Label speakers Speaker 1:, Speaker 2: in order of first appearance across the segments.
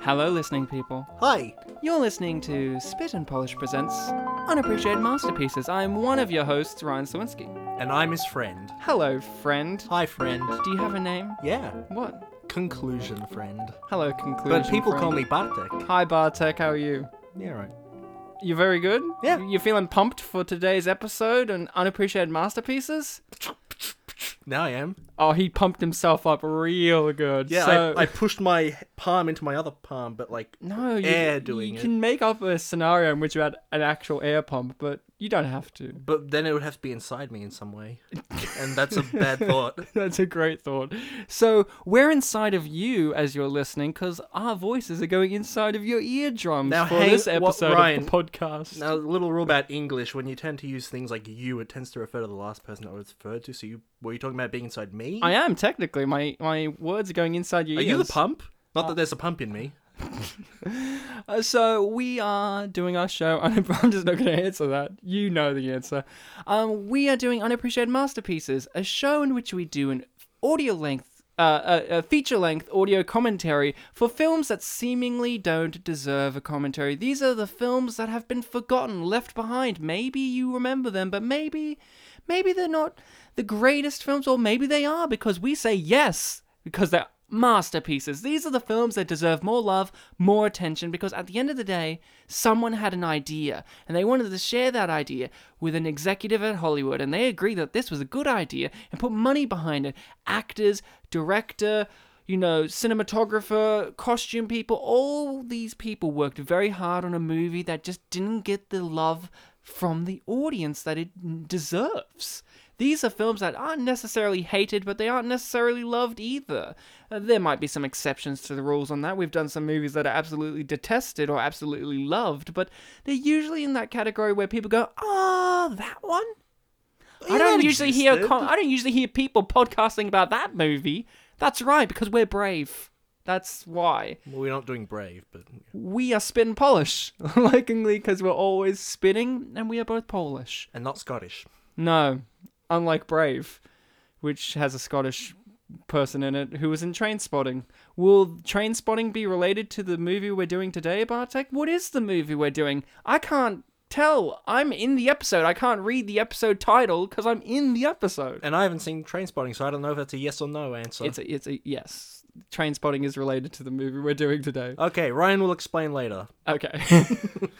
Speaker 1: Hello, listening people.
Speaker 2: Hi.
Speaker 1: You're listening to Spit and Polish Presents Unappreciated Masterpieces. I'm one of your hosts, Ryan Sawinski.
Speaker 2: And I'm his friend.
Speaker 1: Hello, friend.
Speaker 2: Hi, friend.
Speaker 1: Do you have a name?
Speaker 2: Yeah.
Speaker 1: What?
Speaker 2: Conclusion, friend.
Speaker 1: Hello, conclusion.
Speaker 2: But people
Speaker 1: friend.
Speaker 2: call me Bartek.
Speaker 1: Hi, Bartek. How are you?
Speaker 2: Yeah, right.
Speaker 1: You very good?
Speaker 2: Yeah.
Speaker 1: You feeling pumped for today's episode on Unappreciated Masterpieces?
Speaker 2: Now I am.
Speaker 1: Oh, he pumped himself up real good.
Speaker 2: Yeah,
Speaker 1: so...
Speaker 2: I, I pushed my palm into my other palm, but like,
Speaker 1: No, you,
Speaker 2: air
Speaker 1: you
Speaker 2: doing it.
Speaker 1: can make up a scenario in which you had an actual air pump, but you don't have to.
Speaker 2: but then it would have to be inside me in some way. and that's a bad thought.
Speaker 1: That's a great thought. So we're inside of you as you're listening because our voices are going inside of your eardrums
Speaker 2: Now,
Speaker 1: for
Speaker 2: hey,
Speaker 1: this
Speaker 2: what-
Speaker 1: episode
Speaker 2: Ryan,
Speaker 1: of the podcast.
Speaker 2: Now, a little rule about English when you tend to use things like you, it tends to refer to the last person it was referred to. So, you were you talking about being inside me?
Speaker 1: I am technically my my words are going inside your
Speaker 2: Are
Speaker 1: ears.
Speaker 2: you the pump? Not that there's a pump in me.
Speaker 1: Uh, so we are doing our show. I'm just not going to answer that. You know the answer. Um, we are doing unappreciated masterpieces, a show in which we do an audio length, uh, a, a feature length audio commentary for films that seemingly don't deserve a commentary. These are the films that have been forgotten, left behind. Maybe you remember them, but maybe, maybe they're not the greatest films, or maybe they are because we say yes because they're masterpieces. These are the films that deserve more love, more attention, because at the end of the day, someone had an idea and they wanted to share that idea with an executive at Hollywood, and they agreed that this was a good idea and put money behind it. Actors, director, you know, cinematographer, costume people, all these people worked very hard on a movie that just didn't get the love from the audience that it deserves. These are films that aren't necessarily hated, but they aren't necessarily loved either. Uh, there might be some exceptions to the rules on that. We've done some movies that are absolutely detested or absolutely loved, but they're usually in that category where people go, "Ah, that one." I
Speaker 2: Yeah,
Speaker 1: don't
Speaker 2: that
Speaker 1: usually hear
Speaker 2: existed.
Speaker 1: com- I don't usually hear people podcasting about that movie. That's right, because we're brave. That's why
Speaker 2: Well, we're not doing brave, but
Speaker 1: we are spit and Polish, likingly because we're always spitting and we are both Polish.
Speaker 2: and not Scottish.
Speaker 1: No, unlike Brave, which has a Scottish person in it who was in Train Spotting. Will Train Spotting be related to the movie we're doing today, Bartek? What is the movie we're doing? I can't tell. I'm in the episode. I can't read the episode title because I'm in the episode.
Speaker 2: And I haven't seen Train Spotting, so I don't know if that's a yes or no answer.
Speaker 1: It's a, it's a yes. Train Spotting is related to the movie we're doing today.
Speaker 2: Okay, Ryan will explain later.
Speaker 1: Okay.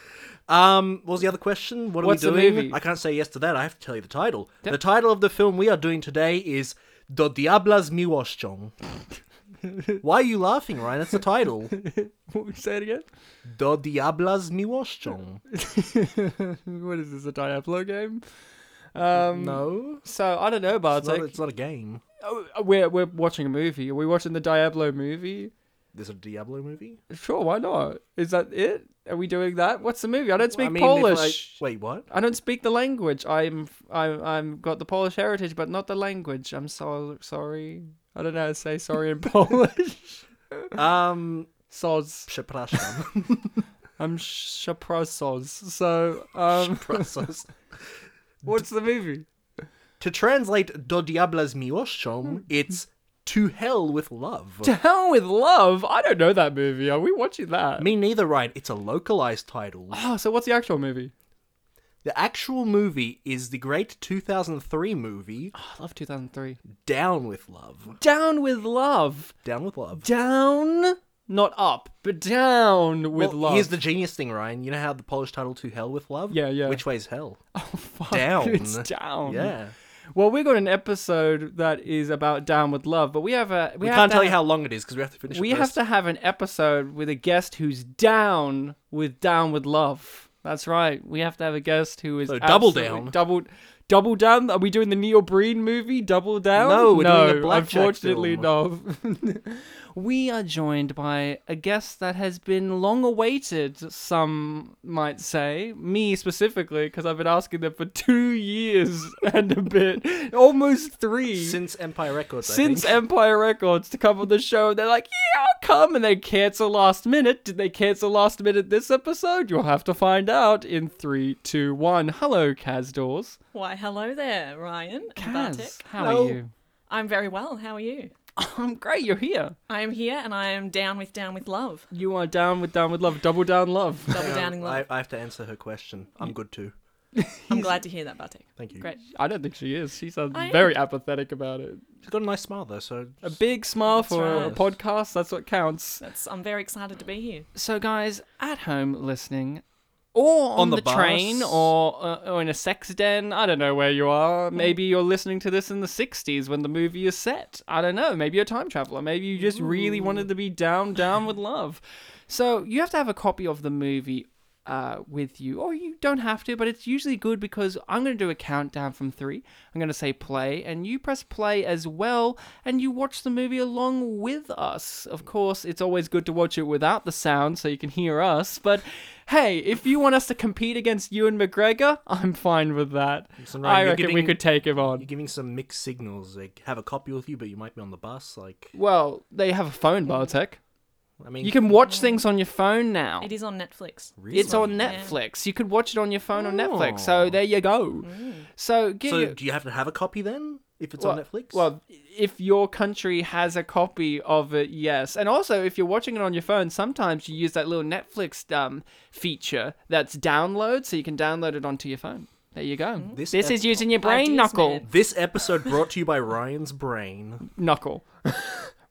Speaker 2: Um, what was the other question? What are
Speaker 1: What's
Speaker 2: we
Speaker 1: the
Speaker 2: doing?
Speaker 1: movie?
Speaker 2: I can't say yes to that. I have to tell you the title. The title of the film we are doing today is Do Diablas Miłością. Why are you laughing, Ryan? That's the title.
Speaker 1: Say it again.
Speaker 2: Do Diablas Miłością.
Speaker 1: what is this? A Diablo game? Um,
Speaker 2: No,
Speaker 1: So I don't know,
Speaker 2: it's
Speaker 1: Bartek.
Speaker 2: not, it's not a game.
Speaker 1: Oh, we're we're watching a movie. Are we watching the Diablo movie?
Speaker 2: There's a Diablo movie.
Speaker 1: Sure, why not? Is that it? Are we doing that? What's the movie? I don't speak
Speaker 2: I mean, if
Speaker 1: Polish.
Speaker 2: I- wait, what?
Speaker 1: I... don't speak the language. I'm I'm I'm got the Polish heritage, but not the language. I'm so sorry. I don't know how to say sorry in Polish.
Speaker 2: Um,
Speaker 1: Soz.
Speaker 2: przepraszam.
Speaker 1: I'm shaprosoz. So, um,
Speaker 2: Process.
Speaker 1: what's the movie?
Speaker 2: to translate Do Diablas Miłością, it's To Hell with Love.
Speaker 1: To hell with love. I don't know that movie. Are we watching that?
Speaker 2: Me neither, Ryan. It's a localized title.
Speaker 1: Oh, so what's the actual movie?
Speaker 2: The actual movie is the great 2003 movie
Speaker 1: Oh, I love 2003.
Speaker 2: Down with Love.
Speaker 1: Down with love.
Speaker 2: Down with Love.
Speaker 1: down, not up, but down with
Speaker 2: Well,
Speaker 1: love.
Speaker 2: Here's the genius thing, Ryan. You know how the Polish title to Hell with Love?
Speaker 1: Yeah, Oh, yeah.
Speaker 2: Which way's hell?
Speaker 1: oh, fuck,
Speaker 2: down.
Speaker 1: It's down.
Speaker 2: Yeah.
Speaker 1: Well, we got an episode that is about down with love, but we have a we,
Speaker 2: We
Speaker 1: have
Speaker 2: can't
Speaker 1: to
Speaker 2: tell you
Speaker 1: have-
Speaker 2: how long it is because we have to finish.
Speaker 1: we
Speaker 2: it
Speaker 1: have
Speaker 2: first.
Speaker 1: to have an episode with a guest who's down with down with love. That's right. We have to have a guest who is
Speaker 2: So double
Speaker 1: absolutely
Speaker 2: down.
Speaker 1: double double down. Are we doing the Neil Breen movie Double Down?
Speaker 2: No, we're
Speaker 1: no,
Speaker 2: doing a blackjack
Speaker 1: unfortunately no. we are joined by a guest that has been long awaited. Some might say me specifically because I've been asking them for two years and a bit, almost three
Speaker 2: Since Empire Records. I
Speaker 1: since
Speaker 2: think.
Speaker 1: Empire Records to come on the show. They're like, yeah, I'll come. And they cancel last minute. Did they cancel last minute this episode? You'll have to find out in three, two, one. Hello, Kaz Dawes.
Speaker 3: Why, hello there, Ryan. and Bartek.
Speaker 1: Kaz, how
Speaker 2: Hello.
Speaker 1: are you?
Speaker 3: I'm very well. How are you?
Speaker 1: I'm great. You're here.
Speaker 3: I am here and I am down with down with love.
Speaker 1: You are down with down with love. Double down love.
Speaker 3: Double downing love.
Speaker 2: I, I have to answer her question. I'm good too.
Speaker 3: I'm glad to hear that, Bartek.
Speaker 2: Thank you.
Speaker 3: Great.
Speaker 1: I don't think she is. She sounds
Speaker 3: I am.
Speaker 1: very apathetic about it.
Speaker 2: She's got a nice smile though, so
Speaker 1: A big smile for a
Speaker 3: right.
Speaker 1: podcast. That's what counts.
Speaker 3: That's, I'm very excited to be here.
Speaker 1: So, guys at home listening, or on,
Speaker 2: On
Speaker 1: the,
Speaker 2: the
Speaker 1: train,
Speaker 2: bus.
Speaker 1: or, uh, or in a sex den. I don't know where you are.
Speaker 2: Mm.
Speaker 1: Maybe you're listening to this in the '60s when the movie is set. I don't know. Maybe you're a time traveler. Maybe you just really wanted to be down, down with love. So you have to have a copy of the movie. Uh, with you, or you don't have to, but it's usually good because I'm going to do a countdown from three. I'm going to say play, and you press play as well, and you watch the movie along with us. Of course, it's always good to watch it without the sound so you can hear us, but hey, if you want us to compete against Ewan McGregor, I'm fine with that.
Speaker 2: So, Ryan,
Speaker 1: I
Speaker 2: you're
Speaker 1: reckon we
Speaker 2: giving-
Speaker 1: could take him on.
Speaker 2: you're giving some mixed signals. Like have a copy with you, but you might be on the bus. Like
Speaker 1: Well, they have a phone, Bartek.
Speaker 2: I mean,
Speaker 1: You can watch things on your phone now.
Speaker 3: It is on Netflix.
Speaker 2: really?
Speaker 1: It's on Netflix. You could watch it on your phone on Netflix. So there you go. So get
Speaker 2: So
Speaker 1: your-
Speaker 2: do you have to have a copy then if it's on Netflix?
Speaker 1: Well, if your country has a copy of it, yes. And also, if you're watching it on your phone, sometimes you use that little Netflix um, feature that's download, so you can download it onto your phone. There you go. This,
Speaker 2: This
Speaker 1: is
Speaker 2: ep-
Speaker 1: using your brain
Speaker 3: Ideas,
Speaker 1: knuckle.
Speaker 3: man.
Speaker 2: this episode brought to you by Ryan's brain.
Speaker 1: Knuckle.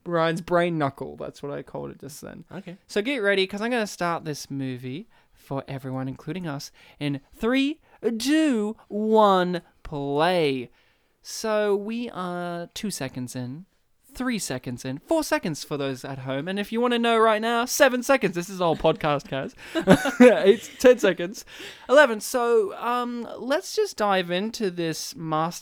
Speaker 1: Ryan's brain knuckle. That's what I called it just then.
Speaker 2: Okay.
Speaker 1: So get ready, because I'm going to start this movie for everyone, including us, in three, two, one, play. So we are two seconds in, three seconds in, four seconds for those at home. And if you want to know right now, seven seconds. This is all podcast, guys. it's 10 seconds. 11. So um, let's just dive into this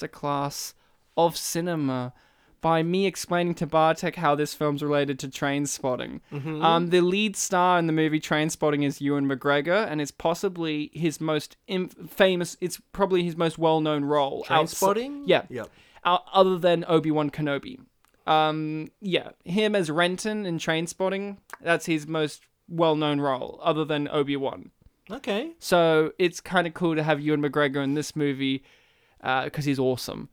Speaker 1: masterclass of cinema by me explaining to Bartek how this film's related to train spotting. Um, the lead star in the movie Train Spotting is Ewan McGregor, and it's possibly his most Im- famous, it's probably his most well known role.
Speaker 2: Train
Speaker 1: outs-
Speaker 2: spotting.
Speaker 1: Yeah.
Speaker 2: Yep.
Speaker 1: o- other than Obi Wan Kenobi. Um, yeah, him as Renton in Train Spotting, that's his most well known role, other than Obi Wan.
Speaker 2: Okay.
Speaker 1: So it's kind of cool to have Ewan McGregor in this movie because he's awesome.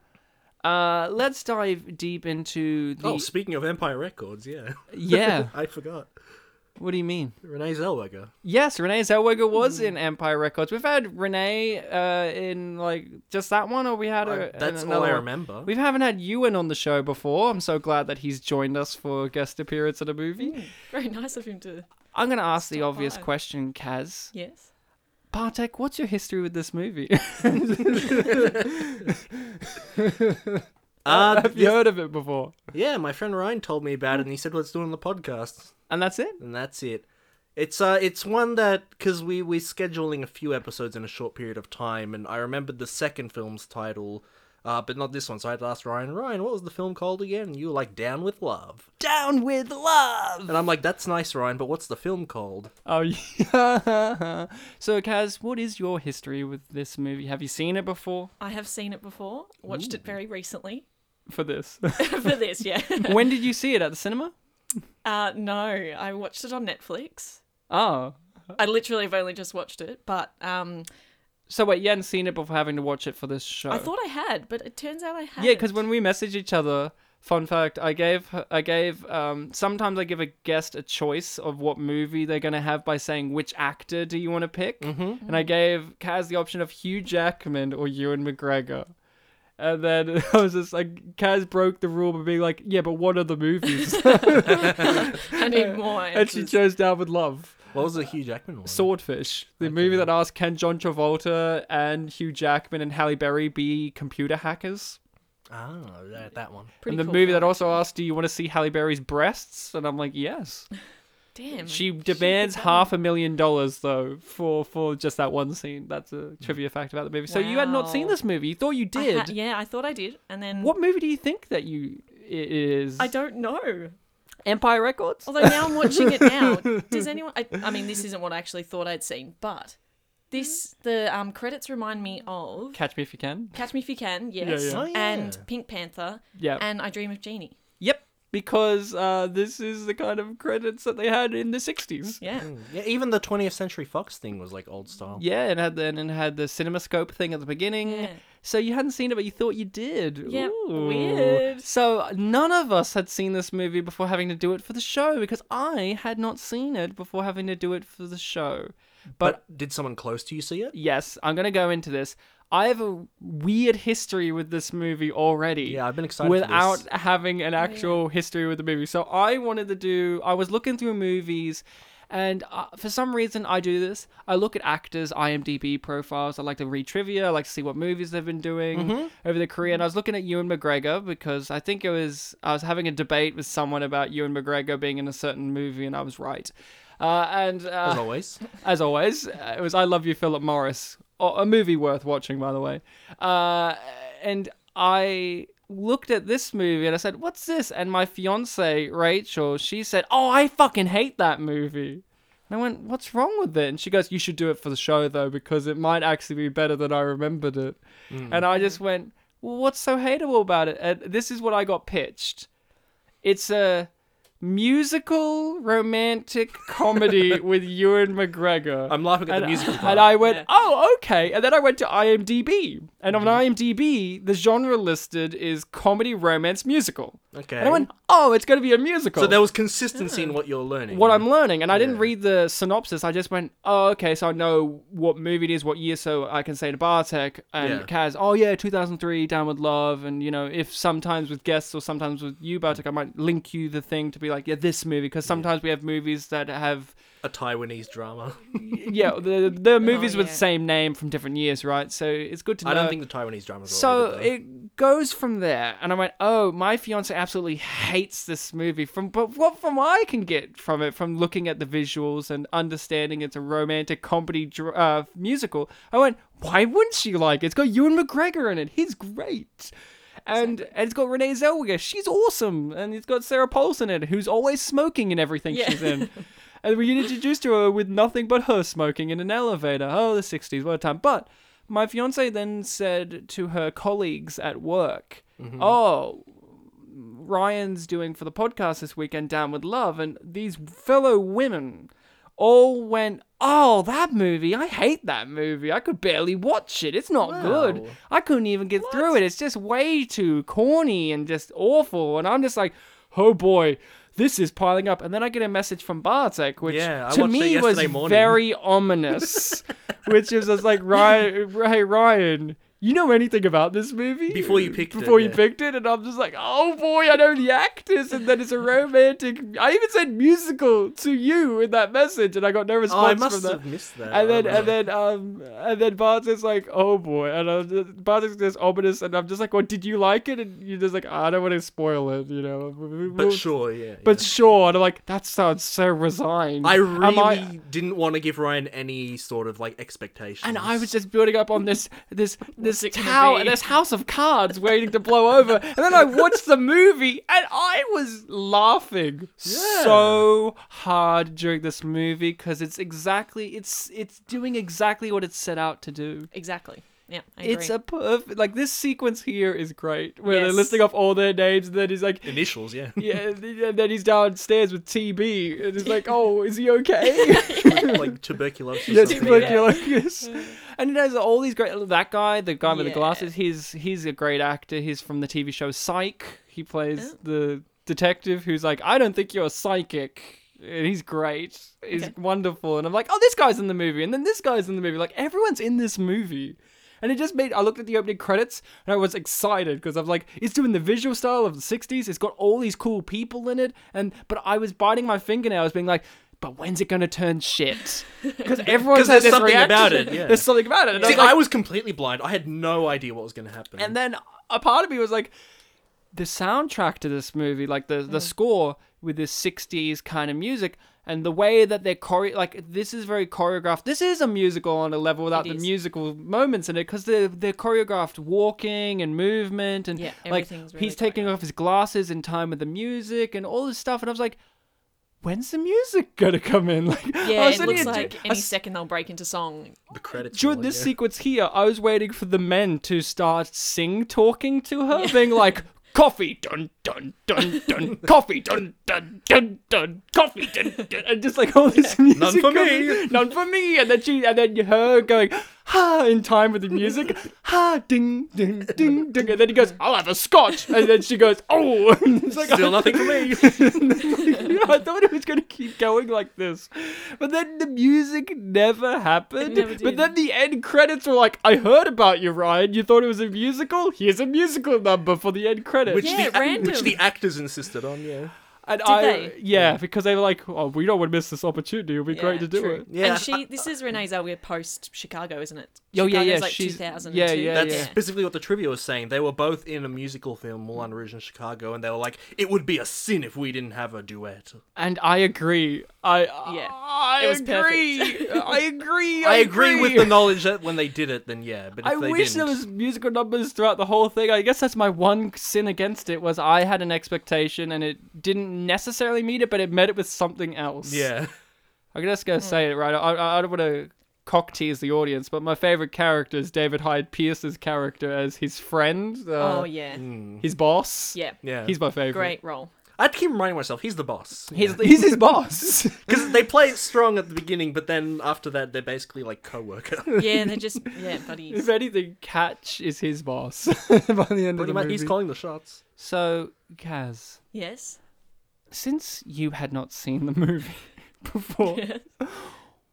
Speaker 1: Uh, let's dive deep into the.
Speaker 2: Oh, speaking of Empire Records, yeah.
Speaker 1: Yeah.
Speaker 2: I forgot.
Speaker 1: What do you mean?
Speaker 2: Renee Zellweger.
Speaker 1: Yes, Renee Zellweger was
Speaker 2: Hmm.
Speaker 1: in Empire Records. We've had Renee uh, in like just that one, or we had a.
Speaker 2: I- that's
Speaker 1: an-
Speaker 2: all I
Speaker 1: another one?
Speaker 2: remember.
Speaker 1: We haven't had Ewan on the show before. I'm so glad that he's joined us for a guest appearance at a movie.
Speaker 3: Very nice of him to.
Speaker 1: I'm going to ask the
Speaker 3: Top
Speaker 1: obvious
Speaker 3: five.
Speaker 1: question, Kaz.
Speaker 3: Yes.
Speaker 1: Bartek, what's your history with this movie?
Speaker 2: Uh,
Speaker 1: Have you heard of it before?
Speaker 2: yeah, my friend Ryan told me about it, and he said, "Let's do it on the podcast."
Speaker 1: And that's it.
Speaker 2: and that's it. It's uh, it's one that because we we're scheduling a few episodes in a short period of time, and I remembered the second film's title, uh, but not this one. So I had to ask Ryan, Ryan, what was the film called again? And you were like, Down with Love,
Speaker 1: Down with love.
Speaker 2: and I'm like, that's nice, Ryan, but what's the film called?
Speaker 1: Oh yeah. so, Kaz, what is your history with this movie? Have you seen it before?
Speaker 3: I have seen it before, watched it very recently
Speaker 1: For this,
Speaker 3: for this, yeah.
Speaker 1: when did you see it at the cinema?
Speaker 3: Uh, no, I watched it on Netflix.
Speaker 1: Oh,
Speaker 3: I literally have only just watched it, but um,
Speaker 1: so wait, you hadn't seen it before having to watch it for this show.
Speaker 3: I thought I had, but it turns out I had.
Speaker 1: Oh. Yeah, because when we message each other, fun fact, I gave her- I gave um sometimes I give a guest a choice of what movie they're gonna have by saying which actor do you want to pick, mm-hmm.
Speaker 3: Mm.
Speaker 1: and I gave Kaz the option of Hugh Jackman or Ewan McGregor. And then I was just like, Kaz broke the rule by being like, "Yeah, but what are the movies?"
Speaker 3: I need more.
Speaker 1: and she
Speaker 3: answers.
Speaker 1: chose Down with Love,
Speaker 2: What was the Hugh Jackman one?
Speaker 1: Swordfish, the movie that asked can John Travolta and Hugh Jackman and Halle Berry be computer hackers.
Speaker 2: ah, that, that one.
Speaker 3: Pretty
Speaker 1: and the
Speaker 3: cool
Speaker 1: movie
Speaker 3: film.
Speaker 1: that also uh, asked, "Do you want to see Halle Berry's breasts?" And I'm like, "Yes."
Speaker 3: Damn.
Speaker 1: She demands half a million dollars though for for just that one scene. That's a trivia fact about the movie. So you had not seen
Speaker 3: Wow.
Speaker 1: this movie. You thought you
Speaker 3: I
Speaker 1: did.
Speaker 3: ha- yeah, I thought I did, and then
Speaker 1: What movie do you think that you i- is?
Speaker 3: Mm. I don't Oh. know.
Speaker 1: Empire Records.
Speaker 3: Although now I'm watching it now. Does anyone? I, I mean, this isn't what I actually thought I'd seen, but this
Speaker 1: Mm-hmm.
Speaker 3: the um, credits remind me of
Speaker 1: Catch Me If You Can.
Speaker 3: Catch Me If You Can, yes,
Speaker 1: yeah.
Speaker 2: Oh, yeah.
Speaker 3: and Pink Panther,
Speaker 1: Yep.
Speaker 3: and I Dream of Jeannie.
Speaker 1: Yep. because uh, this is the kind of credits that they had in the 60s.
Speaker 3: Yeah.
Speaker 2: Mm, Yeah, even the 20th Century Fox thing was like old style.
Speaker 1: Yeah, and had the, and it had the cinemascope thing at the beginning.
Speaker 3: Yeah.
Speaker 1: So you hadn't seen it, but you thought you did.
Speaker 3: Yeah,
Speaker 1: Ooh.
Speaker 3: weird.
Speaker 1: So uh, none of us had seen this movie before having to do it for the show because I had not seen it before having to do it for the show. But,
Speaker 2: But did someone close to you see it?
Speaker 1: yes, I'm gonna go into this. I have a weird history with this movie already.
Speaker 2: Yeah, I've been excited for this.
Speaker 1: without having an actual history with the movie. So I wanted to do. I was looking through movies, and uh, for some reason I do this. I look at actors' IMDb profiles. I like to read trivia. I like to see what movies they've been doing
Speaker 2: Mm-hmm.
Speaker 1: over their career. And I was looking at Ewan McGregor because I think it was I was having a debate with someone about Ewan McGregor being in a certain movie, and I was right. Uh, and uh,
Speaker 2: As always.
Speaker 1: as always, uh, it was I Love You, Philip Morris, a a movie worth watching, by the way. Uh, and I looked at this movie and I said, What's this? And my fiance, Rachel, she said, Oh, I fucking hate that movie. And I went, What's wrong with it? And she goes, You should do it for the show, though, because it might actually be better than I remembered it.
Speaker 2: Mm.
Speaker 1: And I just went, well, What's so hateable about it? And this is what I got pitched it's a. Musical romantic comedy with Ewan McGregor
Speaker 2: I'm laughing at the musical
Speaker 1: and
Speaker 2: part.
Speaker 1: I went,
Speaker 3: Yeah.
Speaker 1: oh, okay. And then I went to IMDb. And
Speaker 2: Mm-hmm.
Speaker 1: on IMDb, the genre listed is comedy, romance, musical.
Speaker 2: Okay.
Speaker 1: And I went, oh, it's going to be a musical.
Speaker 2: so there was consistency in what you're learning.
Speaker 1: what I'm learning. And I didn't
Speaker 2: Yeah.
Speaker 1: read the synopsis. I just went, oh, okay. So I know what movie it is, what year. So I can say to Bartek and
Speaker 2: Yeah.
Speaker 1: Kaz, oh, yeah, 2003, Downward Love. And, you know, if sometimes with guests or sometimes with you, Bartek, I might link you the thing to be like, yeah, this movie. Because sometimes we have movies that have
Speaker 2: a Taiwanese drama.
Speaker 1: yeah, the the movies with
Speaker 3: yeah.
Speaker 1: same name from different years, right? So it's good to know.
Speaker 2: Oh, I don't think the Taiwanese drama's
Speaker 1: so.
Speaker 2: related, though.
Speaker 1: It goes from there, and I went, "Oh, my fiance absolutely hates this movie." From but what from I can get from it, from looking at the visuals and understanding it's a romantic comedy dr- uh, musical, I went, "Why wouldn't she like it? It's got Ewan McGregor in it. He's great." And, and it's got Renee Zellweger. She's awesome. And it's got Sarah Paulson in it, who's always smoking in everything
Speaker 3: Yeah.
Speaker 1: she's in. And we introduced to her with nothing but her smoking in an elevator. Oh, the 60s, what a time. But my fiance then said to her colleagues at work, Oh, Ryan's doing for the podcast this weekend, Down with Love. And these fellow women all went, Oh, that movie. I hate that movie. I could barely watch it. It's not good.
Speaker 2: Wow.
Speaker 1: I couldn't even get through it. It's just way too corny and just awful. And I'm just like, oh boy, this is piling up. And then I get a message from Bartek, which
Speaker 2: Yeah, I
Speaker 1: to
Speaker 2: watched it
Speaker 1: me was
Speaker 2: yesterday morning.
Speaker 1: very ominous, which is just like, Ryan, hey, Ryan. You know anything about this movie?
Speaker 2: Before you picked it,
Speaker 1: Before you
Speaker 2: yeah.
Speaker 1: picked it, and I'm just like, oh boy, I know the actors, and then it's a romantic. I even said musical to you in that message, and I got no response
Speaker 2: oh, I must
Speaker 1: from that
Speaker 2: have missed that.
Speaker 1: and
Speaker 2: I
Speaker 1: then
Speaker 2: remember.
Speaker 1: and then um and then Bartek's like, oh boy, and I'm just, Bartek's just ominous, and I'm just like, well, did you like it? And you're just like, "Ah, I don't want to spoil it, you know.
Speaker 2: But sure, yeah.
Speaker 1: but
Speaker 2: yeah.
Speaker 1: sure, and I'm like, that sounds so resigned.
Speaker 2: I
Speaker 1: Am
Speaker 2: really didn't want to give Ryan any sort of like expectations.
Speaker 1: and I was just building up on this this this
Speaker 3: it gonna
Speaker 1: tower,
Speaker 3: be?
Speaker 1: this house of cards waiting to blow over, and then I watched the movie, and I was laughing so hard during this movie because it's exactly it's it's doing exactly what it's set out to do.
Speaker 3: Exactly. Yeah. I agree.
Speaker 1: It's a perfect like this sequence here is great where they're
Speaker 3: Yes.
Speaker 1: listing off all their names and then he's like
Speaker 2: initials, yeah.
Speaker 1: yeah and then he's downstairs with TB and it's like oh is he okay
Speaker 2: like tuberculosis. or
Speaker 1: yes
Speaker 2: something.
Speaker 1: tuberculosis and it has all these great that guy the guy with the
Speaker 3: Yeah.
Speaker 1: glasses he's he's a great actor he's from the TV show Psych he plays
Speaker 2: Oh.
Speaker 1: the detective who's like I don't think you're psychic and he's great he's
Speaker 3: Okay.
Speaker 1: wonderful and I'm like oh this guy's in the movie and then this guy's in the movie like everyone's in this movie and it just made I looked at the opening credits and I was excited because I'm like, it's doing the visual style of the '60s. It's got all these cool people in it, and but I was biting my fingernails, being like, but when's it gonna turn shit? Because everyone's
Speaker 2: 'Cause
Speaker 1: had
Speaker 2: there's
Speaker 1: this
Speaker 2: something
Speaker 1: reaction.
Speaker 2: about it, yeah.
Speaker 1: There's something about it. And I
Speaker 2: See,
Speaker 1: was like-
Speaker 2: I was completely blind. I had no idea what was going to happen.
Speaker 1: and then a part of me was like, the soundtrack to this movie, like the
Speaker 3: Mm.
Speaker 1: the score with this '60s kind of music, and the way that they're chore- like this is very choreographed. This is a musical on a level without
Speaker 3: It
Speaker 1: the
Speaker 3: is.
Speaker 1: musical moments in it because they're they're choreographed walking and movement and
Speaker 3: Yeah,
Speaker 1: like
Speaker 3: everything's really
Speaker 1: he's taking off his glasses in time with the music and all this stuff. And I was like. When's the music gonna come in? Like, I
Speaker 3: yeah,
Speaker 2: Oh,
Speaker 1: was
Speaker 3: it
Speaker 1: sitting
Speaker 3: looks
Speaker 1: here-
Speaker 3: like
Speaker 1: I
Speaker 3: any second they'll break into song.
Speaker 2: the credits.
Speaker 1: during
Speaker 2: roll,
Speaker 1: this
Speaker 2: yeah.
Speaker 1: sequence here, I was waiting for the men to start sing talking to her, being like, coffee, dun dun dun dun, coffee, dun dun dun dun, coffee, dun dun, and just like all this music.
Speaker 2: for
Speaker 1: coming-
Speaker 2: me.
Speaker 1: none for me. And then she, and then her going ha in time with the music, ha ding ding ding ding, and then he goes, I'll have a scotch, and then she goes, oh, and it's like,
Speaker 2: Still nothing for me.
Speaker 1: I thought it was going to keep going like this. But then the music never happened.
Speaker 3: never
Speaker 1: But
Speaker 3: did.
Speaker 1: then the end credits were like, I heard about you, Ryan. You thought it was a musical? Here's a musical number for the end credits.
Speaker 2: Which,
Speaker 3: Yeah,
Speaker 2: the, ac- which
Speaker 3: random.
Speaker 2: the actors insisted on, yeah.
Speaker 1: and
Speaker 3: Did
Speaker 1: I,
Speaker 3: they?
Speaker 1: Yeah, because they were like, oh, we don't want to miss this opportunity. It would be great to do
Speaker 3: true.
Speaker 1: it.
Speaker 2: Yeah.
Speaker 3: And she, this is Renee Zellweger post Chicago, isn't it?
Speaker 1: Oh, yeah,
Speaker 3: Chicago's
Speaker 1: yeah,
Speaker 3: Like
Speaker 1: she's-
Speaker 3: 2002.
Speaker 1: yeah, yeah,
Speaker 2: That's
Speaker 1: yeah.
Speaker 2: specifically what the trivia was saying. They were both in a musical film, Moulin Rouge in Chicago, and they were like, it would be a sin if we didn't have a duet.
Speaker 1: And I agree. I
Speaker 3: Yeah.
Speaker 1: I
Speaker 3: It was
Speaker 1: agree. I agree. I,
Speaker 2: I agree with the knowledge that when they did it, then yeah. But if
Speaker 1: I
Speaker 2: they
Speaker 1: wish
Speaker 2: didn't,
Speaker 1: there was musical numbers throughout the whole thing. I guess that's my one sin against it was I had an expectation and it didn't necessarily meet it, but it met it with something else.
Speaker 2: yeah.
Speaker 1: I'm just gonna say it right. I- I, I don't want to cock tease the audience, but my favorite character is David Hyde Pierce's character as his friend. Uh,
Speaker 3: Oh yeah,
Speaker 2: Mm.
Speaker 1: His boss.
Speaker 3: yeah.
Speaker 2: Yeah.
Speaker 1: He's my favorite.
Speaker 3: Great role.
Speaker 2: I keep reminding myself he's the boss
Speaker 1: He's he's his boss.
Speaker 2: because they play it strong at the beginning, but then after that they're basically like co-worker.
Speaker 3: Yeah, they're just yeah, buddy.
Speaker 1: if anything, Catch is his boss by the end of
Speaker 2: Pretty
Speaker 1: the
Speaker 2: much,
Speaker 1: movie.
Speaker 2: he's calling the shots.
Speaker 1: so, Kaz.
Speaker 3: Yes.
Speaker 1: since you had not seen the movie before,
Speaker 3: Yes.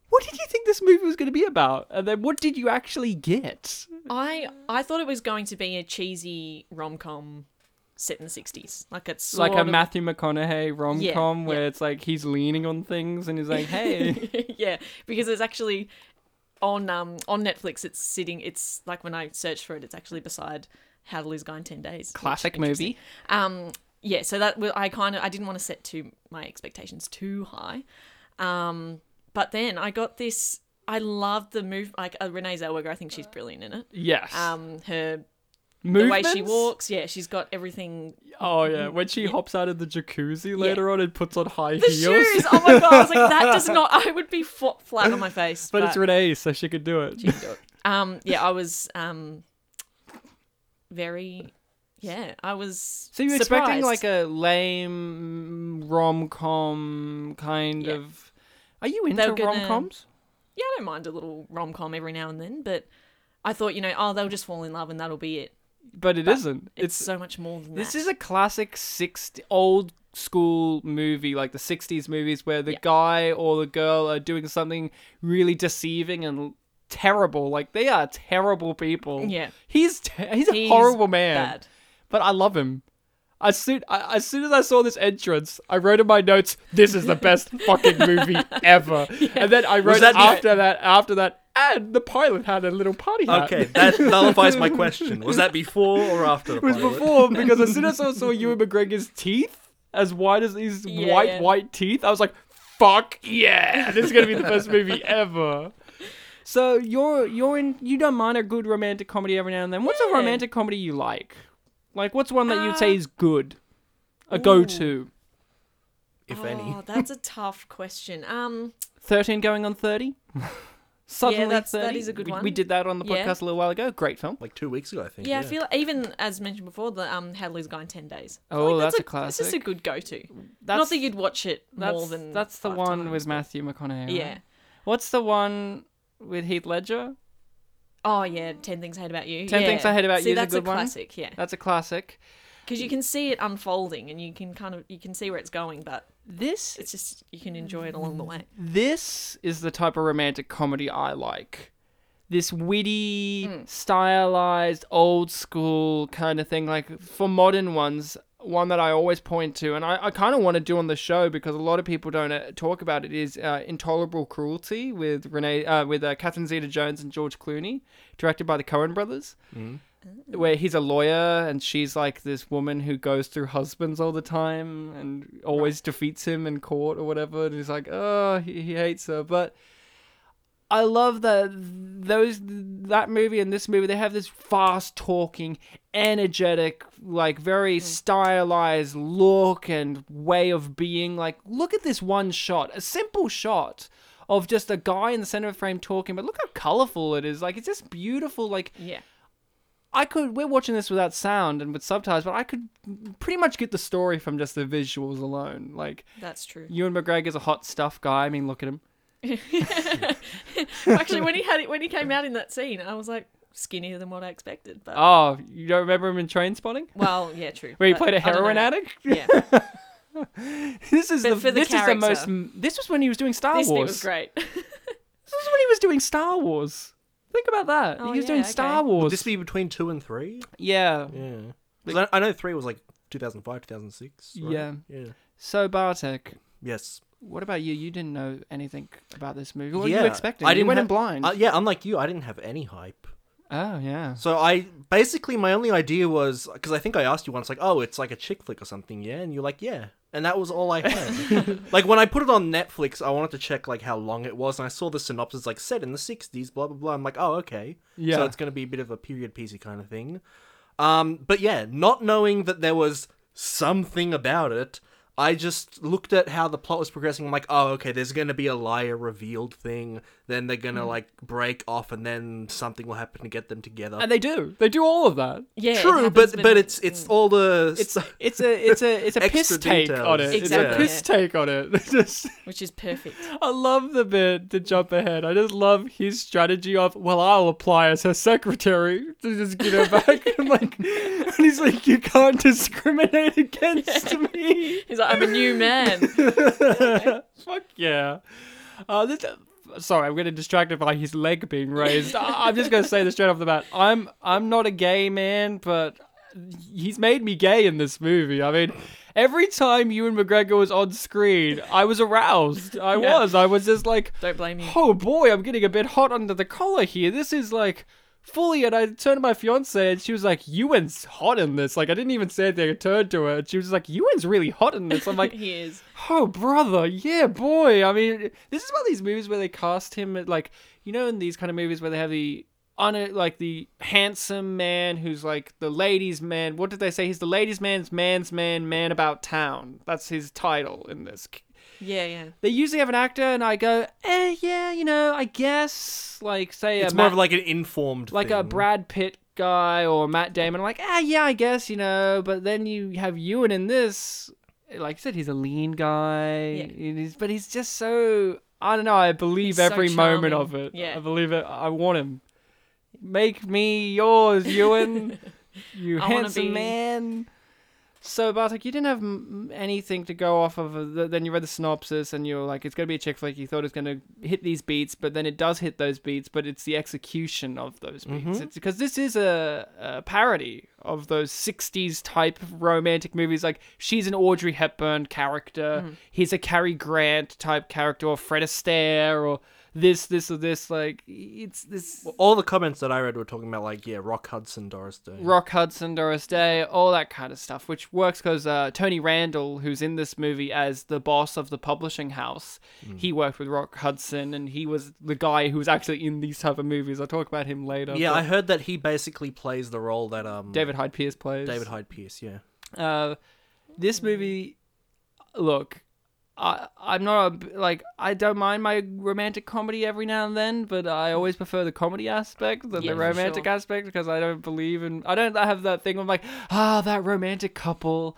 Speaker 1: what did you think this movie was going to be about? And then what did you actually get?
Speaker 3: I I thought it was going to be a cheesy rom com set in the sixties, like it's
Speaker 1: Like a
Speaker 3: sort of-
Speaker 1: Matthew McConaughey rom com
Speaker 3: yeah.
Speaker 1: where it's like he's leaning on things and he's like, hey.
Speaker 3: yeah, because it's actually on um on Netflix. It's sitting. It's like when I searched for it, it's actually beside How to Lose a Guy in Ten Days. which-
Speaker 1: Classic
Speaker 3: interesting.
Speaker 1: movie.
Speaker 3: Um, yeah. So that wa- I kind of I didn't want to set to my expectations too high. Um, but then I got this. I loved the move. Like uh, Renee Zellweger, I think she's brilliant in it.
Speaker 1: Yes.
Speaker 3: Um, her the way
Speaker 1: Movements?
Speaker 3: she walks. Yeah, she's got everything.
Speaker 1: Oh, yeah. When she hops out of the jacuzzi later on and puts on high
Speaker 3: The
Speaker 1: heels.
Speaker 3: shoes. Oh my god! I was like, that does not. I would be fo- flat on my face.
Speaker 1: But it's Renee, so she could do it.
Speaker 3: you do it. Um, yeah, I was um, very, yeah, I was.
Speaker 1: So you're
Speaker 3: surprised.
Speaker 1: expecting like a lame rom com kind
Speaker 3: Yeah.
Speaker 1: of. Are you
Speaker 3: They're
Speaker 1: into
Speaker 3: gonna-
Speaker 1: rom coms?
Speaker 3: yeah, I don't mind a little rom com every now and then, but I thought you know, oh, they'll just fall in love and that'll be it.
Speaker 1: But it isn't.
Speaker 3: It's, so much more than
Speaker 1: This
Speaker 3: that.
Speaker 1: is a classic six old school movie, like the '60s movies, where the
Speaker 3: Yeah.
Speaker 1: guy or the girl are doing something really deceiving and terrible. Like they are terrible people.
Speaker 3: Yeah.
Speaker 1: he's te- he's a
Speaker 3: He's
Speaker 1: horrible man,
Speaker 3: bad.
Speaker 1: but I love him. As soon I, as soon as I saw this entrance, I wrote in my notes, "This is the best fucking movie ever." And then I wrote
Speaker 2: that the-
Speaker 1: after that, after that, and the pilot had a little party hat.
Speaker 2: Okay, that nullifies my question. Was that before or after the
Speaker 1: It was
Speaker 2: pilot?
Speaker 1: before because as soon as I saw Ewan McGregor's teeth, as wide as these
Speaker 3: Yeah,
Speaker 1: white,
Speaker 3: yeah.
Speaker 1: white teeth, I was like, fuck yeah, this is gonna be the best movie ever. So you're you're in you don't mind a good romantic comedy every now and then. What's a
Speaker 3: Yeah.
Speaker 1: romantic comedy you like? Like what's one that you'd say
Speaker 3: Uh,
Speaker 1: is good? A go to.
Speaker 2: if
Speaker 3: oh,
Speaker 2: any.
Speaker 3: that's a tough question. Um,
Speaker 1: Thirteen going on thirty? Suddenly
Speaker 3: that's-
Speaker 1: 30.
Speaker 3: that is a good
Speaker 1: we,
Speaker 3: one.
Speaker 1: We did that on the
Speaker 3: Yeah.
Speaker 1: podcast a little while ago. Great film.
Speaker 2: Like two weeks ago, I think.
Speaker 3: yeah, I feel even as mentioned before, the um, How to Lose a Guy in Ten Days. I feel
Speaker 1: Oh,
Speaker 3: like
Speaker 1: that's a
Speaker 3: It's just a
Speaker 1: classic.
Speaker 3: good go-to.
Speaker 1: That's
Speaker 3: Not that you'd watch it more
Speaker 1: that's-
Speaker 3: than
Speaker 1: that's the
Speaker 3: five
Speaker 1: one
Speaker 3: times,
Speaker 1: with
Speaker 3: but-
Speaker 1: Matthew McConaughey. right?
Speaker 3: Yeah.
Speaker 1: What's the one with Heath Ledger?
Speaker 3: Oh yeah, Ten Things I Hate About You.
Speaker 1: 10
Speaker 3: Yeah.
Speaker 1: Things I Hate About
Speaker 3: See,
Speaker 1: You is a
Speaker 3: that's
Speaker 1: good one.
Speaker 3: classic. Yeah.
Speaker 1: That's a classic.
Speaker 3: because you can see it unfolding and you can kind of you can see where it's going but
Speaker 1: This
Speaker 3: it's just you can enjoy it along the way
Speaker 1: this is the type of romantic comedy I like. This witty, stylized, old school kind of thing. Like for modern ones, one that I always point to, and I, I kind of want to do on the show because a lot of people don't uh, talk about it. Is uh, Intolerable Cruelty with Renee uh, with uh, Catherine Zeta-Jones and George Clooney, directed by the Coen Brothers. where he's a lawyer and she's like this woman who goes through husbands all the time and always defeats him in court or whatever and he's like oh he, he hates her but i love that those that movie and this movie they have this fast talking energetic like very stylized look and way of being like look at this one shot a simple shot of just a guy in the center of the frame talking but look how colorful it is like it's just beautiful like
Speaker 3: yeah
Speaker 1: I could. We're watching this without sound and with subtitles, but I could pretty much get the story from just the visuals alone. Like
Speaker 3: That's true.
Speaker 1: Ewan McGregor's a hot stuff guy. I mean, look at him.
Speaker 3: Actually, when he had it, when he came out in that scene, I was like skinnier than what I expected. But
Speaker 1: Oh, you don't remember him in Train Spotting,
Speaker 3: well, yeah, true.
Speaker 1: where he
Speaker 3: but
Speaker 1: played a
Speaker 3: other
Speaker 1: heroin
Speaker 3: than that-
Speaker 1: addict?
Speaker 3: Yeah,
Speaker 1: This is
Speaker 3: But
Speaker 1: the,
Speaker 3: for the
Speaker 1: this is the most.
Speaker 3: character.
Speaker 1: m- This was when he was doing Star
Speaker 3: Disney
Speaker 1: Wars.
Speaker 3: was great.
Speaker 1: This is when he was doing Star Wars. Think about that.
Speaker 3: Oh,
Speaker 1: he was
Speaker 3: yeah,
Speaker 1: doing Star
Speaker 3: okay.
Speaker 1: Wars.
Speaker 2: Would this be between two and three?
Speaker 1: yeah.
Speaker 2: Yeah. 'Cause I, I know three was like 2005, 2006. right?
Speaker 1: Yeah.
Speaker 2: Yeah.
Speaker 1: So Bartek,
Speaker 2: Yes.
Speaker 1: what about you? You didn't know anything about this movie. What were
Speaker 2: Yeah,
Speaker 1: you expecting?
Speaker 2: I
Speaker 1: you
Speaker 2: didn't
Speaker 1: went in
Speaker 2: ha-
Speaker 1: blind.
Speaker 2: Uh, yeah, unlike you, I didn't have any hype.
Speaker 1: oh yeah.
Speaker 2: So I basically my only idea was because I think I asked you once, like, oh, it's like a chick flick or something, yeah, and you're like, yeah, and that was all I had. like when I put it on Netflix, I wanted to check like how long it was, and I saw the synopsis like set in the '60s, blah blah blah. I'm like, oh, okay,
Speaker 1: Yeah.
Speaker 2: so it's gonna be a bit of a period piecey kind of thing. Um, but yeah, not knowing that there was something about it, I just looked at how the plot was progressing. I'm like, oh, okay, there's gonna be a liar revealed thing. Then they're
Speaker 1: Mm.
Speaker 2: gonna like break off, and then something will happen to get them together.
Speaker 1: And they do. They do all of that.
Speaker 3: Yeah, it
Speaker 2: True,
Speaker 3: happens,
Speaker 2: but but it's it's all the
Speaker 1: mm. It's it's a it's a it's a
Speaker 2: Extra
Speaker 1: piss take
Speaker 2: details.
Speaker 1: on it. It's a
Speaker 3: Exactly.
Speaker 1: piss take on it. It's just-
Speaker 3: which is perfect.
Speaker 1: I love the bit to jump ahead. I just love his strategy of well, I'll apply as her secretary to just get her back. and like, and he's like, you can't discriminate against me.
Speaker 3: He's like, I'm a new man.
Speaker 1: Fuck yeah. Uh, this, uh, sorry, I'm getting distracted by his leg being raised. I- I'm just gonna say this straight off the bat. I'm I'm not a gay man, but he's made me gay in this movie. I mean, every time Ewan McGregor was on screen, I was aroused. I
Speaker 3: Yeah.
Speaker 1: was. I was just like,
Speaker 3: Don't blame you.
Speaker 1: oh boy, I'm getting a bit hot under the collar here. This is like. Fully, and I turned to my fiance, and she was like, "Ewan's hot in this." Like, I didn't even say anything. I turned to her, and she was like, "Ewan's really hot in this." I'm like,
Speaker 3: he is.
Speaker 1: Oh brother, yeah boy. I mean, this is one of these movies where they cast him at like you know in these kind of movies where they have the on like the handsome man who's like the ladies' man. What did they say? He's the ladies' man's man's man man about town. That's his title in this.
Speaker 3: Yeah, yeah.
Speaker 1: They usually have an actor, and I go, eh, yeah, you know, I guess like say
Speaker 2: it's
Speaker 1: a
Speaker 2: more
Speaker 1: Ma-
Speaker 2: of like an informed
Speaker 1: like a
Speaker 2: thing.
Speaker 1: Brad Pitt guy or Matt Damon. Like ah yeah, I guess you know. But then you have Ewan in this. Like I said, he's a lean guy.
Speaker 3: Yeah.
Speaker 1: and he's- but he's just so I don't know. I believe
Speaker 3: He's so
Speaker 1: every moment
Speaker 3: charming.
Speaker 1: of it.
Speaker 3: Yeah.
Speaker 1: I believe it. I want him. Make me yours, Ewan. you
Speaker 3: I wanna
Speaker 1: handsome
Speaker 3: be-
Speaker 1: man. So Bartek, you didn't have m- anything to go off of. uh, th- Then you read the synopsis, and you were like, "It's gonna be a chick flick." You thought it's gonna hit these beats, but then it does hit those beats. But it's the execution of those beats. It's because this is a, a parody of those '60s type romantic movies. Like she's an Audrey Hepburn character, he's a Cary Grant type character, or Fred Astaire, or this, this, or this. Like it's this.
Speaker 2: All the comments that I read were talking about like yeah, Rock Hudson, Doris Day.
Speaker 1: Rock Hudson, Doris Day, all that kind of stuff, which works because uh, Tony Randall, who's in this movie as the boss of the publishing house,
Speaker 2: Mm.
Speaker 1: he worked with Rock Hudson, and he was the guy who was actually in these type of movies. I'll talk about him later.
Speaker 2: yeah,
Speaker 1: but
Speaker 2: I heard that he basically plays the role that um
Speaker 1: David Hyde Pierce plays.
Speaker 2: David Hyde Pierce. Yeah,
Speaker 1: Uh, this
Speaker 3: Mm-hmm.
Speaker 1: movie, look, I I'm not a b like I don't mind my romantic comedy every now and then, but I always prefer the comedy aspect than
Speaker 3: Mm. Yeah,
Speaker 1: the
Speaker 3: for
Speaker 1: romantic
Speaker 3: sure.
Speaker 1: aspect because I don't believe in I don't have that thing. Where I'm like ah that romantic couple.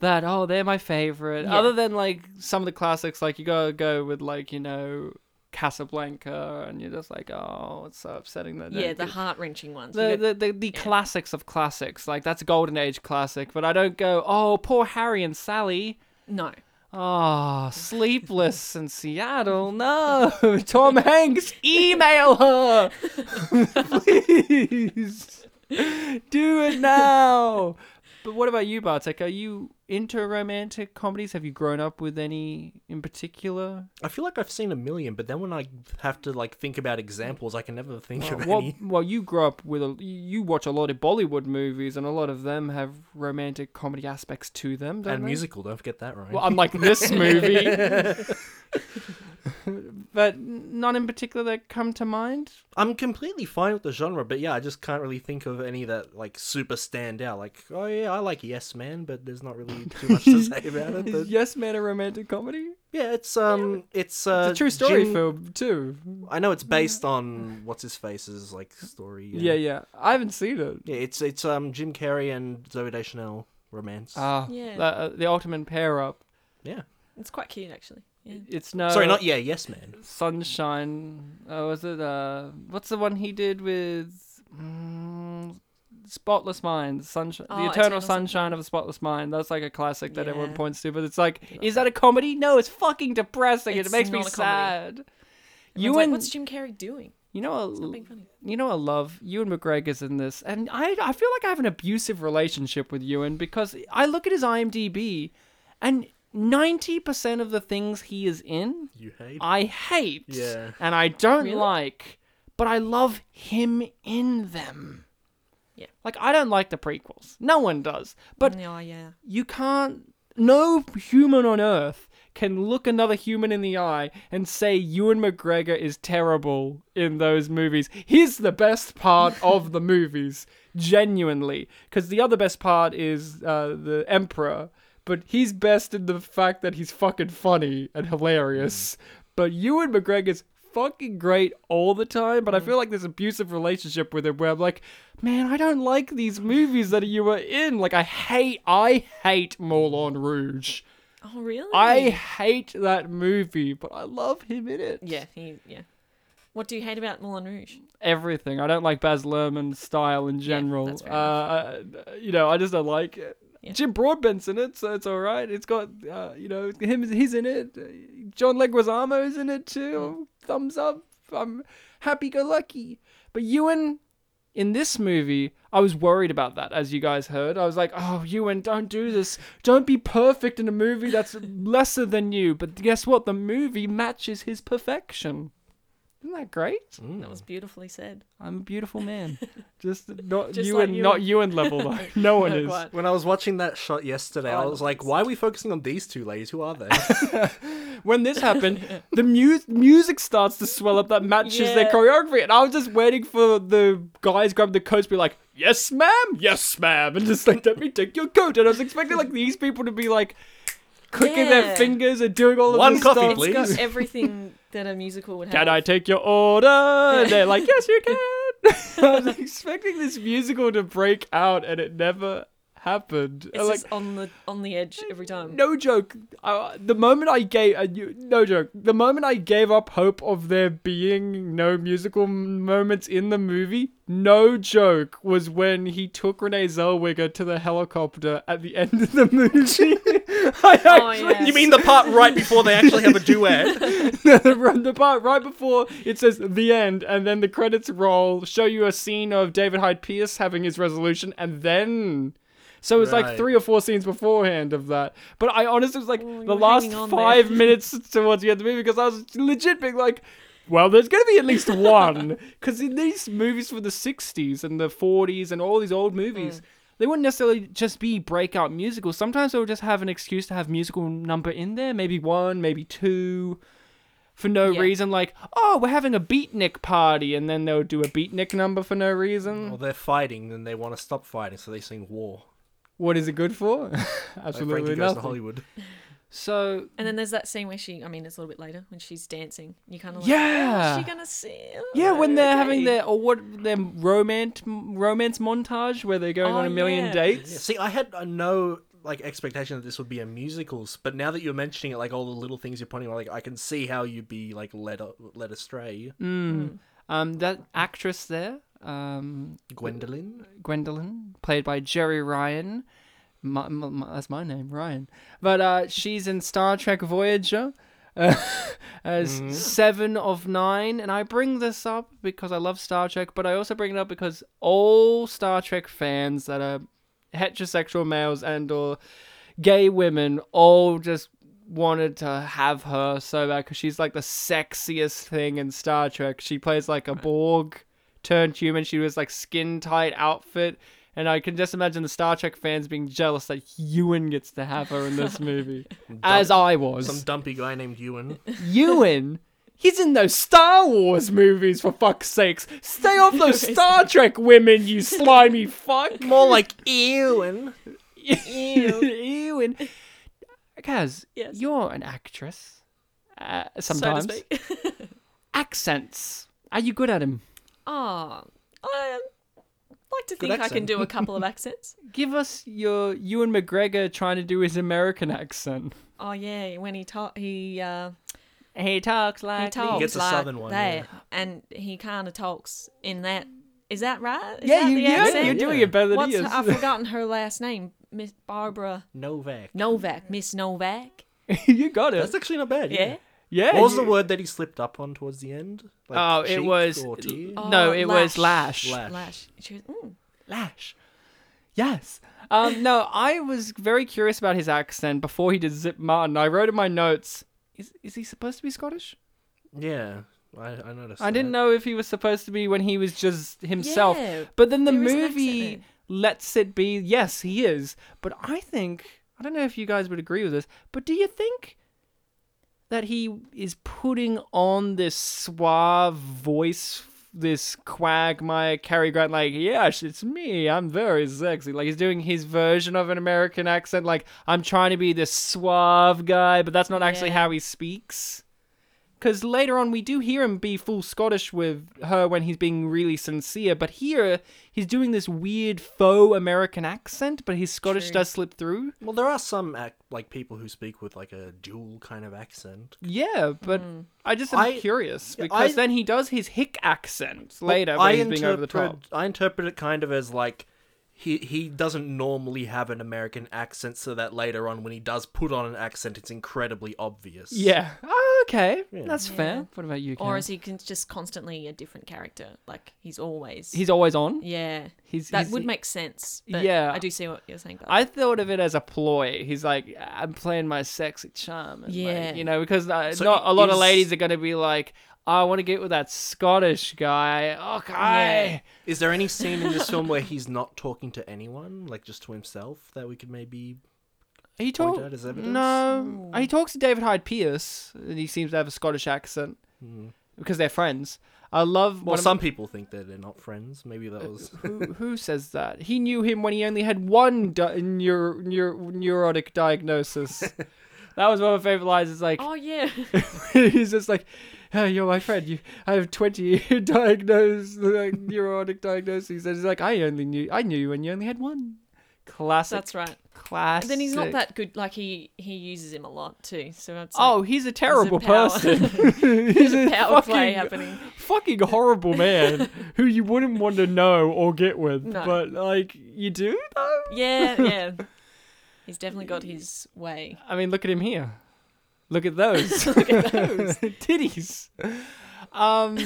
Speaker 1: That oh they're my favorite.
Speaker 3: Yeah.
Speaker 1: Other than like some of the classics, like you gotta go with like you know Casablanca, and you're just like oh it's so upsetting that
Speaker 3: Yeah,
Speaker 1: they're-
Speaker 3: the heart wrenching ones. You
Speaker 1: the
Speaker 3: know-
Speaker 1: the, the, the classics of classics. Like that's a golden age classic, but I don't go, oh, poor Harry and Sally.
Speaker 3: no.
Speaker 1: Oh, sleepless in Seattle. No, Tom Hanks, email her. Please. Do it now. But what about you, Bartek? Are you into romantic comedies? Have you grown up with any in particular?
Speaker 2: I feel like I've seen a million, but then when I have to like think about examples, I can never think of
Speaker 1: Uh, Well,
Speaker 2: any.
Speaker 1: well, you grew up with a, you watch a lot of Bollywood movies, and a lot of them have romantic comedy aspects to them, don't
Speaker 2: And
Speaker 1: they?
Speaker 2: musical, don't forget that, right?
Speaker 1: Well, unlike this movie, but none in particular that come to mind.
Speaker 2: I'm completely fine with the genre, but yeah, I just can't really think of any that like super stand out. Like, oh yeah, I like Yes Man, but there's not really too much to say about it.
Speaker 1: Is
Speaker 2: But,
Speaker 1: Yes Man a romantic comedy?
Speaker 2: Yeah, it's um, it's uh,
Speaker 1: It's a true story
Speaker 2: Jing-
Speaker 1: film too.
Speaker 2: I know it's based on what's his face's like story.
Speaker 1: Yeah. yeah, I haven't seen it.
Speaker 2: Yeah, it's it's um Jim Carrey and Zoe Deschanel romance.
Speaker 1: Ah,
Speaker 3: Yeah.
Speaker 1: the, uh, the ultimate pair up.
Speaker 2: yeah.
Speaker 3: It's quite cute, actually. Yeah.
Speaker 1: It's no
Speaker 2: Sorry, not yeah, yes man.
Speaker 1: Sunshine. Oh, was it? Uh, what's the one he did with? Mm, Spotless Mind, Sunshine,
Speaker 3: Oh,
Speaker 1: the Eternal,
Speaker 3: Eternal
Speaker 1: Sunshine, of a Spotless Mind. That's like a classic that everyone
Speaker 3: Yeah.
Speaker 1: points to, but it's like, is that a comedy? No, it's fucking depressing.
Speaker 3: It's
Speaker 1: it makes me
Speaker 3: not a comedy.
Speaker 1: sad.
Speaker 3: You
Speaker 1: You and
Speaker 3: what's Jim Carrey doing?
Speaker 1: you know,
Speaker 3: It's not
Speaker 1: a,
Speaker 3: being funny.
Speaker 1: you know, I love Ewan McGregor's in this, and I I feel like I have an abusive relationship with Ewan because I look at his IMDb, and ninety percent of the things he is in,
Speaker 2: You hate.
Speaker 1: I hate.
Speaker 2: Yeah.
Speaker 1: And I don't
Speaker 3: Really?
Speaker 1: like, but I love him in them.
Speaker 3: Yeah.
Speaker 1: Like I don't like the prequels. No one does. But
Speaker 3: Oh, yeah.
Speaker 1: you can't no human on earth can look another human in the eye and say Ewan McGregor is terrible in those movies. He's the best part of the movies, genuinely. Because the other best part is uh, the Emperor, but he's best in the fact that he's fucking funny and hilarious. But Ewan McGregor's fucking great all the time, but I
Speaker 3: Mm.
Speaker 1: feel like this abusive relationship with him where I'm like, man, I don't like these movies that you were in. Like I hate I hate Moulin Rouge.
Speaker 3: Oh, really?
Speaker 1: I hate that movie, but I love him in it.
Speaker 3: Yeah, he, yeah. What do you hate about Moulin Rouge?
Speaker 1: Everything. I don't like Baz Luhrmann's style in general.
Speaker 3: that's fair
Speaker 1: uh, I, you know, I just don't like it.
Speaker 3: Yeah.
Speaker 1: Jim Broadbent's in it, so it's all right. It's got, uh, you know, him. He's in it. John Leguizamo's in it too. Thumbs up. I'm happy-go-lucky. But Ewan, in this movie, I was worried about that, as you guys heard. I was like, oh, Ewan, don't do this. Don't be perfect in a movie that's lesser than you. But guess what? The movie matches his perfection. Isn't that great?
Speaker 3: That was beautiful. He said.
Speaker 1: I'm a beautiful man. Just not
Speaker 3: Just
Speaker 1: Ewan,
Speaker 3: like
Speaker 1: not Ewan level, though. No one is.
Speaker 3: quite.
Speaker 2: When I was watching that shot yesterday, I was like, why are we focusing on these two ladies? Who are they?
Speaker 1: When this happened, the mu- music starts to swell up that matches their
Speaker 3: Yeah.
Speaker 1: choreography. And I was just waiting for the guys grabbing the coats to be like, yes, ma'am, yes, ma'am. And just like, let me take your coat. And I was expecting like these people to be like, clicking
Speaker 3: Yeah.
Speaker 1: their fingers and doing all of
Speaker 2: One
Speaker 1: this
Speaker 2: coffee,
Speaker 1: stuff.
Speaker 2: please.
Speaker 3: Got everything that a musical would have.
Speaker 1: Can I take your order? And they're like, yes, you can. I was expecting this musical to break out, and it never happened.
Speaker 3: It's
Speaker 1: And, like,
Speaker 3: just on the on the edge every time.
Speaker 1: no joke. Uh, the moment I gave, uh, you, no joke. The moment I gave up hope of there being no musical m- moments in the movie, no joke, was when he took Renee Zellweger to the helicopter at the end of the movie. I actually,
Speaker 3: yeah.
Speaker 2: you mean the part right before they actually have a duet?
Speaker 1: no, the, run- the part right before it says the end, and then the credits roll, show you a scene of David Hyde Pierce having his resolution, and then. So it's like
Speaker 2: Right.
Speaker 1: three or four scenes beforehand of that. But I honestly was like
Speaker 3: you
Speaker 1: the
Speaker 3: were
Speaker 1: last
Speaker 3: hanging on there.
Speaker 1: five minutes towards the end of the movie because I was legit being like, well, there's going to be at least one. Because in these movies from the 60s and the 40s and all these old movies, they wouldn't necessarily just be breakout musicals. Sometimes they would just have an excuse to have musical number in there, maybe one, maybe two, for no
Speaker 3: Yeah.
Speaker 1: reason. Like, oh, we're having a beatnik party, and then they would do a beatnik number for no reason.
Speaker 2: well, they're fighting and they want to stop fighting, so they sing war.
Speaker 1: What is it good for?
Speaker 2: Like Frankie
Speaker 1: Absolutely
Speaker 2: goes to
Speaker 1: nothing.
Speaker 2: Hollywood.
Speaker 1: So
Speaker 3: And then there's that scene where she. I mean, it's a little bit later when she's dancing. You kind of like,
Speaker 1: yeah,
Speaker 3: Is she gonna see?
Speaker 1: Yeah, when they're having
Speaker 3: Okay.
Speaker 1: their or what their romance romance montage where they're going
Speaker 3: Oh,
Speaker 1: on a million
Speaker 3: yeah.
Speaker 2: Yeah,
Speaker 1: dates.
Speaker 2: See, I had uh, no like expectation that this would be a musicals, but now that you're mentioning it, like all the little things you're pointing out, like I can see how you'd be like led a- led astray.
Speaker 3: Hmm.
Speaker 1: Mm. Um, that actress there, um,
Speaker 2: Gwendolyn,
Speaker 1: Gwendolyn, played by Jerry Ryan. My, my, my- that's my name, Ryan. But uh, she's in Star Trek Voyager uh, as seven of nine. And I bring this up because I love Star Trek, but I also bring it up because all Star Trek fans that are heterosexual males and or gay women all just wanted to have her so bad because she's like the sexiest thing in Star Trek. She plays like a Borg turned human. She was like skin tight outfit, and I can just imagine the Star Trek fans being jealous that Ewan gets to have her in this movie, as I was.
Speaker 2: some dumpy guy named Ewan.
Speaker 1: Ewan. He's in those Star Wars movies, for fuck's sakes. Stay off those Star Trek women, you slimy fuck.
Speaker 2: More like Ewan.
Speaker 1: Ewan. Kaz,
Speaker 3: Yes.
Speaker 1: you're an actress. uh,
Speaker 3: so to
Speaker 1: sometimes.
Speaker 3: speak.
Speaker 1: Accents. Are you good at them?
Speaker 3: Ah, I um, like to
Speaker 2: Good
Speaker 3: think I can
Speaker 2: accent.
Speaker 3: do a couple of accents.
Speaker 1: Give us your Ewan McGregor trying to do his American accent.
Speaker 3: Oh yeah, when he talk, he uh,
Speaker 1: He talks
Speaker 3: he
Speaker 1: like
Speaker 3: talks
Speaker 2: gets a
Speaker 3: like
Speaker 2: southern one,
Speaker 3: that,
Speaker 2: yeah.
Speaker 3: and he kind of talks in that. Is that right? Is
Speaker 1: Yeah,
Speaker 3: that
Speaker 1: you,
Speaker 3: the
Speaker 1: yeah,
Speaker 3: accent?
Speaker 1: you're doing
Speaker 2: Yeah.
Speaker 1: it better than
Speaker 3: What's
Speaker 1: he
Speaker 3: her,
Speaker 1: is.
Speaker 3: I've forgotten her last name, Miss Barbara
Speaker 2: Novak.
Speaker 3: Novak, Miss Novak.
Speaker 1: you got it.
Speaker 2: That's actually not bad.
Speaker 3: Yeah.
Speaker 1: yeah.
Speaker 2: What was the
Speaker 1: you-
Speaker 2: word that he slipped up on towards the end? Like
Speaker 1: Oh, it
Speaker 2: cheek
Speaker 1: was
Speaker 2: or tear?
Speaker 1: no,
Speaker 3: Oh,
Speaker 1: it was lash.
Speaker 2: Lash.
Speaker 3: lash. Lash. She was, mm.
Speaker 1: Lash. Yes. Um, no, I was very curious about his accent before he did Zip Martin. I wrote in my notes, is, is he supposed to be Scottish?
Speaker 2: Yeah, I, I noticed.
Speaker 1: I didn't
Speaker 2: that.
Speaker 1: know if he was supposed to be when he was just himself.
Speaker 3: Yeah,
Speaker 1: but then the
Speaker 3: there is an accent
Speaker 1: movie
Speaker 3: there.
Speaker 1: lets it be, yes, he is. But I think, I don't know if you guys would agree with this, but do you think that he is putting on this suave voice, this quagmire Cary Grant, like, yes, it's me, I'm very sexy. Like, he's doing his version of an American accent, like, I'm trying to be this suave guy, but that's not actually
Speaker 3: Yeah.
Speaker 1: how he speaks. Because later on, we do hear him be full Scottish with her when he's being really sincere, but here he's doing this weird faux American accent, but his Scottish
Speaker 3: True.
Speaker 1: does slip through.
Speaker 2: Well, there are some ac- like people who speak with like a dual kind of accent.
Speaker 1: Yeah, but
Speaker 3: Hmm.
Speaker 1: I just am
Speaker 2: I-
Speaker 1: curious
Speaker 2: yeah,
Speaker 1: because
Speaker 2: I-
Speaker 1: then he does his hick accent later
Speaker 2: I
Speaker 1: when he's being over the top.
Speaker 2: interpret- I interpret it kind of as like he he doesn't normally have an American accent, so that later on when he does put on an accent, it's incredibly obvious.
Speaker 1: Yeah. Oh, okay. That's
Speaker 3: Yeah.
Speaker 1: fair. What about you, Karen?
Speaker 3: Or is he con- just constantly a different character? Like he's always.
Speaker 1: He's always on.
Speaker 3: yeah.
Speaker 1: He's,
Speaker 3: That
Speaker 1: he's-
Speaker 3: would make sense. But
Speaker 1: Yeah.
Speaker 3: yeah. I do see what you're saying. But
Speaker 1: I thought of it as a ploy. He's like, I'm playing my sexy charm. And
Speaker 3: Yeah.
Speaker 1: Like, you know, because uh,
Speaker 2: So
Speaker 1: not a lot of
Speaker 2: is-
Speaker 1: ladies are going to be like, I want to get with that Scottish guy. Okay.
Speaker 2: Is there any scene in this film where he's not talking to anyone, like just to himself, that we could maybe?
Speaker 1: He
Speaker 2: Point
Speaker 1: talks.
Speaker 2: out as evidence?
Speaker 1: No. He talks to David Hyde Pierce, and he seems to have a Scottish accent because they're friends. I love
Speaker 2: Well,
Speaker 1: one of-
Speaker 2: some people think that they're not friends. Maybe that was.
Speaker 1: who, who says that? He knew him when he only had one di- neur- neur- neurotic diagnosis. that was one of my favorite lines. Is like,
Speaker 3: oh yeah.
Speaker 1: he's just like, hey, you're my friend. You, I have 20 diagnosed, like, neurotic diagnoses. And he's like, I only knew, I knew you when you only had one. Classic.
Speaker 3: That's right.
Speaker 1: classic.
Speaker 3: And then he's not that good. Like he he uses him a lot too. So that's
Speaker 1: Oh, he's a terrible
Speaker 3: power-
Speaker 1: person. he's a,
Speaker 3: power
Speaker 1: fucking,
Speaker 3: play happening.
Speaker 1: fucking horrible man who you wouldn't want to know or get with.
Speaker 3: No.
Speaker 1: But, like, you do, though?
Speaker 3: yeah, yeah. He's definitely got his way.
Speaker 1: I mean, look at him here. Look at those. Titties. Um,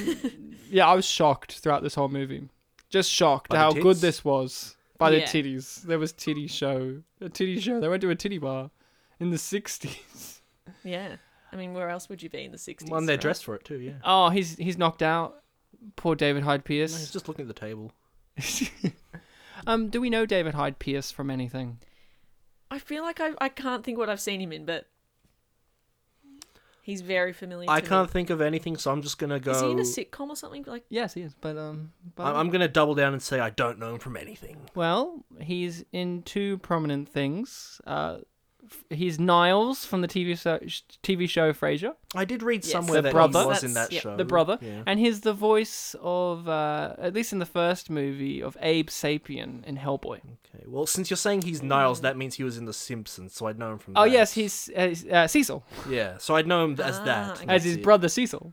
Speaker 1: yeah, I was shocked throughout this whole movie. Just shocked
Speaker 2: By the
Speaker 1: how good
Speaker 2: tits?
Speaker 1: this was by
Speaker 3: Yeah.
Speaker 1: the titties. There was titty show. A titty show. They went to a titty bar in the 60s.
Speaker 3: Yeah. I mean, where else would you be in the sixties?
Speaker 2: Well, and they're dressed for it too. Yeah.
Speaker 1: Oh, he's he's knocked out. Poor David Hyde
Speaker 2: No, he's
Speaker 1: Pierce.
Speaker 2: just looking at the table.
Speaker 1: um, do we know David Hyde Pierce from anything?
Speaker 3: I feel like I I can't think what I've seen him in, but he's very familiar.
Speaker 2: I
Speaker 3: to
Speaker 2: can't think of anything, so I'm just gonna go.
Speaker 3: Me. Is he in a sitcom or something? Like
Speaker 1: Yes, he is. But um, but
Speaker 2: I- I'm gonna double down and say I don't know him from anything.
Speaker 1: Well, he's in two prominent things. Uh, f- he's Niles from the TV show, TV show Frasier,
Speaker 2: I did read
Speaker 3: Yes.
Speaker 2: somewhere
Speaker 1: The
Speaker 2: that
Speaker 1: brother.
Speaker 2: he was in
Speaker 3: That's-
Speaker 2: that
Speaker 3: yeah.
Speaker 2: show.
Speaker 1: the brother,
Speaker 2: Oh, Yeah.
Speaker 1: and he's the voice of, uh, at least in the first movie, of Abe Sapien in Hellboy.
Speaker 2: Okay. Well, since you're saying he's Niles, that means he was in The Simpsons, so I'd know him from.
Speaker 1: Oh
Speaker 2: that.
Speaker 1: yes, he's uh, uh, Cecil,
Speaker 2: Yeah, so I'd know him as
Speaker 3: Ah,
Speaker 2: that.
Speaker 3: okay.
Speaker 1: as
Speaker 2: That's
Speaker 1: his
Speaker 2: it.
Speaker 1: brother Cecil.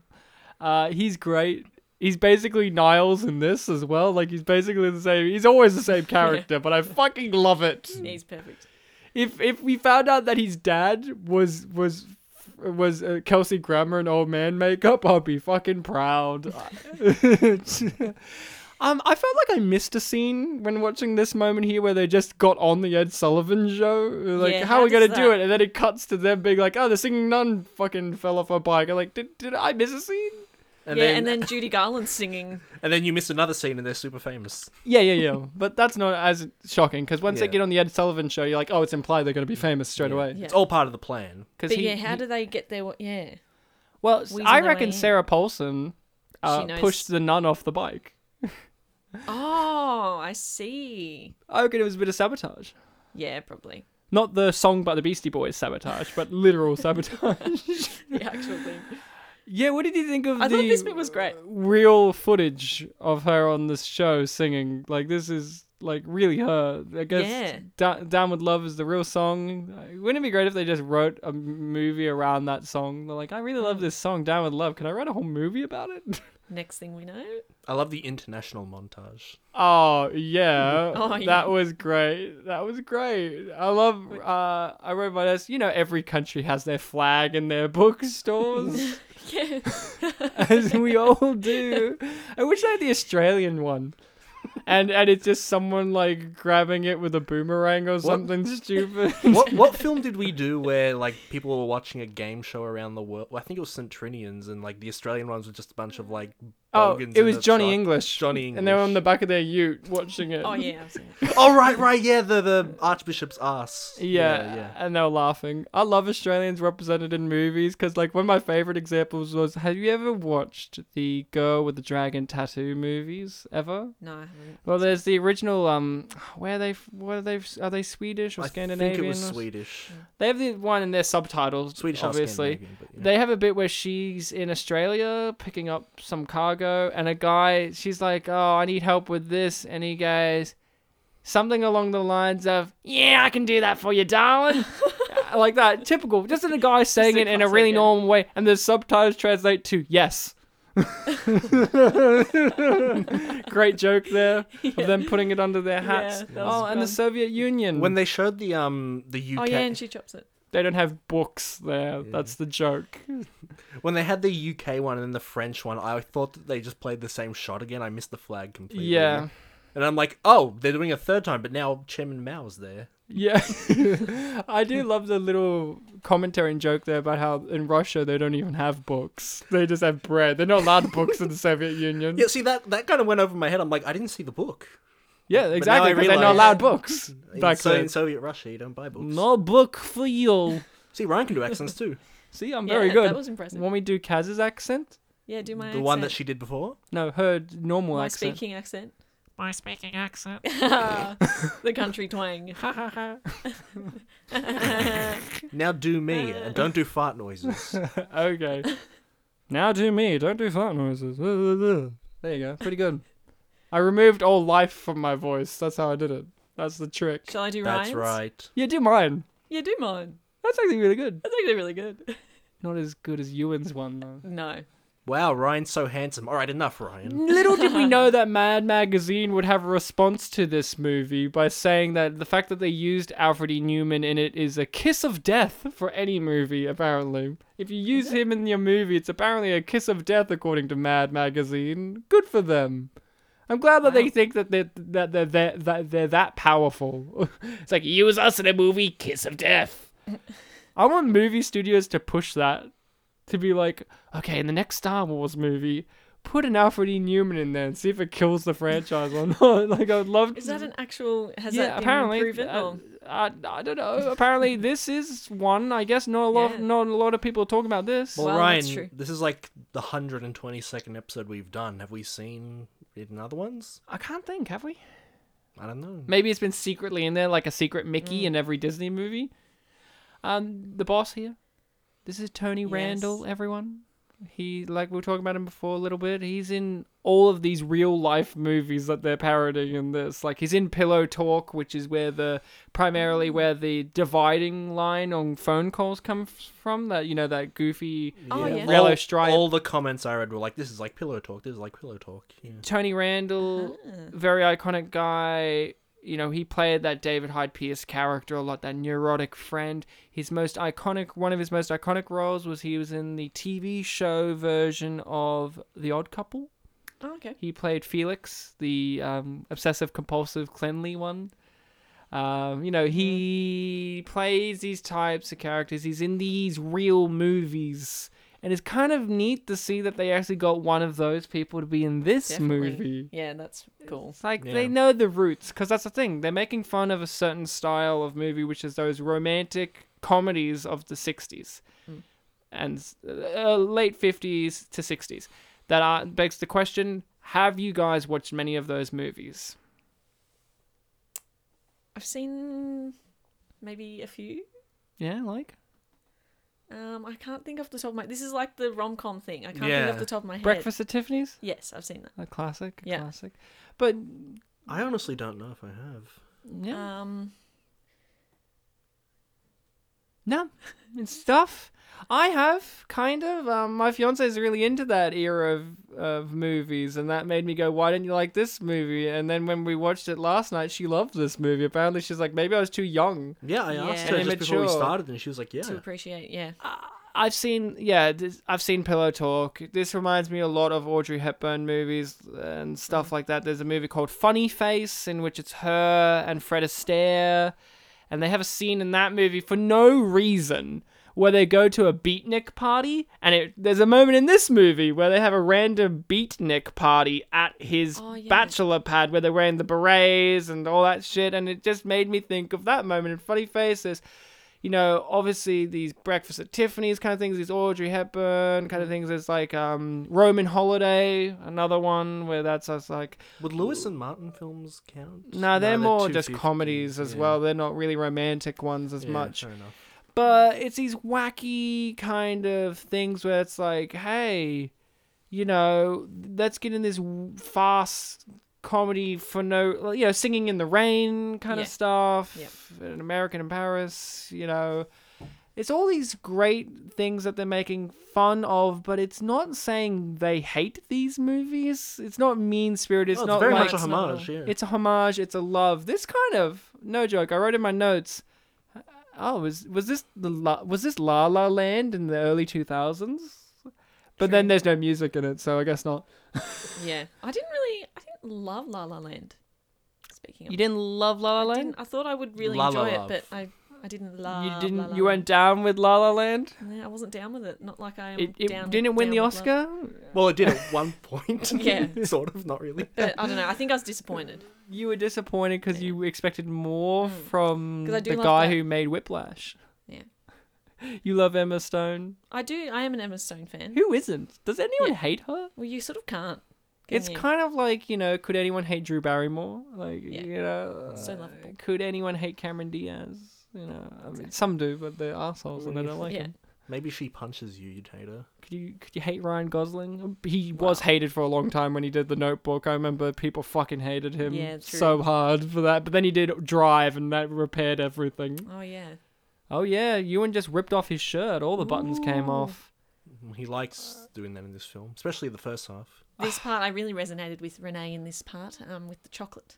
Speaker 1: Uh, he's great. He's basically Niles in this as well. Like he's basically the same. He's always the same character, but I fucking love it.
Speaker 2: Hmm.
Speaker 3: he's perfect.
Speaker 1: if if we found out that his dad was was was uh, Kelsey Grammer in old man makeup, I'll be fucking proud. um, I felt like I missed a scene when watching this moment here where they just got on the Ed Sullivan show. Like,
Speaker 3: Yeah,
Speaker 1: how,
Speaker 3: how
Speaker 1: are we gonna
Speaker 3: does
Speaker 1: do
Speaker 3: that-
Speaker 1: it? And then it cuts to them being like, "Oh, the singing nun fucking fell off her bike." I'm like, did did I miss a scene?
Speaker 2: And
Speaker 3: yeah,
Speaker 2: then,
Speaker 3: and then Judy Garland singing.
Speaker 2: and then you miss another scene, and they're super famous.
Speaker 1: Yeah, yeah, yeah. but that's not as shocking because once they
Speaker 2: Yeah.
Speaker 1: get on the Ed Sullivan show, you're like, "Oh, it's implied they're gonna be famous straight
Speaker 2: Yeah.
Speaker 1: away."
Speaker 3: Yeah.
Speaker 2: It's all part of the plan.
Speaker 1: Because
Speaker 3: But yeah, how do they get there? Yeah,
Speaker 1: Well, s-
Speaker 3: Wheezing
Speaker 1: I
Speaker 3: their
Speaker 1: reckon
Speaker 3: way in.
Speaker 1: Sarah Paulson uh,
Speaker 3: knows-
Speaker 1: pushed the nun off the bike.
Speaker 3: Oh, I see. Oh,
Speaker 1: I reckon it was a bit of sabotage.
Speaker 3: Yeah, probably.
Speaker 1: Not the song by the Beastie Boys sabotage, but literal sabotage.
Speaker 3: the actual thing.
Speaker 1: yeah, what did you think of
Speaker 3: I
Speaker 1: the
Speaker 3: thought this bit was great.
Speaker 1: real footage of her on this show singing? Like this is like really her. I guess
Speaker 3: Yeah.
Speaker 1: Da- Down with Love is the real song. Uh, Wouldn't it be great if they just wrote a m- movie around that song? They're like, I really
Speaker 3: Hmm.
Speaker 1: love this song, Down with Love. Can I write a whole movie about it?
Speaker 3: Next thing we know,
Speaker 2: I love the international montage.
Speaker 1: Oh yeah,
Speaker 3: Oh,
Speaker 1: that
Speaker 3: yeah.
Speaker 1: was great. That was great. I love. Uh, I wrote my desk. You know, every country has their flag in their bookstores,
Speaker 3: yeah,
Speaker 1: as we all do. I wish I had the Australian one, and and it's just someone like grabbing it with a boomerang or something stupid.
Speaker 2: What what film did we do where like people were watching a game show around the world? I think it was Centrinians, and like the Australian ones were just a bunch of like.
Speaker 1: oh,
Speaker 2: bogans
Speaker 1: it
Speaker 2: in
Speaker 1: was
Speaker 2: the
Speaker 1: Johnny
Speaker 2: truck.
Speaker 1: English.
Speaker 2: Johnny
Speaker 1: and they were
Speaker 2: English.
Speaker 1: on the back of their ute watching it.
Speaker 3: oh yeah, I've seen it.
Speaker 2: Oh right, right, yeah, the the Archbishop's ass.
Speaker 1: Yeah,
Speaker 2: yeah. yeah.
Speaker 1: and they were laughing. I love Australians represented in movies because, like, one of my favorite examples was Have you ever watched the Girl with the Dragon Tattoo movies ever?
Speaker 3: No, I haven't.
Speaker 1: Well, there's the original. Um, where are they? Where are they? Are they Swedish or Scandinavian?
Speaker 2: I think it was
Speaker 1: or-
Speaker 2: Swedish.
Speaker 1: They have the one in their subtitles,
Speaker 2: Swedish, or
Speaker 1: obviously.
Speaker 2: Scandinavian, but, yeah.
Speaker 1: They have a bit where she's in Australia picking up some cargo, and a guy, she's like, Oh, I need help with this. And he goes, Something along the lines of, Yeah, I can do that for you, darling. like that. Typical. Just a guy saying
Speaker 3: a
Speaker 1: it in a
Speaker 3: classic,
Speaker 1: really
Speaker 3: yeah.
Speaker 1: normal way, and the subtitles translate to yes. Great joke there of them putting it under their hats.
Speaker 3: Yeah, that was
Speaker 1: oh, and the
Speaker 3: fun.
Speaker 1: Soviet Union.
Speaker 2: When they showed the um the UK
Speaker 3: Oh yeah, and she chops it.
Speaker 1: they don't have books there. That's the joke.
Speaker 2: when they had the UK one and then the French one, I thought that they just played the same shot again. I missed the flag completely.
Speaker 1: Yeah.
Speaker 2: And I'm like, oh, they're doing a third time, but now Chairman Mao's there.
Speaker 1: Yeah, I do love the little commentary and joke there about how in Russia they don't even have books; they just have bread. They're not allowed books in the Soviet Union.
Speaker 2: Yeah, see that that kind of went over my head. I'm like, I didn't see the book.
Speaker 1: Yeah,
Speaker 2: now
Speaker 1: exactly.
Speaker 2: I
Speaker 1: 'cause They're not
Speaker 2: realise-
Speaker 1: allowed books
Speaker 2: In,
Speaker 1: back
Speaker 2: so, in
Speaker 1: then.
Speaker 2: Soviet Russia, you don't buy books.
Speaker 1: book for you.
Speaker 2: See, Ryan can do accents too.
Speaker 1: See, I'm
Speaker 3: Yeah,
Speaker 1: very good.
Speaker 3: That was impressive.
Speaker 1: Want me to do Kaz's accent?
Speaker 3: Yeah, do
Speaker 2: the
Speaker 3: my accent.
Speaker 2: one that she did before.
Speaker 1: No, her normal
Speaker 3: my
Speaker 1: accent.
Speaker 3: speaking accent. Ah,
Speaker 4: by speaking accent.
Speaker 3: the country twang.
Speaker 2: Now do me and don't do fart noises.
Speaker 1: okay. Now do me. Don't do fart noises. There you go. Pretty good. I removed all life from my voice. That's how I did it. That's the trick.
Speaker 3: Shall I do Ryan's?
Speaker 2: That's right.
Speaker 1: Yeah, do mine.
Speaker 3: Yeah, do mine.
Speaker 1: That's actually really good.
Speaker 3: I think they're really good.
Speaker 1: Not as good as Ewan's one, though.
Speaker 3: No.
Speaker 2: Wow, Ryan's so handsome. All right, enough, Ryan.
Speaker 1: Little did we know that Mad Magazine would have a response to this movie by saying that the fact that they used Alfred E. Newman in it is a kiss of death for any movie, apparently. If you use him in your movie, it's apparently a kiss of death, according to Mad Magazine. Good for them. I'm glad that they think that they're, that, they're, they're, that they're that powerful. it's like, use us in a movie, kiss of death. I want movie studios to push that to be like, okay, in the next Star Wars movie, put an Alfred E. Newman in there and see if it kills the franchise or not. like, I'd love to.
Speaker 3: Is that an actual? Has
Speaker 1: yeah,
Speaker 3: that been
Speaker 1: apparently.
Speaker 3: proven?
Speaker 1: uh,
Speaker 3: or-
Speaker 1: I, I don't know. Apparently, this is one. I guess not a lot.
Speaker 3: Yeah.
Speaker 1: Not a lot of people talking about this.
Speaker 2: Well,
Speaker 3: Well, that's
Speaker 2: Ryan,
Speaker 3: true.
Speaker 2: this is like the 122nd episode we've done. Have we seen it in other ones?
Speaker 1: I can't think. Have we?
Speaker 2: I don't know.
Speaker 1: Maybe it's been secretly in there, like a secret
Speaker 3: Mm.
Speaker 1: Mickey in every Disney movie. Um, the boss here. This is Tony
Speaker 3: Yes.
Speaker 1: Randall. Everyone. He, like we were talking about him before a little bit. He's in all of these real life movies that they're parodying in this. Like he's in Pillow Talk, which is where the
Speaker 3: Mm.
Speaker 1: primarily where the dividing line on phone calls comes from. That you know that goofy
Speaker 3: Oh, yeah.
Speaker 1: yellow
Speaker 2: All-
Speaker 1: stripe.
Speaker 2: All the comments I read were like, "This is like pillow talk. This is like pillow talk." Yeah.
Speaker 1: Tony Randall,
Speaker 3: Ah.
Speaker 1: very iconic guy. You know, he played that David Hyde Pierce character a lot, that neurotic friend. His most iconic, one of his most iconic roles was he was in the TV show version of The Odd Couple.
Speaker 3: Oh, okay.
Speaker 1: He played Felix, the um, obsessive compulsive cleanly one. Um, you know, he plays these types of characters. He's in these real movies. And it's kind of neat to see that they actually got one of those people to be in this
Speaker 3: Definitely.
Speaker 1: movie.
Speaker 3: Yeah, that's cool.
Speaker 1: It's like
Speaker 2: Yeah.
Speaker 1: they know the roots because that's the thing. They're making fun of a certain style of movie, which is those romantic comedies of the 60s and uh, late 50s to 60s. That are, begs the question have you guys watched many of those movies?
Speaker 3: I've seen maybe a few.
Speaker 1: Yeah, like
Speaker 3: Um, I can't think off the top of my. This is like the rom com thing. I can't think
Speaker 2: Yeah.
Speaker 3: off the top of my head.
Speaker 1: Breakfast at Tiffany's,
Speaker 3: Yes, I've seen that.
Speaker 1: a classic, a
Speaker 3: Yeah.
Speaker 1: classic. But
Speaker 2: I honestly don't know if I have.
Speaker 1: yeah,
Speaker 3: Um,
Speaker 1: no, it's stuff. I have kind of. Um, my fiance's really into that era of of movies, and that made me go, "Why didn't you like this movie?" And then when we watched it last night, she loved this movie. Apparently, she's like, "Maybe I was too young."
Speaker 2: Yeah, I asked
Speaker 3: Yeah.
Speaker 2: her just before we
Speaker 1: Immature.
Speaker 2: started, and she was like, "Yeah."
Speaker 3: to appreciate, yeah.
Speaker 1: I've seen, yeah, this, I've seen Pillow Talk. This reminds me a lot of Audrey Hepburn movies and
Speaker 3: Mm.
Speaker 1: stuff like that. There's a movie called Funny Face in which it's her and Fred Astaire, and they have a scene in that movie for no reason where they go to a beatnik party, and it, there's a moment in this movie where they have a random beatnik party at his
Speaker 3: Oh, yeah.
Speaker 1: bachelor pad where they're wearing the berets and all that shit, and it just made me think of that moment in Funny Face. There's you know, obviously these Breakfast at Tiffany's kind of things, these Audrey Hepburn
Speaker 2: Mm.
Speaker 1: kind of things. There's like um, Roman Holiday, another one where that's us like,
Speaker 2: Would Lewis and Martin films count?
Speaker 1: no, they're more
Speaker 2: too
Speaker 1: just
Speaker 2: 50s,
Speaker 1: comedies as
Speaker 2: yeah.
Speaker 1: well. They're not really romantic ones as
Speaker 2: Yeah,
Speaker 1: much.
Speaker 2: fair enough.
Speaker 1: But it's these wacky kind of things where it's like, hey, you know, let's get in this w- fast comedy for no, you know, singing in the rain kind
Speaker 3: Yeah.
Speaker 1: of stuff,
Speaker 3: Yep.
Speaker 1: an American in Paris, you know. It's all these great things that they're making fun of, but it's not saying they hate these movies. It's not mean spirited. It's
Speaker 2: Oh, it's
Speaker 1: not
Speaker 2: very
Speaker 1: like
Speaker 2: much a
Speaker 3: It's not
Speaker 2: homage. Yeah.
Speaker 1: it's a homage. It's a love. This kind of no joke. I wrote in my notes. Oh, was was this the la, was this La La Land in the early two thousands? But then
Speaker 3: True.
Speaker 1: there's no music in it, so I guess not.
Speaker 3: Yeah, I didn't really, I didn't love La La Land. Speaking of,
Speaker 1: You didn't love La La
Speaker 3: I,
Speaker 1: Land.
Speaker 3: didn't, I thought I would really
Speaker 2: La La
Speaker 3: enjoy
Speaker 2: Love.
Speaker 3: it, but I, I didn't love.
Speaker 1: You didn't.
Speaker 3: La La
Speaker 1: you
Speaker 3: Land.
Speaker 1: went down with La La Land.
Speaker 3: Yeah, I wasn't down with it. Not like I am
Speaker 1: It, it
Speaker 3: down.
Speaker 1: didn't win
Speaker 3: down
Speaker 1: the
Speaker 3: with love.
Speaker 1: Oscar.
Speaker 2: Well, it did at one point.
Speaker 3: Yeah.
Speaker 2: sort of, not really.
Speaker 3: But I don't know. I think I was disappointed.
Speaker 1: You were disappointed because
Speaker 3: Yeah. Mm.
Speaker 1: you expected more from
Speaker 3: 'Cause I do
Speaker 1: the
Speaker 3: love
Speaker 1: guy
Speaker 3: that-
Speaker 1: who made Whiplash.
Speaker 3: Yeah.
Speaker 1: You love Emma Stone.
Speaker 3: I do. I am an Emma Stone fan.
Speaker 1: Who isn't? Does anyone
Speaker 3: Yeah.
Speaker 1: hate her?
Speaker 3: Well, you sort of can't. can
Speaker 1: It's
Speaker 3: you?
Speaker 1: kind of like you know, could anyone hate Drew Barrymore? Like
Speaker 3: Yeah.
Speaker 1: you know,
Speaker 3: So
Speaker 1: uh,
Speaker 3: lovable.
Speaker 1: could anyone hate Cameron Diaz? You know, I mean, some do, but they're assholes and I don't like
Speaker 3: Yeah.
Speaker 1: them.
Speaker 2: Maybe she punches you, you'd hate her.
Speaker 1: Could you could you hate Ryan Gosling? Um, He was hated for a long time when he did The Notebook. I remember people fucking hated him
Speaker 3: Yeah, true.
Speaker 1: so hard for that. But then he did Drive, and that repaired everything.
Speaker 3: Oh yeah.
Speaker 1: Oh yeah, Ewan just ripped off his shirt. All the buttons came off.
Speaker 2: He likes doing that in this film, especially the first half.
Speaker 3: This part I really resonated with Renee in this part. Um, with the chocolate.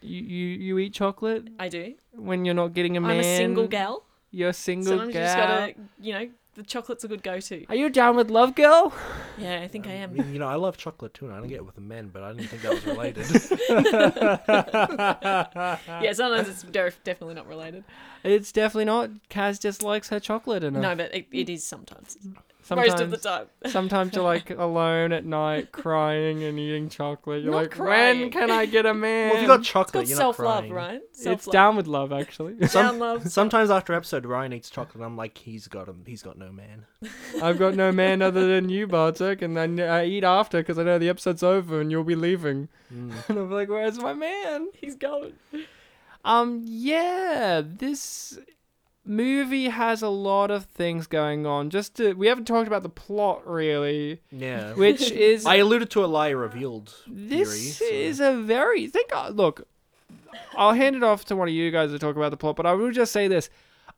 Speaker 1: You you, you eat chocolate
Speaker 3: I do.
Speaker 1: when you're not getting a man.
Speaker 3: I'm a single gal.
Speaker 1: You're a single
Speaker 3: Sometimes
Speaker 1: gal.
Speaker 3: you just gotta, you know, the chocolate's a good go-to.
Speaker 1: Are you down with Love Girl?
Speaker 3: Yeah, I think I am.
Speaker 2: mean, you know, I love chocolate too, and I don't get it with the men, but I didn't think that was related.
Speaker 1: Um,
Speaker 3: Yeah, sometimes it's de- definitely not related.
Speaker 1: It's definitely not. Kaz just likes her chocolate enough.
Speaker 3: No, but it, it is sometimes.
Speaker 1: sometimes,
Speaker 3: Most of the time.
Speaker 1: sometimes you're like alone at night, crying and eating chocolate. You're
Speaker 3: Not
Speaker 1: like, when
Speaker 3: crying.
Speaker 1: can I get a man?
Speaker 2: well, if you got
Speaker 3: It's called
Speaker 2: chocolate, you're not
Speaker 3: self-love,
Speaker 2: crying.
Speaker 3: right? Self-love.
Speaker 1: it's down with love, actually.
Speaker 3: Down love.
Speaker 2: Sometimes after episode, Ryan eats chocolate, and I'm like, he's got him. He's got no man.
Speaker 1: I've got no man other than you, Bartek, and I, I eat after because I know the episode's over and you'll be leaving. And I'm like, where's my man?
Speaker 3: He's going.
Speaker 1: Um, yeah, this movie has a lot of things going on. Just to, we haven't talked about the plot really,
Speaker 2: Yeah.
Speaker 1: which is
Speaker 2: I alluded to a lie revealed.
Speaker 1: this
Speaker 2: theory, so-
Speaker 1: is a very think. I- Look, I'll hand it off to one of you guys to talk about the plot, but I will just say this.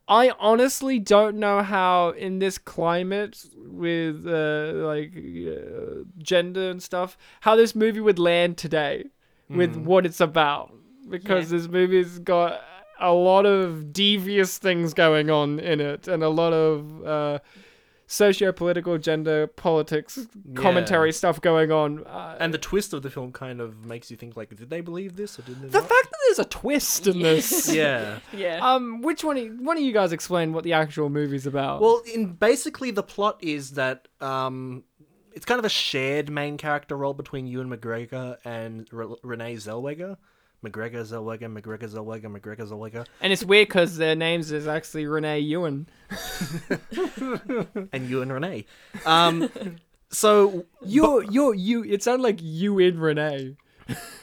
Speaker 1: I honestly don't know how, in this climate with uh, like uh, gender and stuff, how this movie would land today with
Speaker 2: Hmm.
Speaker 1: what it's about. Because this movie's got a lot of devious things going on in it and a lot of uh, socio political, gender, politics commentary stuff going on. Uh,
Speaker 2: And the twist of the film kind of makes you think, like, did they believe this or did they
Speaker 1: the
Speaker 2: not?
Speaker 1: fact that there's a twist in this.
Speaker 2: yeah.
Speaker 3: Yeah.
Speaker 1: Um, which one? of- One of you guys explain what the actual movie's about?
Speaker 2: Well, in basically the plot is that um, it's kind of a shared main character role between Ewan McGregor and Re- Renee Zellweger. McGregor Zellweger, McGregor Zellweger, McGregor Zellweger,
Speaker 1: and it's weird because their names is actually Renee Ewan.
Speaker 2: and you and Renee. Um, so
Speaker 1: You, you, you. It sounded like you in Renee.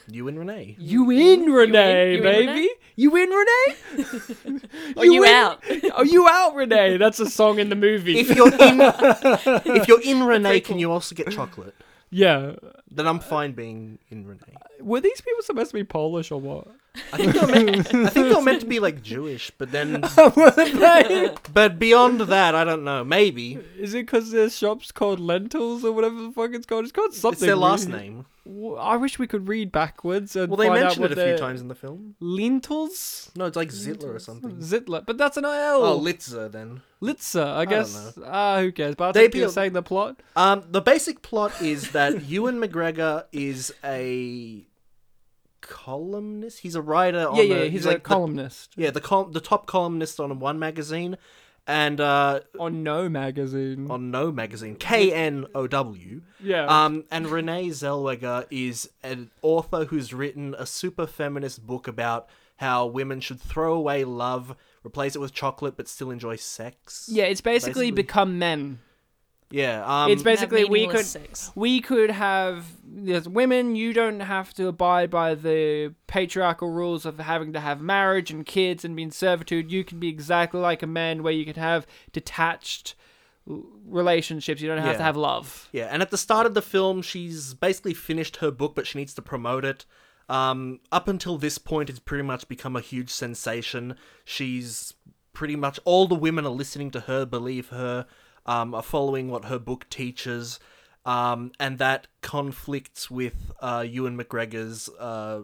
Speaker 2: You and Renee.
Speaker 1: You in, Renee,
Speaker 3: you in,
Speaker 1: baby?
Speaker 3: Renee?
Speaker 1: You in, Renee? Uh,
Speaker 3: Or you
Speaker 1: in-
Speaker 3: out.
Speaker 1: Are you out, Renee? That's a song in the movie.
Speaker 2: If you're in, if you're in Renee, can you also get chocolate?
Speaker 1: yeah.
Speaker 2: Then I'm fine being in Renee.
Speaker 1: Were these people supposed to be Polish or what?
Speaker 2: I think they're meant, I think they're meant to be like Jewish, but then,
Speaker 1: Is
Speaker 2: but beyond that, I don't know. Maybe
Speaker 1: it because their shop's called Lentils or whatever the fuck it's called? It's called something.
Speaker 2: it's their last
Speaker 1: weird.
Speaker 2: name.
Speaker 1: W- I wish we could read backwards and
Speaker 2: Well, they
Speaker 1: find out
Speaker 2: mention
Speaker 1: what
Speaker 2: it a few
Speaker 1: their-
Speaker 2: times in the film.
Speaker 1: Lentils?
Speaker 2: No, it's like Zittler or something.
Speaker 1: Zitler, but that's an L.
Speaker 2: Oh, Litzer then.
Speaker 1: Litzer, I guess.
Speaker 2: know.
Speaker 1: Ah, who cares? But I
Speaker 2: They
Speaker 1: think you're
Speaker 2: appeal-
Speaker 1: saying the plot.
Speaker 2: Um, the basic plot is that Ewan McGregor is a columnist. He's a writer. On
Speaker 1: Yeah, yeah,
Speaker 2: a-
Speaker 1: he's, a
Speaker 2: like the-
Speaker 1: columnist
Speaker 2: yeah, the col- the top columnist on one magazine, and uh,
Speaker 1: on No Magazine.
Speaker 2: on No Magazine, K N O W.
Speaker 1: yeah.
Speaker 2: Um, and Renee Zellweger is an author who's written a super feminist book about how women should throw away love, replace it with chocolate, but still enjoy sex.
Speaker 1: yeah, it's basically,
Speaker 2: basically-
Speaker 1: become men.
Speaker 2: yeah. Um,
Speaker 1: it's basically we could
Speaker 3: meaningless sex.
Speaker 1: we could have there's women. You don't have to abide by the patriarchal rules of having to have marriage and kids and be in servitude. You can be exactly like a man, where you can have detached l- relationships. You don't have to
Speaker 2: Yeah.
Speaker 1: have love.
Speaker 2: Yeah, and at the start of the film, she's basically finished her book, but she needs to promote it. Um, up until this point, it's pretty much become a huge sensation. She's pretty much all the women are listening to her, believe her, um, are following what her book teaches, um, and that conflicts with uh, Ewan McGregor's uh,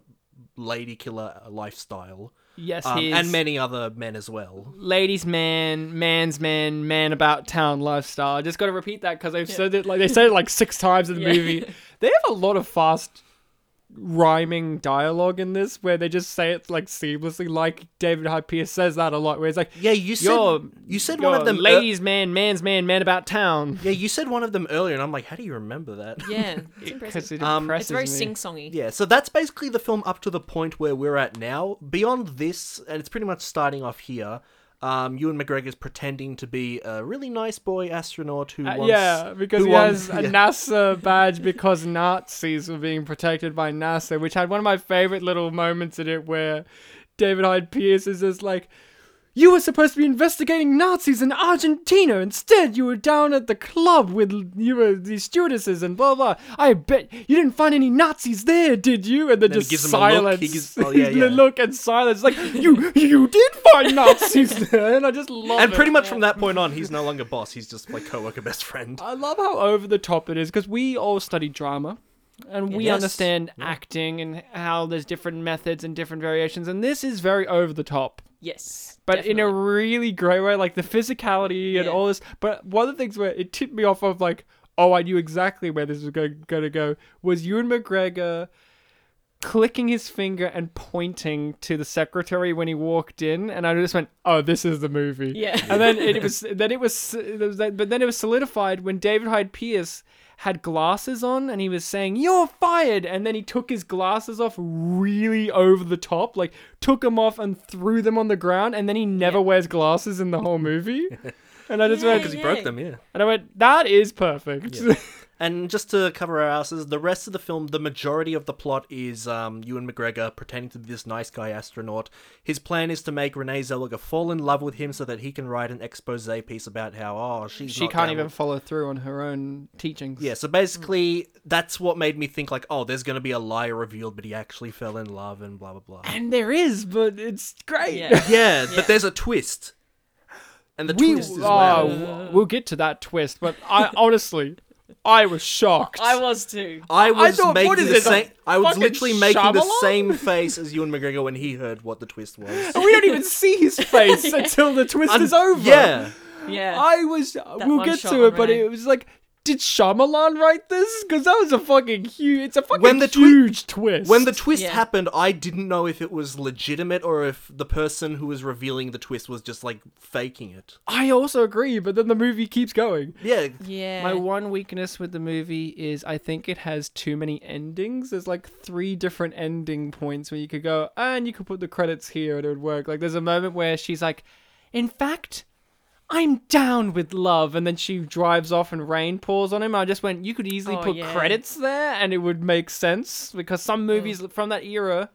Speaker 2: lady killer lifestyle,
Speaker 1: Yes,
Speaker 2: um,
Speaker 1: he is.
Speaker 2: and many other men as well.
Speaker 1: ladies man man's man man about town lifestyle i just got to repeat that because they've said it like they said it like six times in the
Speaker 3: Yeah.
Speaker 1: movie they have a lot of fast rhyming dialogue in this where they just say it like seamlessly like david hyde pierce says that a lot where it's like
Speaker 2: Yeah, you said
Speaker 1: You're-
Speaker 2: you said
Speaker 1: "You're
Speaker 2: one of
Speaker 3: uh,
Speaker 2: them. ear-
Speaker 1: ladies man man's man man about town
Speaker 2: yeah, you said one of them earlier, and I'm like, how do you remember that?
Speaker 3: Yeah,
Speaker 1: because
Speaker 3: it's impressive.
Speaker 1: it
Speaker 2: Um,
Speaker 1: impresses
Speaker 3: It's very
Speaker 1: me.
Speaker 3: sing-songy.
Speaker 2: Yeah, so that's basically the film up to the point where we're at now. Beyond this, and it's pretty much starting off here. Um, Ewan McGregor's pretending to be a really nice boy astronaut who
Speaker 1: Uh,
Speaker 2: wants.
Speaker 1: yeah, because
Speaker 2: who
Speaker 1: he
Speaker 2: wants-
Speaker 1: has a
Speaker 2: yeah.
Speaker 1: NASA badge because Nazis were being protected by NASA, which had one of my favorite little moments in it where David Hyde Pierce is just like, You were supposed to be investigating Nazis in Argentina. Instead, you were down at the club with you were these stewardesses and blah blah. I bet you didn't find any Nazis there, did you? And then,
Speaker 2: Then he
Speaker 1: just
Speaker 2: gives him a look, he
Speaker 1: silence.
Speaker 2: gives- oh, yeah, yeah.
Speaker 1: the look and silence. Like you, you did find Nazis there, and I just love
Speaker 2: And
Speaker 1: it.
Speaker 2: pretty much from that point on, he's no longer boss. He's just like coworker, best friend.
Speaker 1: I love how over the top it is because we all study drama and we
Speaker 2: Yes.
Speaker 1: understand acting and how there's different methods and different variations. And this is very over the top,
Speaker 3: Yes,
Speaker 1: but in a
Speaker 3: definitely.
Speaker 1: really great way, like the physicality and
Speaker 3: Yeah.
Speaker 1: all this. But one of the things where it tipped me off of like, oh, I knew exactly where this was going, going to go was Ewan McGregor clicking his finger and pointing to the secretary when he walked in and i just went oh this is the movie
Speaker 3: Yeah.
Speaker 1: and then it was then it was it was- but then it was solidified when david hyde pierce had glasses on and he was saying you're fired and then he took his glasses off really over the top like took them off and threw them on the ground and then he never wears glasses in the whole movie and i just
Speaker 3: Yeah,
Speaker 1: went
Speaker 2: Because he
Speaker 3: yeah.
Speaker 2: broke them, yeah.
Speaker 1: and i went that is perfect
Speaker 2: And just to cover our asses, the rest of the film, the majority of the plot is um, Ewan McGregor pretending to be this nice guy astronaut. His plan is to make Renee Zellweger fall in love with him so that he can write an expose piece about how oh she's
Speaker 1: she
Speaker 2: not
Speaker 1: can't
Speaker 2: down
Speaker 1: even
Speaker 2: with-
Speaker 1: follow through on her own teachings
Speaker 2: Yeah, so basically, that's what made me think like, oh, there's gonna be a lie revealed, but he actually fell in love and blah blah blah.
Speaker 1: and there is but it's great
Speaker 3: Yeah.
Speaker 2: yeah, but there's a twist, and the
Speaker 1: we
Speaker 2: twist is
Speaker 1: oh,
Speaker 2: wow.
Speaker 1: w- we'll get to that twist but i honestly i was shocked
Speaker 3: I was too.
Speaker 2: I was
Speaker 1: thought,
Speaker 2: making
Speaker 1: what is
Speaker 2: the
Speaker 1: this, a
Speaker 2: same. I was
Speaker 1: fucking
Speaker 2: literally making the
Speaker 1: Shyamalan?
Speaker 2: same face as Ewan McGregor when he heard what the twist was.
Speaker 1: we don't even see his face until the twist
Speaker 2: Un-
Speaker 1: is over
Speaker 2: Yeah.
Speaker 3: Yeah,
Speaker 1: i was we'll
Speaker 3: one
Speaker 1: get
Speaker 3: shot
Speaker 1: to it but
Speaker 3: already.
Speaker 1: it was like did Shyamalan write this? Because that was a fucking huge. It's a fucking
Speaker 2: When the twi-
Speaker 1: huge twist.
Speaker 2: When the twist
Speaker 3: Yeah.
Speaker 2: happened, I didn't know if it was legitimate or if the person who was revealing the twist was just like faking it.
Speaker 1: I also agree, but then the movie keeps going.
Speaker 2: Yeah.
Speaker 3: yeah.
Speaker 1: My one weakness with the movie is I think it has too many endings. There's like three different ending points where you could go, and you could put the credits here and it would work. Like there's a moment where she's like, in fact, I'm down with love. And then she drives off and rain pours on him. I just went, you could easily
Speaker 3: Oh,
Speaker 1: put
Speaker 3: yeah.
Speaker 1: credits there and it would make sense because some movies from that era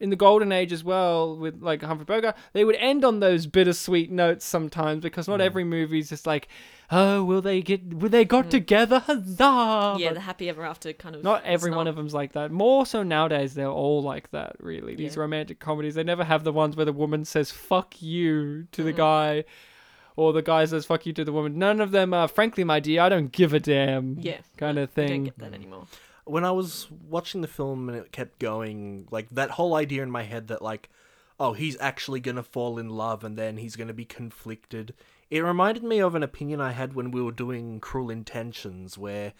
Speaker 1: in the golden age as well with like Humphrey Bogart, they would end on those bittersweet notes sometimes because
Speaker 3: Mm.
Speaker 1: not every movie is just like, oh, will they get, will they got together? Huzzah!
Speaker 3: Mm. yeah,
Speaker 1: But
Speaker 3: the happy ever after kind of.
Speaker 1: not
Speaker 3: it's
Speaker 1: every one
Speaker 3: not-
Speaker 1: of them's like that. More so nowadays, they're all like that. Really, these
Speaker 3: Yeah.
Speaker 1: romantic comedies, they never have the ones where the woman says "fuck you" to
Speaker 3: Mm-hmm.
Speaker 1: the guy, or the guy says "fuck you" to the woman. None of them are, frankly, my dear, I don't give a damn.
Speaker 3: Yeah.
Speaker 1: kind of
Speaker 3: You don't
Speaker 1: thing.
Speaker 3: get that anymore.
Speaker 2: when I was watching the film and it kept going, like that whole idea in my head that like, oh, he's actually gonna fall in love and then he's gonna be conflicted. It reminded me of an opinion I had when we were doing Cruel Intentions, where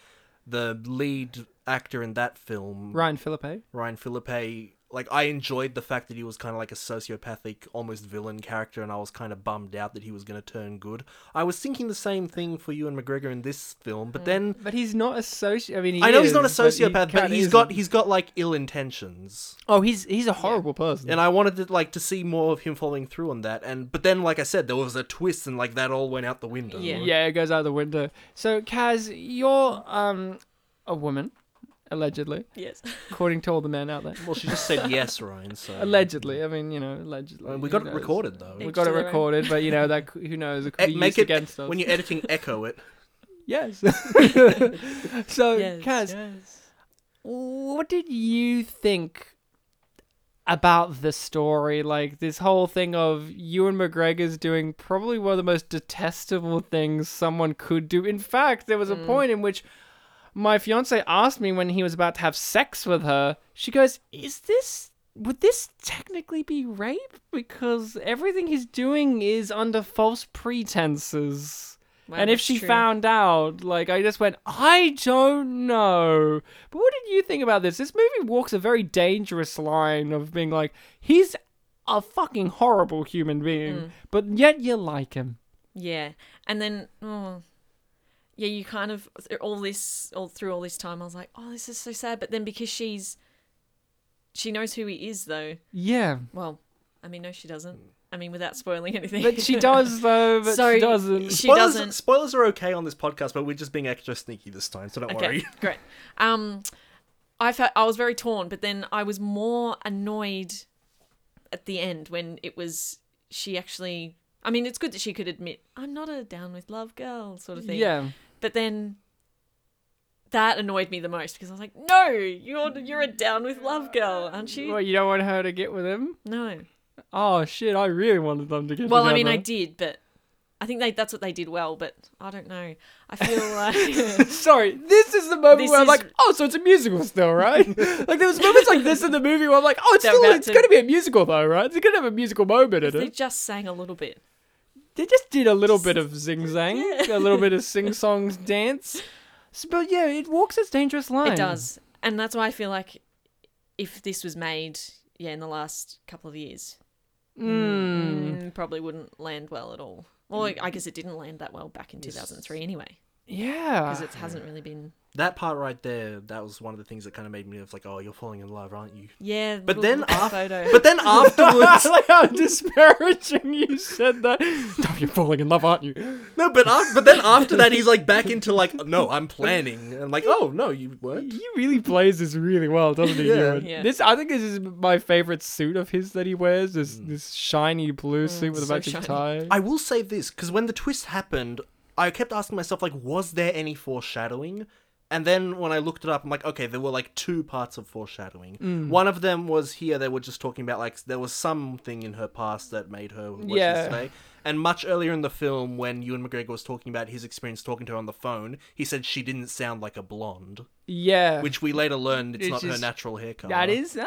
Speaker 2: the lead actor in that film,
Speaker 1: Ryan Philippe.
Speaker 2: Ryan Philippe, like I enjoyed the fact that he was kind of like a sociopathic, almost villain character, and I was kind of bummed out that he was gonna turn good. I was thinking the same thing for you and McGregor in this film, but then
Speaker 1: But he's not a soci. I mean, he
Speaker 2: I know he's not a
Speaker 1: is, but he
Speaker 2: sociopath, but
Speaker 1: kinda
Speaker 2: he's got
Speaker 1: isn't.
Speaker 2: he's got like ill intentions,
Speaker 1: oh, he's he's a horrible person.
Speaker 2: and I wanted to like to see more of him following through on that. And but then, like I said, there was a twist, and like that all went out the window.
Speaker 3: Yeah.
Speaker 1: Yeah, it goes out the window. So, Kaz, you're um a woman, allegedly,
Speaker 3: Yes.
Speaker 1: according to all the men out there.
Speaker 2: Well, she just said yes, Ryan. So
Speaker 1: Allegedly, I mean, you know, allegedly.
Speaker 2: And we
Speaker 1: who
Speaker 2: got it
Speaker 1: knows?
Speaker 2: recorded though.
Speaker 1: We
Speaker 3: Each
Speaker 1: got it
Speaker 3: to their own.
Speaker 1: recorded, but you know that c- who knows? It could
Speaker 2: E-
Speaker 1: be
Speaker 2: make
Speaker 1: used
Speaker 2: it
Speaker 1: against us.
Speaker 2: when you're editing, echo it.
Speaker 1: yes. so,
Speaker 3: yes.
Speaker 1: Kaz,
Speaker 3: yes.
Speaker 1: what did you think about the story? Like this whole thing of Ewan McGregor's doing probably one of the most detestable things someone could do. In fact, there was a point in which my fiance asked me when he was about to have sex with her. She goes, "Is this?" Would this technically be rape? Because everything he's doing is under false pretenses
Speaker 3: Well,
Speaker 1: and if
Speaker 3: that's
Speaker 1: she
Speaker 3: true.
Speaker 1: found out, like, I just went, I don't know. But what did you think about this? This movie walks a very dangerous line of being like, he's a fucking horrible human being,
Speaker 3: Mm.
Speaker 1: but yet you like him.
Speaker 3: Yeah, and then oh, yeah, you kind of all this all through all this time, I was like, oh, this is so sad. But then because she's she knows who he is, though.
Speaker 1: Yeah.
Speaker 3: Well, I mean, no, she doesn't. I mean, without spoiling anything,
Speaker 1: But she does, though, but
Speaker 3: So
Speaker 1: she doesn't.
Speaker 3: she
Speaker 2: Spoilers,
Speaker 3: doesn't.
Speaker 2: spoilers are okay on this podcast, but we're just being extra sneaky this time, so don't
Speaker 3: Okay,
Speaker 2: worry.
Speaker 3: great. Um, I felt I was very torn, but then I was more annoyed at the end when it was she actually. I mean, it's good that she could admit I'm not a down with love girl sort of thing.
Speaker 1: yeah.
Speaker 3: But then that annoyed me the most because I was like, "No, you're you're a down with love girl, aren't you?"
Speaker 1: Well, you don't want her to get with him?
Speaker 3: No.
Speaker 1: Oh, shit, I really wanted them to get
Speaker 3: Well, I mean, I
Speaker 1: together.
Speaker 3: did, but I think they that's what they did well. But I don't know. I feel like
Speaker 1: Sorry, this is the moment
Speaker 3: This
Speaker 1: where I'm
Speaker 3: is-
Speaker 1: like, oh, so it's a musical still, right? like there was moments like this in the movie where I'm like, oh, it's
Speaker 3: They're
Speaker 1: still
Speaker 3: about
Speaker 1: it's
Speaker 3: to-
Speaker 1: gonna be a musical though, right? It's gonna have a musical moment in
Speaker 3: they
Speaker 1: it.
Speaker 3: just sang a little bit.
Speaker 1: They just did a little bit of zing zang, a little bit of sing songs dance. S- But yeah, it walks its dangerous line.
Speaker 3: It does, and that's why I feel like if this was made, yeah, in the last couple of years,
Speaker 1: Hmm.
Speaker 3: mm, probably wouldn't land well at all. Well, I guess it didn't land that well back in 2003 anyway,
Speaker 1: Yeah.
Speaker 3: because it hasn't really been.
Speaker 2: That part right there, that was one of the things that kind of made me. It was like, oh, you're falling in love, aren't you?
Speaker 3: Yeah,
Speaker 2: But
Speaker 3: little-
Speaker 2: then,
Speaker 3: little
Speaker 2: af-
Speaker 3: photo.
Speaker 2: but then afterwards,
Speaker 1: I like how disparaging you said that. No, you're falling in love, aren't you?
Speaker 2: No, but af- but then after that, he's like back into like, no, I'm planning, and like, oh no, you weren't.
Speaker 1: He really plays this really well, doesn't he?
Speaker 2: Yeah.
Speaker 1: Ewan?
Speaker 3: Yeah.
Speaker 1: This I think this is my favorite suit of his that he wears. This this shiny blue suit with a
Speaker 3: so
Speaker 1: magic tie.
Speaker 2: Mm. I will say this because when the twist happened, I kept asking myself like, was there any foreshadowing? And then when I looked it up, I'm like, okay, there were like two parts of foreshadowing.
Speaker 1: Mm.
Speaker 2: One of them was here; they were just talking about like there was something in her past that made her what
Speaker 1: Yeah.
Speaker 2: yeah. today. And much earlier in the film, when Ewan McGregor was talking about his experience talking to her on the phone, he said she didn't sound like a blonde,
Speaker 1: yeah,
Speaker 2: which we later learned it's,
Speaker 1: It's
Speaker 2: not her
Speaker 1: just-
Speaker 2: natural hair color.
Speaker 1: that is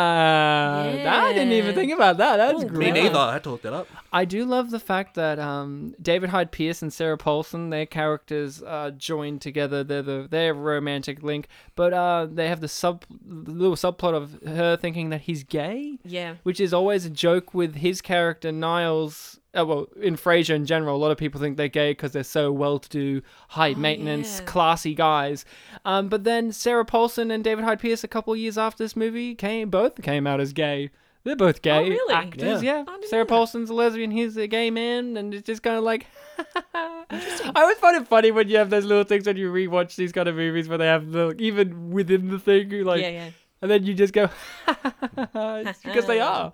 Speaker 1: ah, I didn't even
Speaker 3: Yeah.
Speaker 1: think about that. That's
Speaker 3: Ooh,
Speaker 1: great.
Speaker 2: Me
Speaker 3: Yeah.
Speaker 2: neither. I had to look that up.
Speaker 1: I do love the fact that um, David Hyde Pierce and Sarah Paulson, their characters are joined together. They're the their romantic link, but uh, they have the sub the little subplot of her thinking that he's gay.
Speaker 3: yeah,
Speaker 1: which is always a joke with his character Niles. Oh, well, in Frasier in general, a lot of people think they're gay because they're so well-to-do, high maintenance,
Speaker 3: Oh, yeah.
Speaker 1: classy guys. Um, but then Sarah Paulson and David Hyde Pierce, a couple years after this movie, came both came out as gay. They're both gay
Speaker 3: Oh, really?
Speaker 1: actors.
Speaker 2: Yeah.
Speaker 1: Yeah,
Speaker 3: I didn't
Speaker 1: Sarah
Speaker 3: know that.
Speaker 1: Paulson's a lesbian. He's a gay man, and it's just kind of like. I always find it funny when you have those little things when you rewatch these kind of movies where they have the even within the thing like,
Speaker 3: yeah, yeah.
Speaker 1: and then you just go, it's because they are.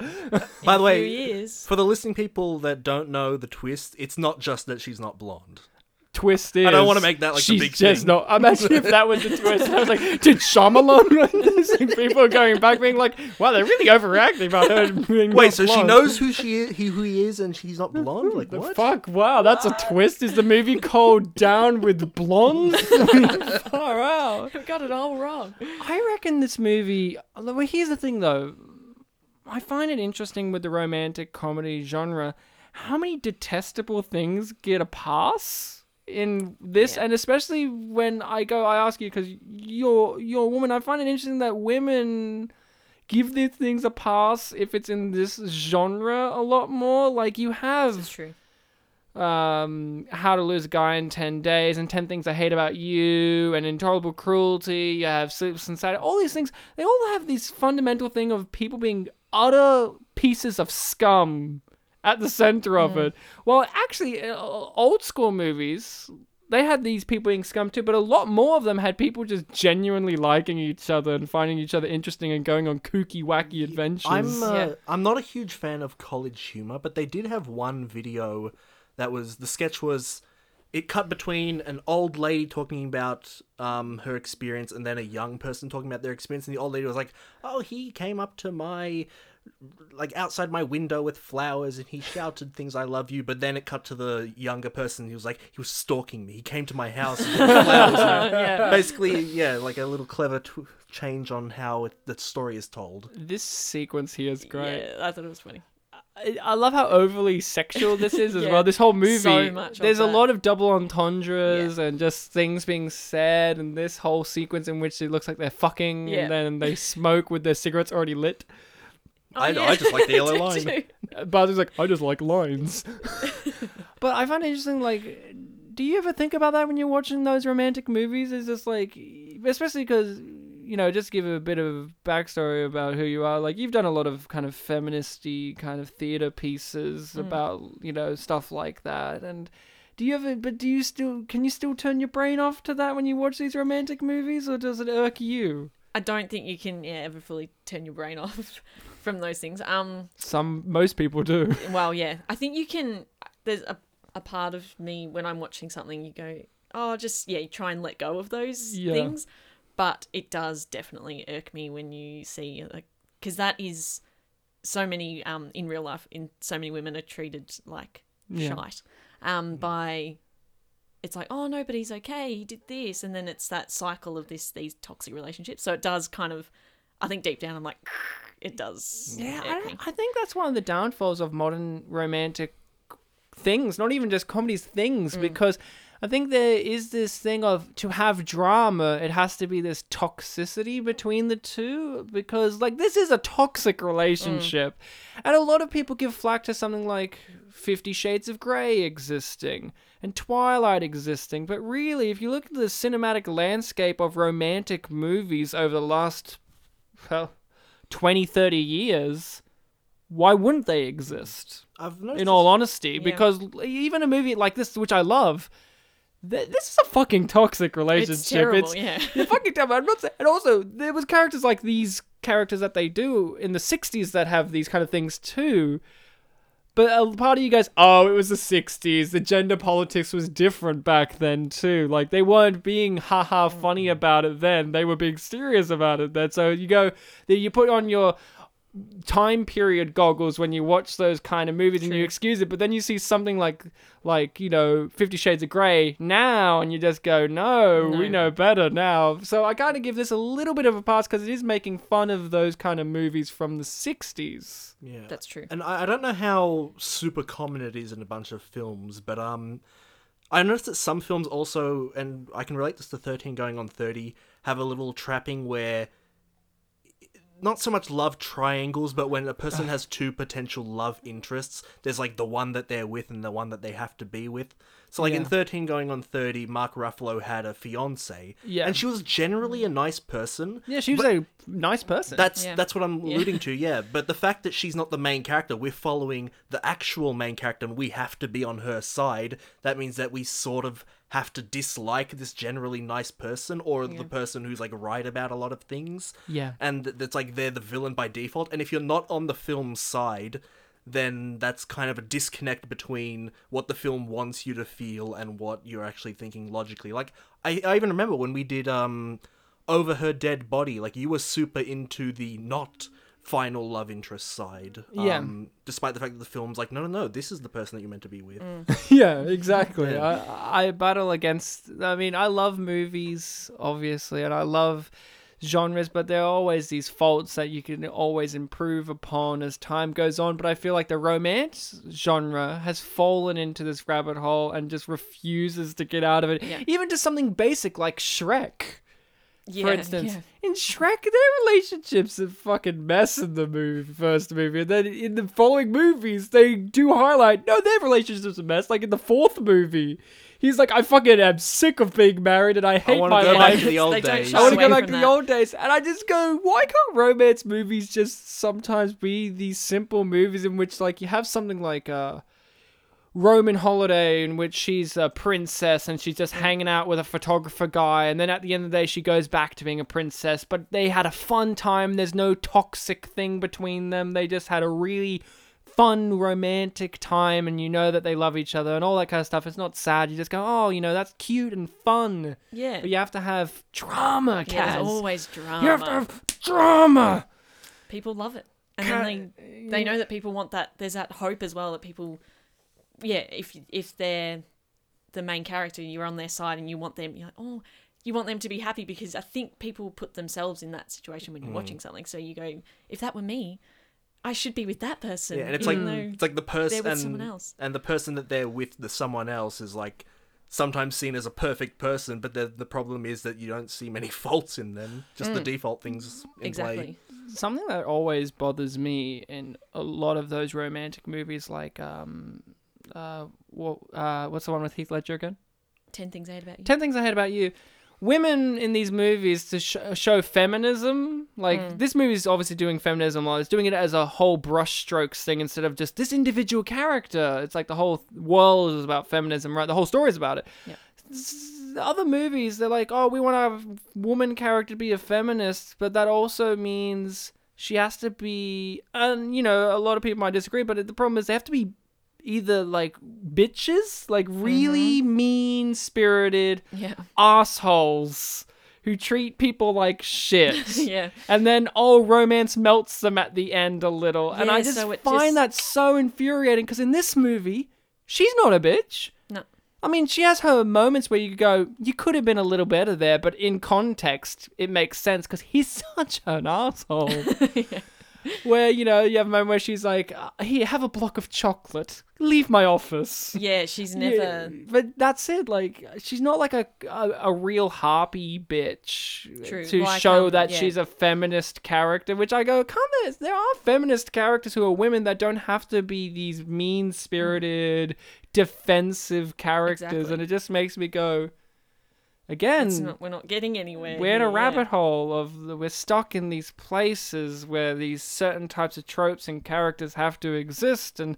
Speaker 2: By the
Speaker 3: Few
Speaker 2: way,
Speaker 3: years.
Speaker 2: for the listening people that don't know the twist, it's not just that she's not blonde.
Speaker 1: twist is.
Speaker 2: I don't wanna make that, like, the
Speaker 1: she's
Speaker 2: big
Speaker 1: just
Speaker 2: thing.
Speaker 1: not. Imagine if that was the twist. I was like, did Shyamalan run this? And people are going back, being like, wow, they're really overacting about her being
Speaker 2: Wait,
Speaker 1: not
Speaker 2: so she
Speaker 1: blonde."
Speaker 2: knows who she is, he, who he is, and she's not blonde. Like
Speaker 1: The
Speaker 2: what?
Speaker 1: fuck! Wow, that's a twist. Is the movie called Down with Blondes? Far out.
Speaker 3: I've got it all wrong.
Speaker 1: I reckon this movie. although, Well, here's the thing, though. I find it interesting with the romantic comedy genre. How many detestable things get a pass in this, and especially when I go, I ask you because you're you're a woman. I find it interesting that women give these things a pass if it's in this genre a lot more. Like you
Speaker 3: It's
Speaker 1: have
Speaker 3: true.
Speaker 1: um, How to Lose a Guy in 10 Days and 10 Things I Hate About You and Intolerable Cruelty. You have Sleepless Inside. All these things, they all have this fundamental thing of people being utter pieces of scum at the center of it. Well, actually, uh, old school movies. They had these people being scum too, but a lot more of them had people just genuinely liking each other and finding each other interesting and going on kooky, wacky adventures.
Speaker 2: I'm uh,
Speaker 3: Yeah.
Speaker 2: I'm not a huge fan of college humor, but they did have one video that was the sketch was it cut between an old lady talking about um, her experience and then a young person talking about their experience, and the old lady was like, "Oh, he came up to my." Like outside my window with flowers, and he shouted things "I love you." But then it cut to the younger person. He was like, he was stalking me. He came to my house. And with flowers. Basically, yeah, like a little clever tw- change on how it, the story is told.
Speaker 1: this sequence here is great.
Speaker 3: Yeah, I thought it was funny.
Speaker 1: I- I love how overly sexual this is as
Speaker 3: Yeah.
Speaker 1: well. This whole movie,
Speaker 3: So much of
Speaker 1: there's a
Speaker 3: that.
Speaker 1: lot of double entendres and just things being said, and this whole sequence in which it looks like they're fucking,
Speaker 3: Yeah.
Speaker 1: and then they smoke with their cigarettes already lit.
Speaker 2: I
Speaker 1: Oh,
Speaker 2: know, I just like the yellow line.
Speaker 1: Uh, Bowser's like, I just like lines. but I find it interesting, like, do you ever think about that when you're watching those romantic movies? Is just like, especially because, you know, just give a bit of backstory about who you are. Like, you've done a lot of kind of feministy kind of theater pieces about, you know, stuff like that. And do you ever, but do you still, can you still turn your brain off to that when you watch these romantic movies or does it irk you?
Speaker 3: I don't think you can yeah, ever fully turn your brain off from those things. Um,
Speaker 1: Some, most people do.
Speaker 3: well, yeah, I think you can. There's a a part of me when I'm watching something, you go, oh, just yeah, you try and let go of those
Speaker 1: Yeah.
Speaker 3: things. But it does definitely irk me when you see like because that is so many um in real life in so many women are treated like
Speaker 1: Yeah. Mm.
Speaker 3: shite um by it's like oh no but he's okay he did this and then it's that cycle of this these toxic relationships so it does kind of i think deep down i'm like it does
Speaker 1: Yeah, I,
Speaker 3: irk
Speaker 1: don't-
Speaker 3: me.
Speaker 1: I think that's one of the downfalls of modern romantic things, not even just comedies, things, because I think there is this thing of to have drama, it has to be this toxicity between the two, because, like, this is a toxic relationship. And a lot of people give flack to something like Fifty Shades of Grey existing and Twilight existing, but really, if you look at the cinematic landscape of romantic movies over the last, well, 20, 30 years, why wouldn't they exist?
Speaker 2: I've noticed
Speaker 1: In all honesty, because even a movie like this, which I love, th- this is a fucking toxic relationship.
Speaker 3: it's terrible yeah
Speaker 1: You're fucking terrible. I'm not saying, and also there was characters like these characters that they do in the '60s that have these kind of things too. But a part of you guys, oh, it was the '60s. The gender politics was different back then too. Like they weren't being haha
Speaker 3: Mm.
Speaker 1: funny about it then. They were being serious about it then. So you go, you put on your time period goggles when you watch those kind of movies and you excuse it but then you see something like like you know 50 shades of gray now and you just go no, we know better now so i kind of give this a little bit of a pass because it is making fun of those kind of movies from the 60s
Speaker 2: Yeah.
Speaker 3: That's true.
Speaker 2: And I, I don't know how super common it is in a bunch of films, but um, I noticed that some films also, and I can relate this to 13 going on 30, have a little trapping where not so much love triangles, but when a person has two potential love interests, there's like the one that they're with and the one that they have to be with. So like in
Speaker 1: Yeah.
Speaker 2: 13 going on 30, Mark Ruffalo had a fiance,
Speaker 1: Yeah.
Speaker 2: and she was generally a nice person.
Speaker 1: Yeah, she was a nice person.
Speaker 2: That's
Speaker 3: Yeah.
Speaker 2: that's what I'm alluding to, yeah. But the fact that she's not the main character, we're following the actual main character, and we have to be on her side. That means that we sort of have to dislike this generally nice person, or the person who's like right about a lot of things.
Speaker 1: Yeah.
Speaker 2: and th- that's like they're the villain by default. And if you're not on the film's side, then that's kind of a disconnect between what the film wants you to feel and what you're actually thinking logically. Like I, I even remember when we did um over her dead body, like you were super into the not final love interest side.
Speaker 1: Yeah.
Speaker 2: Um, despite the fact that the film's like, no, no, no, this is the person that you're meant to be with.
Speaker 3: Mm.
Speaker 1: yeah, exactly. I, I battle against. I mean, I love movies, obviously, and I love genres, but there are always these faults that you can always improve upon as time goes on. But I feel like the romance genre has fallen into this rabbit hole and just refuses to get out of it.
Speaker 3: Yeah.
Speaker 1: Even just something basic like Shrek
Speaker 3: yeah,
Speaker 1: for instance.
Speaker 3: yeah.
Speaker 1: In Shrek, their relationships are fucking mess in the movie, first movie, and then in the following movies, they do highlight no, their relationships are mess. Like in the fourth movie, he's like, "I fucking am sick of being married, and I hate
Speaker 2: wanna
Speaker 1: my
Speaker 2: go back
Speaker 1: life."
Speaker 2: to the old
Speaker 3: They don't
Speaker 2: days.
Speaker 3: show
Speaker 1: I want to go
Speaker 3: Away
Speaker 1: back to
Speaker 3: from
Speaker 1: the
Speaker 3: that.
Speaker 1: old days, and I just go, why can't romance movies just sometimes be these simple movies in which, like, you have something like uh, Roman Holiday, in which she's a princess and she's
Speaker 3: Mm.
Speaker 1: just hanging out with a photographer guy, and then at the end of the day, she goes back to being a princess. But they had a fun time. There's no toxic thing between them. They just had a really fun romantic time and you know that they love each other and all that kind of stuff it's not sad you just go oh you know that's cute and fun
Speaker 3: Yeah.
Speaker 1: but you have to have drama, Kaz.
Speaker 3: Yeah, there's always drama.
Speaker 1: you have to have drama.
Speaker 3: people love it, and then they they know that people want that. There's that hope as well that people, yeah, if if they're the main character, you're on their side, and you want them. You're like, oh, you want them to be happy because I think people put themselves in that situation
Speaker 2: Mm.
Speaker 3: when you're watching something. So you go, if that were me, I should be with that person.
Speaker 2: Yeah, and it's
Speaker 3: even
Speaker 2: like
Speaker 3: though-
Speaker 2: it's like the person
Speaker 3: they're with
Speaker 2: and,
Speaker 3: someone else.
Speaker 2: and the person that they're with, the someone else is like sometimes seen as a perfect person, but the the problem is that you don't see many faults in them. Just the default things in play.
Speaker 3: exactly.
Speaker 1: Something that always bothers me in a lot of those romantic movies, like um, uh, what, uh, what's the one with Heath Ledger again?
Speaker 3: Ten things I hate about you.
Speaker 1: Ten Things I Hate About You. Women in these movies to sh- show feminism, like this movie is obviously doing feminism. While it's doing it as a whole brushstrokes thing instead of just this individual character. It's like the whole world is about feminism, right? The whole story is about it.
Speaker 3: Yep.
Speaker 1: S- Other movies, they're like, oh, we want our woman character to be a feminist, but that also means she has to be, and you know, a lot of people might disagree, but the problem is they have to be either like bitches, like really mean spirited
Speaker 3: Yeah.
Speaker 1: assholes who treat people like shit.
Speaker 3: Yeah.
Speaker 1: And then oh, romance melts them at the end a little, and
Speaker 3: Yeah,
Speaker 1: I just
Speaker 3: so it
Speaker 1: find
Speaker 3: just-
Speaker 1: that so infuriating because in this movie, she's not a bitch.
Speaker 3: No.
Speaker 1: I mean, she has her moments where you go, you could have been a little better there, but in context, it makes sense because he's such an asshole. Where you know you have a moment where she's like, "Uh, "Here, have a block of chocolate. Leave my office."
Speaker 3: Yeah, she's never.
Speaker 1: Yeah, but that's it. Like she's not like a a, a real harpy bitch
Speaker 3: True,
Speaker 1: to
Speaker 3: like,
Speaker 1: show
Speaker 3: um,
Speaker 1: that
Speaker 3: yeah.
Speaker 1: she's a feminist character. Which I go, come on, there are feminist characters who are women that don't have to be these mean spirited, defensive characters,
Speaker 3: Exactly.
Speaker 1: and it just makes me go.
Speaker 3: It's
Speaker 1: Again,
Speaker 3: not, we're not getting anywhere.
Speaker 1: we're in a
Speaker 3: here, yeah.
Speaker 1: rabbit hole of the, we're stuck in these places where these certain types of tropes and characters have to exist and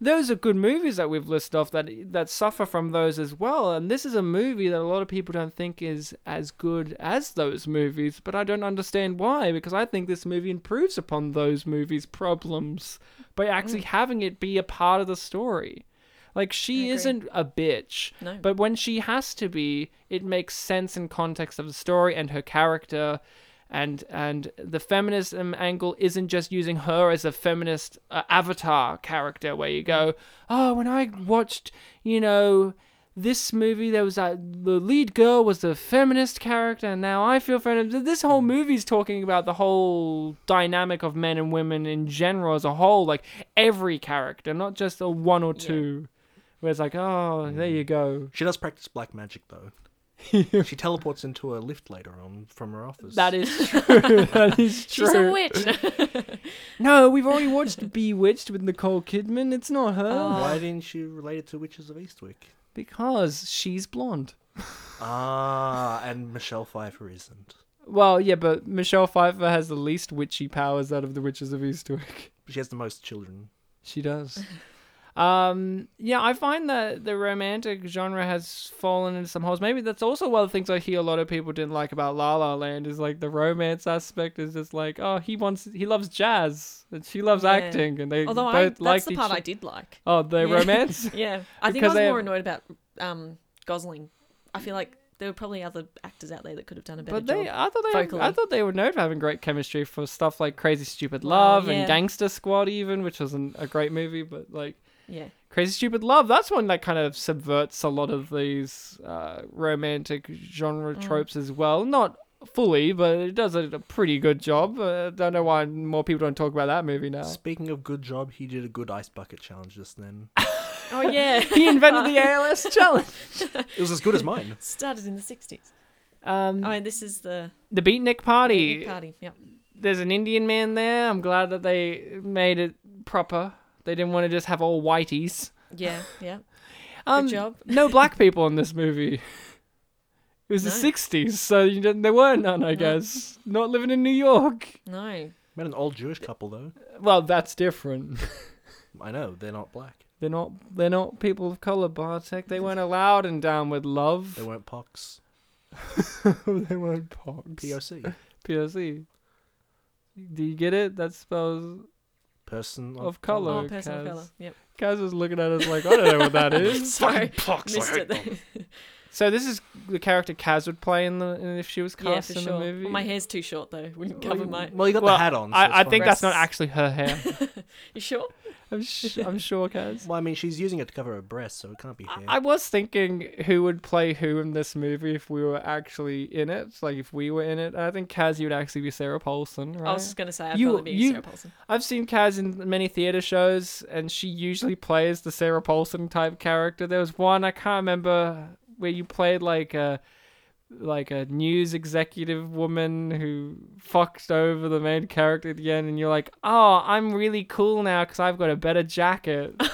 Speaker 1: those are good movies that we've listed off that that suffer from those as well and this is a movie that a lot of people don't think is as good as those movies but I don't understand why because I think this movie improves upon those movies problems by actually having it be a part of the story like she
Speaker 3: agree.
Speaker 1: isn't a bitch,
Speaker 3: No.
Speaker 1: but when she has to be, it makes sense in context of the story and her character, and and the feminism angle isn't just using her as a feminist uh, avatar character where you go, oh, when I watched, you know. This movie, there was that the lead girl was the feminist character, and now I feel feminist. This whole movie's talking about the whole dynamic of men and women in general as a whole, like every character, not just a one or two. Where it's like, oh, there you go.
Speaker 2: She does practice black magic though. She teleports into a lift later on from her office.
Speaker 1: That is true. that is true.
Speaker 3: She's a witch.
Speaker 1: No, we've already watched Bewitched with Nicole Kidman. It's not
Speaker 3: Oh.
Speaker 1: her
Speaker 2: Why didn't you relate it to Witches of Eastwick?
Speaker 1: because she's blonde.
Speaker 2: Ah, and Michelle Pfeiffer isn't.
Speaker 1: Well, yeah, but Michelle Pfeiffer has the least witchy powers out of the witches of Eastwick.
Speaker 2: She has the most children.
Speaker 1: She does. um, yeah, I find that the romantic genre has fallen into some holes. Maybe that's also one of the things I hear a lot of people didn't like about La La Land is like the romance aspect is just like, oh, he wants, he loves jazz and she loves
Speaker 3: Yeah.
Speaker 1: acting, and they
Speaker 3: Although
Speaker 1: both
Speaker 3: I, that's
Speaker 1: liked
Speaker 3: the
Speaker 1: each.
Speaker 3: part I did like.
Speaker 1: oh, their
Speaker 3: Yeah.
Speaker 1: romance.
Speaker 3: Yeah, I think I
Speaker 1: Because
Speaker 3: was
Speaker 1: they-
Speaker 3: more annoyed about um, Gosling. I feel like there were probably other actors out there that could have done a better
Speaker 1: But they,
Speaker 3: job.
Speaker 1: I thought they, I
Speaker 3: vocally.
Speaker 1: thought they were known for having great chemistry for stuff like Crazy Stupid
Speaker 3: Wow,
Speaker 1: Love and
Speaker 3: yeah.
Speaker 1: Gangster Squad, even, which wasn't a great movie, but like
Speaker 3: Yeah,
Speaker 1: Crazy Stupid Love, that's one that kind of subverts a lot of these uh, romantic genre tropes as well. Not fully, but it does a, a pretty good job. Uh, don't know why more people don't talk about that movie now.
Speaker 2: Speaking of good job, he did a good ice bucket challenge just then.
Speaker 3: Oh yeah,
Speaker 1: He invented the ALS challenge.
Speaker 2: It was as good as mine.
Speaker 3: started in the sixties.
Speaker 1: Um,
Speaker 3: Oh, and this is the
Speaker 1: the Beatnik Party.
Speaker 3: Nick party. Yep.
Speaker 1: there's an Indian man there. I'm glad that they made it proper. They didn't want to just have all whiteys.
Speaker 3: Yeah, yeah.
Speaker 1: Um,
Speaker 3: job.
Speaker 1: no black people in this movie. It was
Speaker 3: No.
Speaker 1: the 60s, so you didn't, there were none, I guess. Not living in New York.
Speaker 3: No.
Speaker 2: Met an old Jewish couple though.
Speaker 1: Well, that's different.
Speaker 2: I know they're not black.
Speaker 1: They're not. They're not people of color, Bartek. They weren't allowed in Down with Love.
Speaker 2: They weren't pox.
Speaker 1: they weren't pogs.
Speaker 2: POC.
Speaker 1: POC. Do you get it? That spells.
Speaker 2: Person
Speaker 1: Of colour.
Speaker 3: Oh,
Speaker 1: Hello,
Speaker 3: person of
Speaker 1: Kaz.
Speaker 3: color. Yep.
Speaker 1: Kaz was looking at us like, I don't know what that is.
Speaker 3: Sorry,
Speaker 2: Pox.
Speaker 3: missed it.
Speaker 1: So this is the character Kaz would play in the if she was
Speaker 3: yeah,
Speaker 1: cast
Speaker 3: for
Speaker 1: in
Speaker 3: sure.
Speaker 1: the movie.
Speaker 3: Well, my hair's too short though. Wouldn't cover my.
Speaker 2: Well, you got
Speaker 1: Well,
Speaker 2: the hat on. so it's
Speaker 1: I, I
Speaker 2: fine.
Speaker 1: think that's not
Speaker 3: Breasts.
Speaker 1: actually her hair.
Speaker 3: You sure?
Speaker 1: I'm, sh- I'm sure, Kaz.
Speaker 2: Well, I mean, she's using it to cover her breasts, so it can't be hair.
Speaker 1: I was thinking who would play who in this movie if we were actually in it, like if we were in it. I think Kaz, you would actually be Sarah Paulson, right?
Speaker 3: I was just gonna say I'd
Speaker 1: You-
Speaker 3: probably be
Speaker 1: you-
Speaker 3: Sarah Paulson.
Speaker 1: I've seen Kaz in many theater shows, and she usually plays the Sarah Paulson type character. There was one I can't remember where you played like a like a news executive woman who fucked over the main character at the end, and you're like, "Oh, I'm really cool now because I've got a better jacket."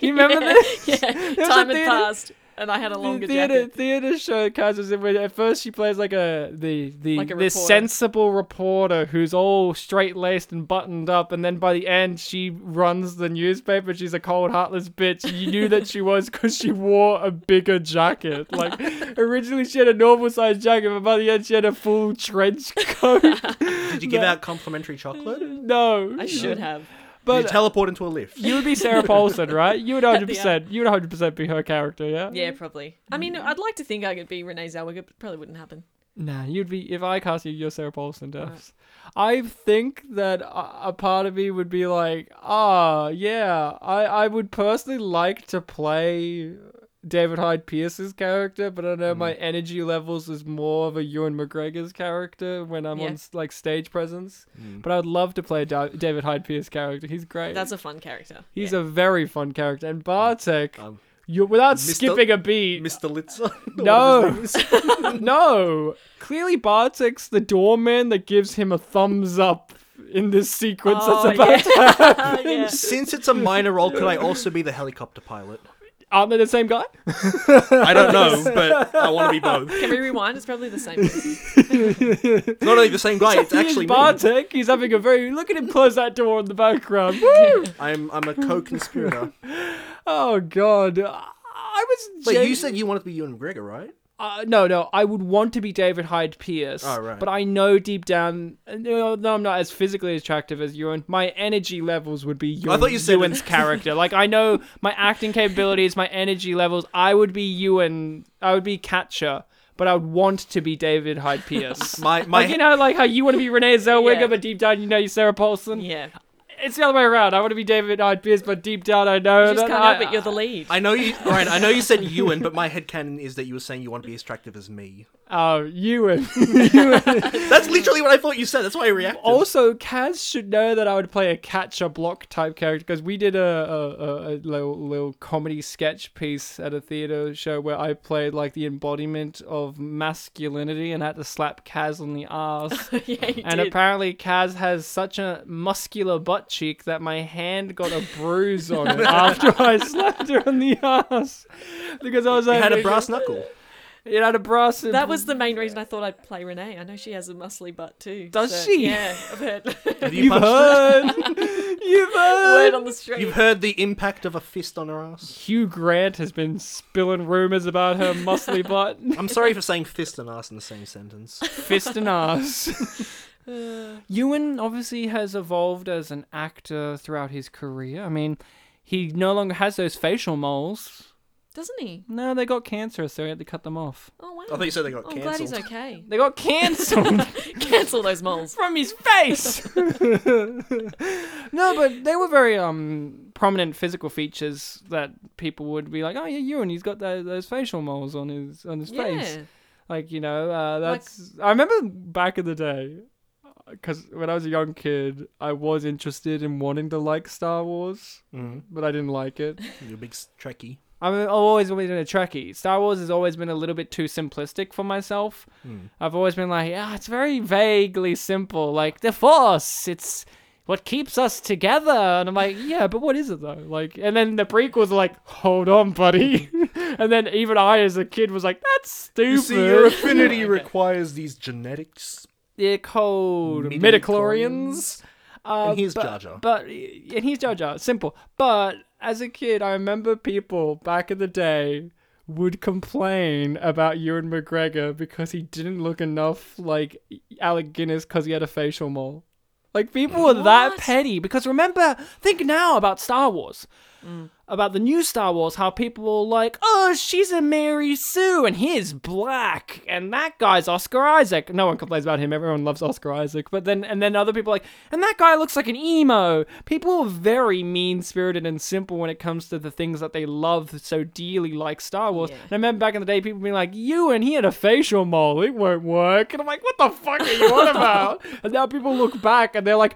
Speaker 1: You remember
Speaker 3: yeah,
Speaker 1: this? was a
Speaker 3: Yeah. Time had
Speaker 1: theatre-
Speaker 3: passed, and I had a longer
Speaker 1: theater
Speaker 3: jacket.
Speaker 1: theater show Kaz was in where at first she plays like a the the
Speaker 3: Like a
Speaker 1: this
Speaker 3: reporter.
Speaker 1: sensible reporter who's all straight laced and buttoned up, and then by the end she runs the newspaper. She's a cold heartless bitch. You knew that she was because she wore a bigger jacket. Like originally she had a normal sized jacket, but by the end she had a full trench coat.
Speaker 2: Did you give
Speaker 1: No.
Speaker 2: out complimentary chocolate? Did
Speaker 1: no,
Speaker 3: I should have.
Speaker 2: you
Speaker 1: But
Speaker 2: teleport into a lift?
Speaker 1: you would be Sarah Paulson, right? You would hundred
Speaker 3: the
Speaker 1: percent. You would hundred percent be her character, yeah.
Speaker 3: Yeah, probably. I mean, I'd like to think I could be Renee Zellweger, but probably wouldn't happen.
Speaker 1: Nah, you'd be if I cast you, you're Sarah Paulson, Devs. I think that a, a part of me would be like, ah, yeah, I I would personally like to play David Hyde Pierce's character, but I know
Speaker 3: Mm-hmm.
Speaker 1: my energy levels is more of a Ewan McGregor's character when I'm on
Speaker 3: Yeah.
Speaker 1: s- like stage presence. But I would love to play a Da- David Hyde Pierce character. He's great.
Speaker 3: That's a fun character.
Speaker 1: He's a very fun character, and Bartek,
Speaker 2: Um,
Speaker 1: you without
Speaker 2: Mr.
Speaker 1: skipping a beat,
Speaker 2: Mr. Litzer?
Speaker 1: No. no. Clearly, Bartek's the doorman that gives him a thumbs up in this sequence
Speaker 3: Oh,
Speaker 1: that's about to happen.
Speaker 3: yeah. yeah.
Speaker 2: Since it's a minor role, could I also be the helicopter pilot?
Speaker 1: Aren't they the same guy?
Speaker 2: I don't know, but I want to be both.
Speaker 3: Can we rewind? It's probably the same. person.
Speaker 2: Not only the same guy, it's
Speaker 1: Here's
Speaker 2: actually me.
Speaker 1: Bartek. He's having a very. Look at him close that door in the background. Woo!
Speaker 2: I'm I'm a co-conspirator.
Speaker 1: Oh, God. I was.
Speaker 2: But you
Speaker 1: gen-
Speaker 2: said you wanted to be Ewan McGregor, right?
Speaker 1: Uh, no, no. I would want to be David Hyde Pierce.
Speaker 2: Oh, right.
Speaker 1: But I know deep down, no, no, I'm not as physically attractive as Ewan. My energy levels would be Ewan,
Speaker 2: thought you said-
Speaker 1: Ewan's character. Like, I know my acting capabilities, my energy levels. I would be Ewan. I would be Catcher. But I would want to be David Hyde Pierce.
Speaker 2: My my
Speaker 1: like, you know, like how you want to be Renee Zellweger,
Speaker 3: Yeah.
Speaker 1: but deep down you know you're Sarah Paulson.
Speaker 3: yeah.
Speaker 1: It's the other way around. I want to be David Hyde Pierce, but deep down I know
Speaker 3: You just
Speaker 1: that
Speaker 3: can't
Speaker 1: I,
Speaker 3: help it. You're the lead.
Speaker 2: I know you, Ryan. I know you said Ewan, but my headcanon is that you were saying you want to be as attractive as me.
Speaker 1: Oh, Ewan. Ewan.
Speaker 2: That's literally what I thought you said. That's why I reacted.
Speaker 1: Also, Kaz should know that I would play a catcher block type character because we did a, a, a, a little, little comedy sketch piece at a theater show where I played like the embodiment of masculinity and had to slap Kaz on the ass.
Speaker 3: yeah, you
Speaker 1: and
Speaker 3: did.
Speaker 1: apparently, Kaz has such a muscular butt cheek that my hand got a bruise on it after I slapped her on the ass because I was
Speaker 2: you
Speaker 1: like,
Speaker 2: had a brass knuckle.
Speaker 1: It had a brass.
Speaker 3: that was the main reason I thought I'd play Renee. I know she has a muscly butt too.
Speaker 1: Does
Speaker 3: so-
Speaker 1: she?
Speaker 3: Yeah, I've heard.
Speaker 2: Have you
Speaker 1: You've heard.
Speaker 2: punched
Speaker 1: You've heard.
Speaker 3: Word on the street.
Speaker 2: You've heard the impact of a fist on her ass.
Speaker 1: Hugh Grant has been spilling rumors about her muscly butt,
Speaker 2: I'm sorry for saying fist and ass in the same sentence.
Speaker 1: fist and ass.
Speaker 3: Uh,
Speaker 1: Ewan obviously has evolved as an actor throughout his career. I mean, he no longer has those facial moles.
Speaker 3: Doesn't he?
Speaker 1: No, they got cancerous, so he had to cut them off.
Speaker 3: Oh wow.
Speaker 2: I thought you said they got
Speaker 3: I'm glad he's
Speaker 2: cancelled.
Speaker 3: okay.
Speaker 1: They got cancelled
Speaker 3: Cancel those moles.
Speaker 1: from his face. no, but they were very um prominent physical features that people would be like, "Oh yeah, Ewan, he's got tho- those facial moles on his on his face."
Speaker 3: Yeah.
Speaker 1: Like, you know, uh,
Speaker 3: Like-
Speaker 1: that's. I remember back in the day, because when I was a young kid, I was interested in wanting to like Star Wars,
Speaker 2: Mhm.
Speaker 1: but I didn't like it.
Speaker 2: You're a big s- trekkie.
Speaker 1: I'm I've always been a Trekkie. Star Wars has always been a little bit too simplistic for myself. I've always been like, ah, it's very vaguely simple. Like the Force, it's what keeps us together. And I'm like, yeah, but what is it though? Like, and then the prequels are like, hold on, buddy. and then even I, as a kid, was like, that's stupid.
Speaker 2: affinity requires these genetics.
Speaker 1: They're called midichlorians.
Speaker 2: Midichlorians.
Speaker 1: Uh,
Speaker 2: And he's
Speaker 1: but,
Speaker 2: Jar Jar.
Speaker 1: But and he's Jar Jar. Simple. But as a kid, I remember people back in the day would complain about Ewan McGregor because he didn't look enough like Alec Guinness because he had a facial mole. Like people were that
Speaker 3: What?
Speaker 1: petty because remember, think now about Star Wars about the new Star Wars, how people were like, oh, she's a Mary Sue and he's black and that guy's Oscar Isaac. No one complains about him. Everyone loves Oscar Isaac. But then, and then other people are like, and that guy looks like an emo. People are very mean spirited and simple when it comes to the things that they love so dearly, like Star Wars.
Speaker 3: Yeah.
Speaker 1: And I remember back in the day, people being like, you and he had a facial mole. It won't work. And I'm like, what the fuck are you on about? And now people look back and they're like,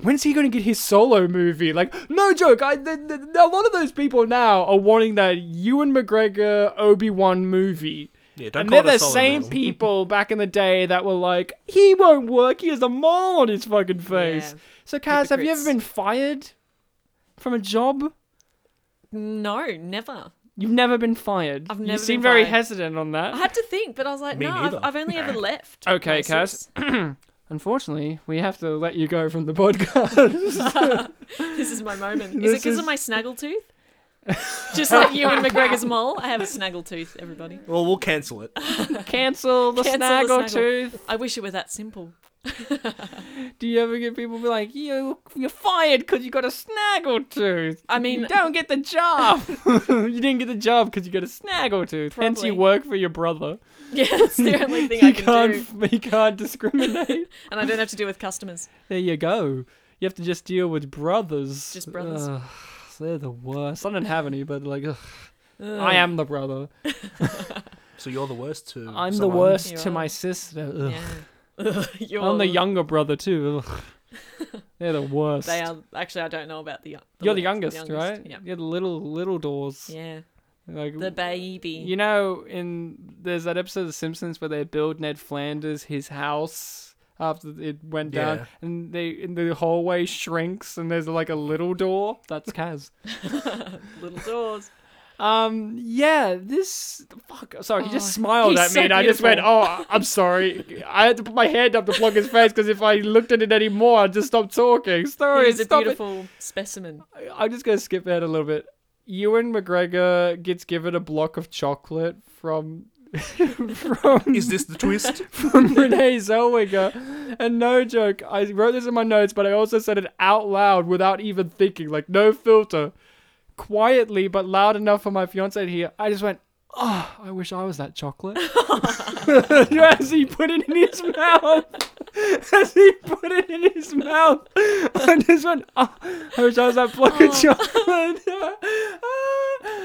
Speaker 1: When's he going to get his solo movie? Like, no joke. I, th- th- a lot of those people now are wanting that Ewan McGregor Obi Wan movie.
Speaker 2: Yeah, don't
Speaker 1: and
Speaker 2: call
Speaker 1: they're
Speaker 2: it
Speaker 1: the
Speaker 2: a solo
Speaker 1: same
Speaker 2: movie.
Speaker 1: people back in the day that were like, he won't work. He has a mole on his fucking face.
Speaker 3: Yeah.
Speaker 1: So, Kaz, have you ever
Speaker 3: Hypocrites.
Speaker 1: been fired from a job?
Speaker 3: No, never.
Speaker 1: You've never been fired.
Speaker 3: I've
Speaker 1: you
Speaker 3: never
Speaker 1: seem
Speaker 3: been
Speaker 1: very
Speaker 3: fired.
Speaker 1: hesitant on that.
Speaker 3: I had to think, but I was like,
Speaker 2: Me
Speaker 3: no, I've,
Speaker 2: neither.
Speaker 3: I've only ever left.
Speaker 1: Okay,
Speaker 3: places.
Speaker 1: Unfortunately, we have to let you go from the podcast.
Speaker 3: This is my moment. Is it
Speaker 1: This
Speaker 3: because
Speaker 1: is-
Speaker 3: of my snaggle tooth? Just like you and McGregor's mole, I have a snaggle tooth, everybody.
Speaker 2: Well, we'll cancel it.
Speaker 1: Cancel the
Speaker 3: Cancel the
Speaker 1: snaggle
Speaker 3: snaggle.
Speaker 1: tooth.
Speaker 3: I wish it were that simple.
Speaker 1: Do you ever get people be like, you, you're fired because you got a snaggletooth?
Speaker 3: I mean,
Speaker 1: you don't get the job. you didn't get the job because you got a snaggletooth. Hence, you
Speaker 3: Probably.
Speaker 1: work for your brother.
Speaker 3: yeah, it's the only thing
Speaker 1: he
Speaker 3: I can
Speaker 1: can't,
Speaker 3: do.
Speaker 1: He can't discriminate.
Speaker 3: And I don't have to deal with customers.
Speaker 1: there you go. You have to just deal with brothers.
Speaker 3: Just brothers.
Speaker 1: Ugh, they're the worst. I don't have any, but like, ugh, I am the brother.
Speaker 2: So you're the worst too.
Speaker 1: I'm the
Speaker 2: someone.
Speaker 1: worst
Speaker 3: You
Speaker 1: to
Speaker 3: are.
Speaker 1: my sister. Ugh.
Speaker 3: Yeah. Ugh, You're,
Speaker 1: I'm the younger brother too. Ugh. they're the worst.
Speaker 3: They are actually. I don't know about the. the
Speaker 1: You're the
Speaker 3: littlest-
Speaker 1: youngest,
Speaker 3: the
Speaker 1: right?
Speaker 3: Yeah.
Speaker 1: You're the little little doors.
Speaker 3: Yeah.
Speaker 1: Like
Speaker 3: The baby.
Speaker 1: You know, in there's that episode of The Simpsons where they build Ned Flanders his house after it went
Speaker 2: Yeah.
Speaker 1: down, and they in the hallway shrinks, and there's like a little door. That's Kaz.
Speaker 3: Little doors.
Speaker 1: um, yeah, this fuck. Sorry, he just
Speaker 3: Oh,
Speaker 1: smiled
Speaker 3: he's
Speaker 1: at me,
Speaker 3: so
Speaker 1: and I just went,
Speaker 3: beautiful.
Speaker 1: "Oh, I- I'm sorry." I had to put my hand up to block his face because if I looked at it anymore, I'd just stop talking. Sorry,
Speaker 3: He's a
Speaker 1: stop it.
Speaker 3: beautiful specimen.
Speaker 1: I'm just gonna skip ahead a little bit. Ewan McGregor gets given a block of chocolate from from
Speaker 2: Is this the twist?
Speaker 1: from Renee Zellweger, and no joke, I wrote this in my notes, but I also said it out loud without even thinking, like no filter, quietly but loud enough for my fiance to hear. I just went, oh, I wish I was that chocolate. as he put it in his mouth. As he put it in his mouth. And just went, oh, I wish I was that block of chocolate. Ah,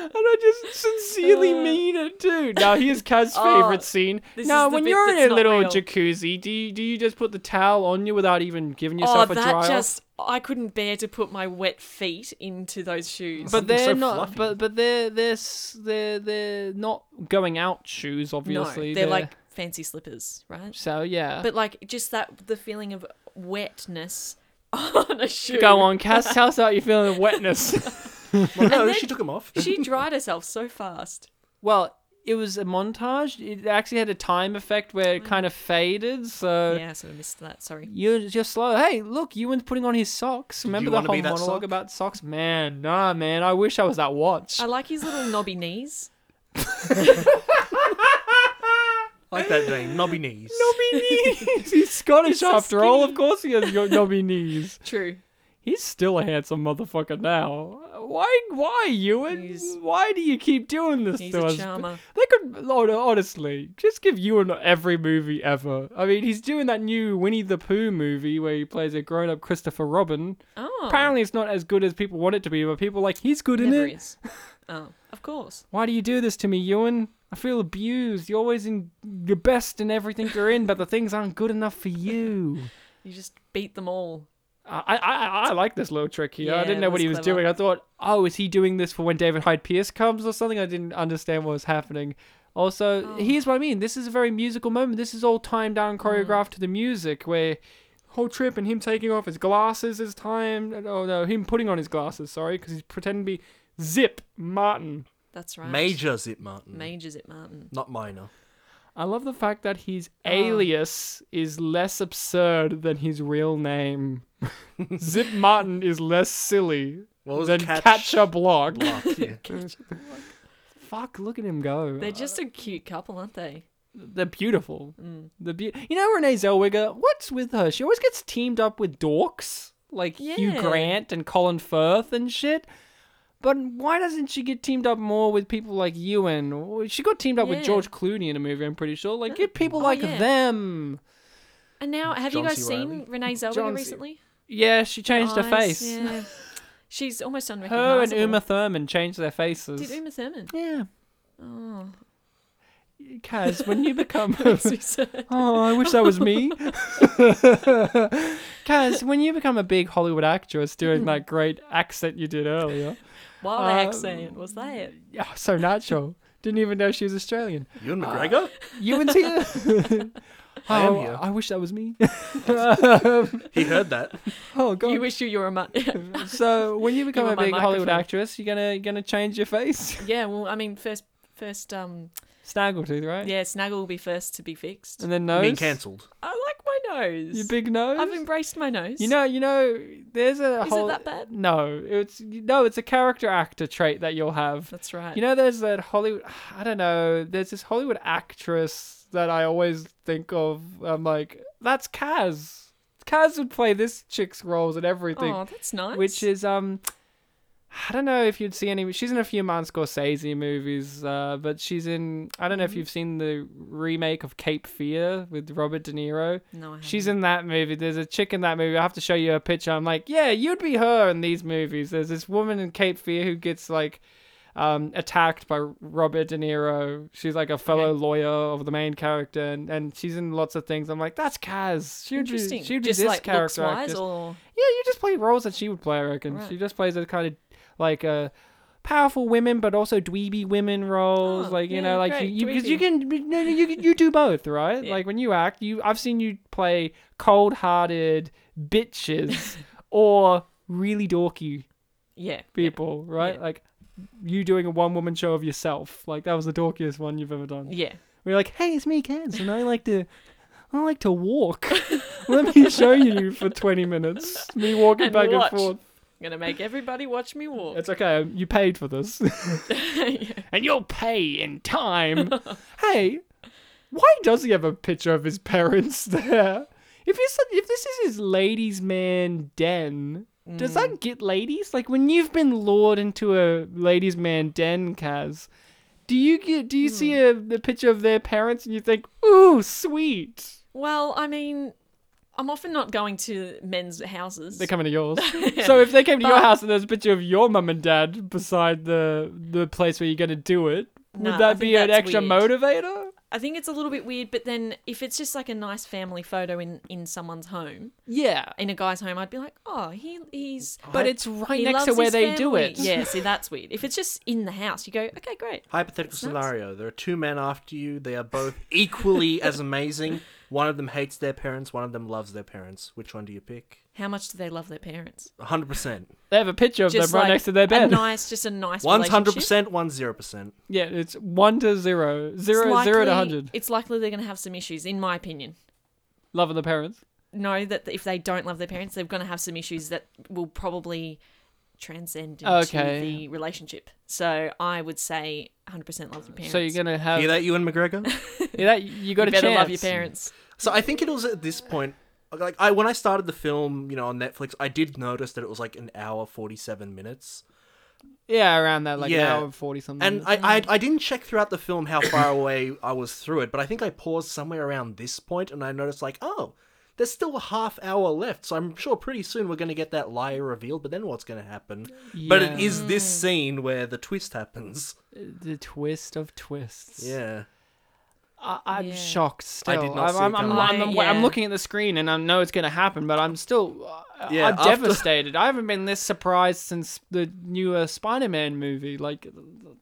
Speaker 1: and I just sincerely mean it too. Now here's Kaz's
Speaker 3: Oh,
Speaker 1: favorite scene.
Speaker 3: this
Speaker 1: Now
Speaker 3: is the
Speaker 1: when
Speaker 3: bit
Speaker 1: you're
Speaker 3: that's
Speaker 1: in a
Speaker 3: not
Speaker 1: little
Speaker 3: real.
Speaker 1: jacuzzi, do you, do you just put the towel on you without even giving
Speaker 3: Oh,
Speaker 1: yourself a dry
Speaker 3: that
Speaker 1: off?
Speaker 3: just I couldn't bear to put my wet feet into those
Speaker 1: but
Speaker 3: shoes.
Speaker 2: Something
Speaker 1: they're
Speaker 2: so
Speaker 1: not.
Speaker 2: fluffy.
Speaker 1: But but they're they're s- they're they're not going out shoes.
Speaker 3: no,
Speaker 1: Obviously, Uh.
Speaker 3: they're, like fancy slippers, right?
Speaker 1: so. Yeah.
Speaker 3: But like just that the feeling of wetness on a shoe.
Speaker 1: go on, Cass. Tell us how you feeling the wetness.
Speaker 2: Well, no,
Speaker 3: then-
Speaker 2: she took him off.
Speaker 3: She dried herself so fast.
Speaker 1: well, it was a montage. It actually had a time effect where it kind of faded. So.
Speaker 3: Yeah, I sort of missed that. Sorry.
Speaker 1: You're just slow. Hey, look, Ewan's putting on his socks. Remember
Speaker 2: you
Speaker 1: the
Speaker 2: wanna
Speaker 1: whole
Speaker 2: be that
Speaker 1: monologue
Speaker 2: sock?
Speaker 1: about socks? Man, nah, man. I wish I was that watch.
Speaker 3: I like his little knobby knees.
Speaker 2: like that name, knobby knees.
Speaker 1: knobby knees. He's Scottish
Speaker 3: so
Speaker 1: after all. Of
Speaker 3: skinny.
Speaker 1: course, he has yo- knobby knees.
Speaker 3: True.
Speaker 1: He's still a handsome motherfucker now. Why, why, Ewan?
Speaker 3: He's-
Speaker 1: why do you keep doing this
Speaker 3: He's
Speaker 1: to
Speaker 3: a
Speaker 1: us?
Speaker 3: charmer.
Speaker 1: They could, Lord, honestly, just give Ewan every movie ever. I mean, he's doing that new Winnie the Pooh movie where he plays a grown-up Christopher Robin.
Speaker 3: Oh.
Speaker 1: Apparently, it's not as good as people want it to be, but people are like he's good in
Speaker 3: never
Speaker 1: it.
Speaker 3: is. Oh, of course.
Speaker 1: Why do you do this to me, Ewan? I feel abused. You're always in your best in everything you're in, but the things aren't good enough for you.
Speaker 3: You just beat them all.
Speaker 1: I, I I like this little trick here. I
Speaker 3: Yeah,
Speaker 1: didn't know
Speaker 3: it
Speaker 1: what he
Speaker 3: was
Speaker 1: was
Speaker 3: clever.
Speaker 1: doing. I thought, oh, is he doing this for when David Hyde Pierce comes or something? I didn't understand what was happening. Also,
Speaker 3: Oh.
Speaker 1: here's what I mean. This is a very musical moment. This is all timed down,
Speaker 3: Hmm.
Speaker 1: choreographed to the music, where whole trip and him taking off his glasses is timed. Oh no, him putting on his glasses. Sorry, because he's pretending to be Zip Martin.
Speaker 3: That's right.
Speaker 2: Major Zip Martin.
Speaker 3: Major Zip Martin.
Speaker 2: Not minor.
Speaker 1: I love the fact that his
Speaker 3: Oh.
Speaker 1: alias is less absurd than his real name. Zip Martin is less silly
Speaker 2: What was
Speaker 1: than
Speaker 2: catch-
Speaker 1: Catcher Block.
Speaker 2: Block, yeah.
Speaker 1: Fuck, look at him go.
Speaker 3: They're just a cute couple, aren't they?
Speaker 1: They're beautiful.
Speaker 3: Mm.
Speaker 1: The be- you know Renee Zellweger. What's with her? She always gets teamed up with dorks like Hugh
Speaker 3: Yeah.
Speaker 1: Grant and Colin Firth and shit. But why doesn't she get teamed up more with people like Ewan? Or- She got teamed up with
Speaker 3: Yeah.
Speaker 1: George Clooney in a movie. I'm pretty sure. Like get people
Speaker 3: Oh,
Speaker 1: like
Speaker 3: yeah.
Speaker 1: them.
Speaker 3: And now, have you
Speaker 2: Mm. John
Speaker 3: guys
Speaker 2: C.
Speaker 3: seen
Speaker 2: Reilly.
Speaker 3: Renee Zellweger
Speaker 1: John C.
Speaker 3: recently?
Speaker 1: Yeah, she changed her
Speaker 3: Eyes,
Speaker 1: face.
Speaker 3: yeah. She's almost
Speaker 1: Her and
Speaker 3: unrecognizable.
Speaker 1: Uma Thurman changed their faces.
Speaker 3: Did Uma Thurman?
Speaker 1: yeah,
Speaker 3: Oh,
Speaker 1: Kaz, when you become
Speaker 3: makes me sad.
Speaker 1: Oh, I wish that was me. Kaz, when you become a big Hollywood actress doing
Speaker 3: Mm.
Speaker 1: that great accent you did earlier,
Speaker 3: What
Speaker 1: Um,
Speaker 3: accent was that?
Speaker 1: yeah, so natural. Didn't even know she was Australian.
Speaker 2: Ewan McGregor?
Speaker 1: You and here.
Speaker 2: I am
Speaker 1: Oh,
Speaker 2: here.
Speaker 1: I wish that was me.
Speaker 2: He heard that.
Speaker 1: oh God.
Speaker 3: You wish you were a mu-
Speaker 1: so when you become
Speaker 3: were
Speaker 1: a
Speaker 3: my
Speaker 1: big Hollywood
Speaker 3: microphone.
Speaker 1: actress, you're gonna you're gonna change your face.
Speaker 3: yeah. Well, I mean, first, first, um,
Speaker 1: Snaggletooth, right?
Speaker 3: yeah, Snaggle will be first to be fixed.
Speaker 1: And then
Speaker 2: I
Speaker 1: nose.
Speaker 2: mean, cancelled.
Speaker 3: I like my nose.
Speaker 1: Your big nose.
Speaker 3: I've embraced my nose.
Speaker 1: You know, you know, there's a
Speaker 3: Is it
Speaker 1: whole.
Speaker 3: that bad?
Speaker 1: No, it's no, it's a character actor trait that you'll have.
Speaker 3: that's right.
Speaker 1: You know, there's that Hollywood. I don't know. There's this Hollywood actress that I always think of. I'm like, that's Kaz. Kaz would play this chick's roles and everything,
Speaker 3: oh, that's nice.
Speaker 1: which is um. I don't know if you'd see any. She's in a few Martin Scorsese movies, uh, but she's in. I don't know if you've seen the remake of Cape Fear with Robert De Niro.
Speaker 3: no, I haven't.
Speaker 1: She's in that movie. There's a chick in that movie. I have to show you a picture. I'm like, yeah, you'd be her in these movies. There's this woman in Cape Fear who gets like um, attacked by Robert De Niro. She's like a fellow lawyer of the main character, and, and she's in lots of things. I'm like, that's Kaz. She would be,
Speaker 3: interesting.
Speaker 1: she would be
Speaker 3: Just
Speaker 1: this
Speaker 3: like looks
Speaker 1: character
Speaker 3: wise,
Speaker 1: actress.
Speaker 3: or
Speaker 1: Yeah, you just play roles that she would play. I reckon
Speaker 3: Right.
Speaker 1: she just plays a kind of like uh, powerful women, but also dweeby women roles.
Speaker 3: Oh,
Speaker 1: like you
Speaker 3: yeah,
Speaker 1: know, like
Speaker 3: great,
Speaker 1: you because you
Speaker 3: dweeby.
Speaker 1: can no, no, you you do both, right?
Speaker 3: Yeah.
Speaker 1: Like when you act, you I've seen you play cold-hearted bitches or really dorky
Speaker 3: yeah,
Speaker 1: people, right?
Speaker 3: Yeah.
Speaker 1: Like you doing a one-woman show of yourself. Like that was the dorkiest one you've ever done.
Speaker 3: yeah.
Speaker 1: We're like, hey, it's me, Kaz, and I like to, I like to walk. Let me show you for twenty minutes. Me walking
Speaker 3: And
Speaker 1: back
Speaker 3: watch.
Speaker 1: and forth.
Speaker 3: I'm gonna make everybody watch me walk.
Speaker 1: It's okay. um, You paid for this,
Speaker 3: Yeah.
Speaker 1: and you'll pay in time. hey, why does he have a picture of his parents there? If he's if this is his ladies' man den. Does
Speaker 3: Mm.
Speaker 1: that get ladies? Like when you've been lured into a ladies' man den, Kaz, Do you get? Do you see
Speaker 3: Hmm.
Speaker 1: a, a picture of their parents and you think, "Ooh, sweet"?
Speaker 3: Well, I mean, I'm often not going to men's houses.
Speaker 1: They're coming to yours. So if they came to your
Speaker 3: But-
Speaker 1: house and there's a picture of your mum and dad beside the the place where you're going to do it,
Speaker 3: No,
Speaker 1: would
Speaker 3: I
Speaker 1: that
Speaker 3: think
Speaker 1: be an
Speaker 3: that's
Speaker 1: extra
Speaker 3: weird.
Speaker 1: motivator?
Speaker 3: I think it's a little bit weird, but then if it's just like a nice family photo in in someone's home,
Speaker 1: Yeah.
Speaker 3: in a guy's home, I'd be like, oh, he he's
Speaker 1: But
Speaker 2: I-
Speaker 1: it's right
Speaker 3: he
Speaker 1: next to
Speaker 3: loves
Speaker 1: where
Speaker 3: his
Speaker 1: they do
Speaker 3: family.
Speaker 1: it.
Speaker 3: Yeah, see, that's weird. If it's just in the house, you go, okay, great.
Speaker 2: Hypothetical
Speaker 3: nuts.
Speaker 2: scenario: There are two men after you. They are both equally as amazing. One of them hates their parents. One of them loves their parents. Which one do you pick?
Speaker 3: How much do they love their parents?
Speaker 2: hundred percent.
Speaker 1: They have a picture of them right next to their bed.
Speaker 3: A nice, just a nice.
Speaker 2: One's hundred
Speaker 3: relationship.
Speaker 2: percent. One's zero percent.
Speaker 1: yeah, it's one to zero,
Speaker 3: It's
Speaker 1: zero, zero to
Speaker 3: likely-
Speaker 1: hundred.
Speaker 3: It's likely they're going to have some issues, in my opinion.
Speaker 1: Loving the parents.
Speaker 3: Know that if they don't love their parents, they're going to have some issues that will probably transcend into
Speaker 1: Okay.
Speaker 3: the relationship. So I would say 100% love your parents.
Speaker 1: So you're gonna
Speaker 3: Oh.
Speaker 1: have
Speaker 2: Hear that, Ewan McGregor?
Speaker 1: yeah, that, you got
Speaker 3: you
Speaker 1: a
Speaker 3: better
Speaker 1: chance.
Speaker 3: love your parents.
Speaker 2: So I think it was at this point, like I when I started the film, you know, on Netflix, I did notice that it was like an hour forty seven minutes,
Speaker 1: Yeah, around that like
Speaker 2: Yeah.
Speaker 1: an hour and forty something.
Speaker 2: and I,
Speaker 1: mm.
Speaker 2: I I didn't check throughout the film how far away I was through it, but I think I paused somewhere around this point, and I noticed like oh. There's still a half hour left, so I'm sure pretty soon we're going to get that liar revealed. But then what's going to happen? But it
Speaker 1: Yeah.
Speaker 2: is this scene where the twist happens.
Speaker 1: the twist of twists.
Speaker 2: Yeah.
Speaker 1: I, I'm
Speaker 3: Yeah.
Speaker 1: shocked still.
Speaker 2: did
Speaker 1: I'm,
Speaker 2: not see it
Speaker 1: I'm, I'm,
Speaker 2: coming.
Speaker 1: I'm, I'm,
Speaker 3: I- yeah.
Speaker 1: looking at the screen and I know it's going to happen, but I'm still uh,
Speaker 2: Yeah,
Speaker 1: I'm
Speaker 2: after-
Speaker 1: devastated. I haven't been this surprised since the newer Spider-Man movie. Like the,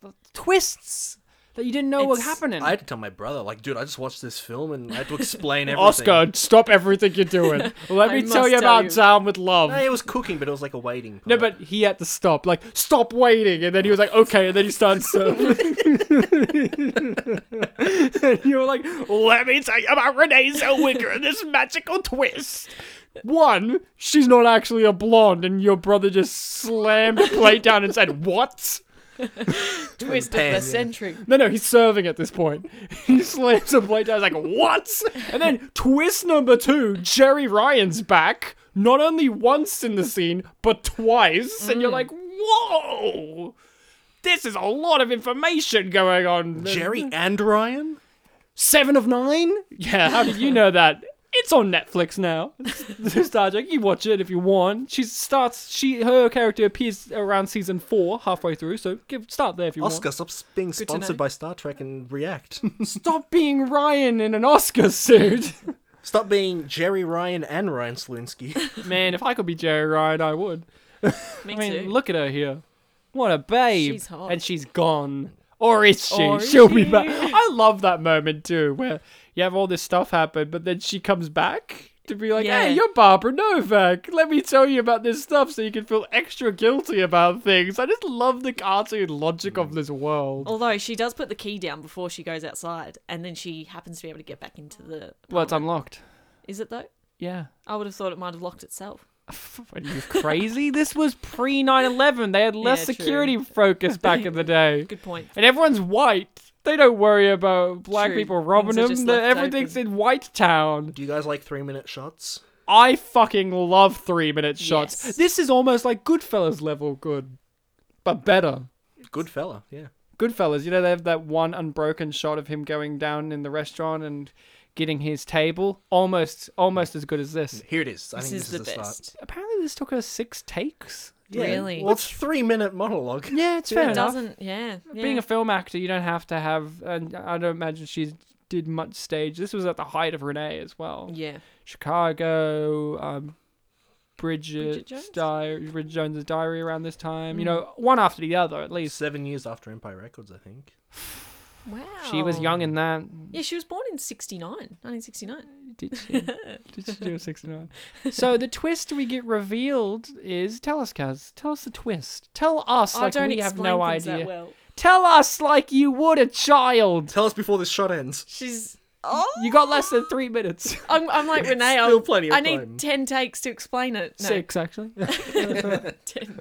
Speaker 1: the- the twists that you didn't know were
Speaker 3: It's-
Speaker 1: happening.
Speaker 2: I had to tell my brother, like, dude, I just watched this film and I had to explain everything.
Speaker 1: Oscar, stop everything you're doing. Let
Speaker 3: I
Speaker 1: me
Speaker 3: must
Speaker 1: tell you
Speaker 3: tell
Speaker 1: about
Speaker 3: you.
Speaker 1: Down with Love.
Speaker 2: No, it was cooking, but it was like a waiting.
Speaker 1: No,
Speaker 2: part.
Speaker 1: but he had to stop. Like, stop waiting, and then he was like, okay, and then he started serving. and you were like, let me tell you about Renee Zellweger and this magical twist. One, she's not actually a blonde, and your brother just slammed a plate down and said, what?
Speaker 3: Twist
Speaker 2: Pan,
Speaker 3: of
Speaker 2: yeah.
Speaker 3: the century.
Speaker 1: No, no, he's serving at this point. He slams a plate down. He's like, "What?" And then twist number two: Jerry Ryan's back. Not only once in the scene, but twice. And you're
Speaker 2: Mm.
Speaker 1: like, "Whoa!" This is a lot of information going on.
Speaker 2: Jerry and Ryan?
Speaker 1: Seven of nine. Yeah, how did you know that? It's on Netflix now. Star Trek. You watch it if you want. She starts. She her character appears around season four, halfway through. So give, start there if you want.
Speaker 2: Oscar, stop being
Speaker 1: to
Speaker 2: sponsored
Speaker 1: know.
Speaker 2: by Star Trek and React.
Speaker 1: Stop being Ryan in an Oscar suit.
Speaker 2: stop being Jerry Ryan and Ryan Slunsky.
Speaker 1: Man, if I could be Jerry Ryan, I would.
Speaker 3: Me
Speaker 1: I mean,
Speaker 3: too.
Speaker 1: look at her here. What a babe.
Speaker 3: She's hot.
Speaker 1: And she's gone. Or is she?
Speaker 3: Or is
Speaker 1: She'll be
Speaker 3: she?
Speaker 1: back. I love that moment too, where you have all this stuff happen, but then she comes back to be like,
Speaker 3: Yeah.
Speaker 1: hey, you're Barbara Novak. Let me tell you about this stuff so you can feel extra guilty about things. I just love the cartoon logic of this world.
Speaker 3: Although she does put the key down before she goes outside, and then she happens to be able to get back into the.
Speaker 1: Well, it's unlocked.
Speaker 3: Is it though?
Speaker 1: Yeah.
Speaker 3: I would have thought it might have locked itself.
Speaker 1: Are you crazy? this was pre 9 11. They had less
Speaker 3: Yeah, true.
Speaker 1: security focus back in the day.
Speaker 3: Good point.
Speaker 1: and everyone's white. They don't worry about black
Speaker 3: True.
Speaker 1: people robbing
Speaker 3: Things are
Speaker 1: them.
Speaker 3: just
Speaker 1: The-
Speaker 3: left
Speaker 1: everything's in White Town.
Speaker 2: Do you guys like three minute shots?
Speaker 1: I fucking love three minute shots.
Speaker 3: Yes.
Speaker 1: This is almost like Goodfellas level good, but better.
Speaker 2: Good fella, yeah.
Speaker 1: Goodfellas, you know, they have that one unbroken shot of him going down in the restaurant and getting his table. Almost, almost as good as this.
Speaker 2: Here it is. I
Speaker 3: This
Speaker 2: think
Speaker 3: is the best.
Speaker 2: start.
Speaker 1: Apparently, this took us six takes.
Speaker 3: Really?
Speaker 2: Well, it's three minute monologue.
Speaker 1: Yeah, it's fair
Speaker 3: It
Speaker 1: enough.
Speaker 3: doesn't. Yeah. yeah.
Speaker 1: Being a film actor, you don't have to have, and I don't imagine she did much stage. This was at the height of Renee as well.
Speaker 3: yeah.
Speaker 1: Chicago, um, Bridget,
Speaker 3: Bridget Jones? Mm.
Speaker 1: Di- Bridget Jones's Diary around this time. You know, one after the other, at least.
Speaker 2: Seven years after Empire Records, I think.
Speaker 3: Wow.
Speaker 1: She was young
Speaker 3: Oh.
Speaker 1: in that.
Speaker 3: Yeah, she was born in 69, 1969.
Speaker 1: Did she? Did she do a 69? So the twist we get revealed is tell us, Kaz. Tell us the twist. Tell us like
Speaker 3: I Oh, don't
Speaker 1: we have
Speaker 3: explain
Speaker 1: no
Speaker 3: things
Speaker 1: idea.
Speaker 3: that well.
Speaker 1: Tell us like you would a child.
Speaker 2: Tell us before this shot ends.
Speaker 3: She's oh,
Speaker 1: You got less than three minutes.
Speaker 3: I'm, I'm like Renee.
Speaker 2: Still
Speaker 3: I'm,
Speaker 2: plenty of
Speaker 3: I need
Speaker 2: time.
Speaker 3: ten takes to explain it. No,
Speaker 1: Six, actually.
Speaker 3: ten.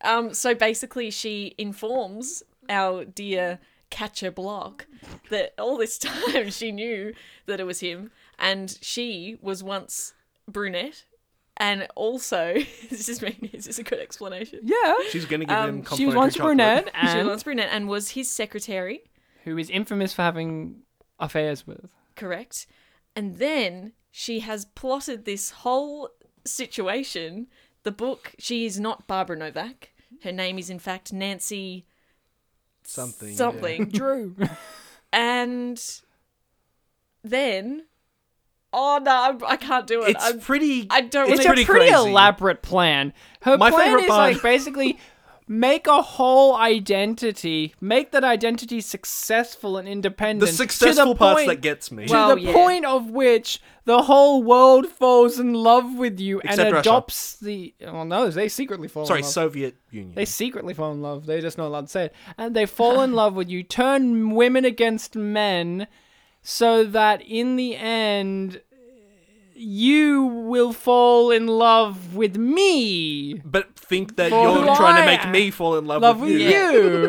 Speaker 3: Um, so basically, she informs our dear Catcher Block that all this time she knew that it was him, and she was once brunette And also, this is me. Is this a good explanation?
Speaker 1: Yeah.
Speaker 2: She's gonna give
Speaker 3: Um,
Speaker 2: him.
Speaker 1: She was
Speaker 2: complimentary
Speaker 1: once
Speaker 2: chocolate.
Speaker 1: brunette
Speaker 3: She
Speaker 1: and
Speaker 3: was brunette and was his secretary,
Speaker 1: who is infamous for having affairs with.
Speaker 3: correct? And then she has plotted this whole situation. The book. She is not Barbara Novak. Her name is in fact Nancy
Speaker 2: Something. yeah.
Speaker 3: something.
Speaker 1: Drew.
Speaker 3: And then, oh no, I'm, I can't do it.
Speaker 2: It's
Speaker 3: I'm,
Speaker 2: pretty.
Speaker 3: I don't
Speaker 1: it's
Speaker 3: want
Speaker 1: a
Speaker 3: to.
Speaker 1: pretty
Speaker 2: pretty crazy.
Speaker 1: elaborate plan. Her
Speaker 2: My
Speaker 1: plan
Speaker 2: favorite
Speaker 1: is
Speaker 2: part-
Speaker 1: like basically make a whole identity, make that identity successful and independent.
Speaker 2: the
Speaker 1: to
Speaker 2: successful parts
Speaker 1: point-
Speaker 2: that gets me.
Speaker 1: to
Speaker 3: Well,
Speaker 1: the
Speaker 3: yeah.
Speaker 1: point of which the whole world falls in love with you
Speaker 2: Except
Speaker 1: and
Speaker 2: Russia.
Speaker 1: adopts the. Oh no, they secretly fall.
Speaker 2: Sorry,
Speaker 1: in love.
Speaker 2: Soviet Union.
Speaker 1: They secretly fall in love. They're just not allowed to say it. And they fall in love with you, turn women against men, so that in the end, you will fall in love with me.
Speaker 2: but think that
Speaker 1: For
Speaker 2: you're
Speaker 1: who
Speaker 2: trying to
Speaker 1: I
Speaker 2: make
Speaker 1: am.
Speaker 2: me fall in love,
Speaker 1: Love with you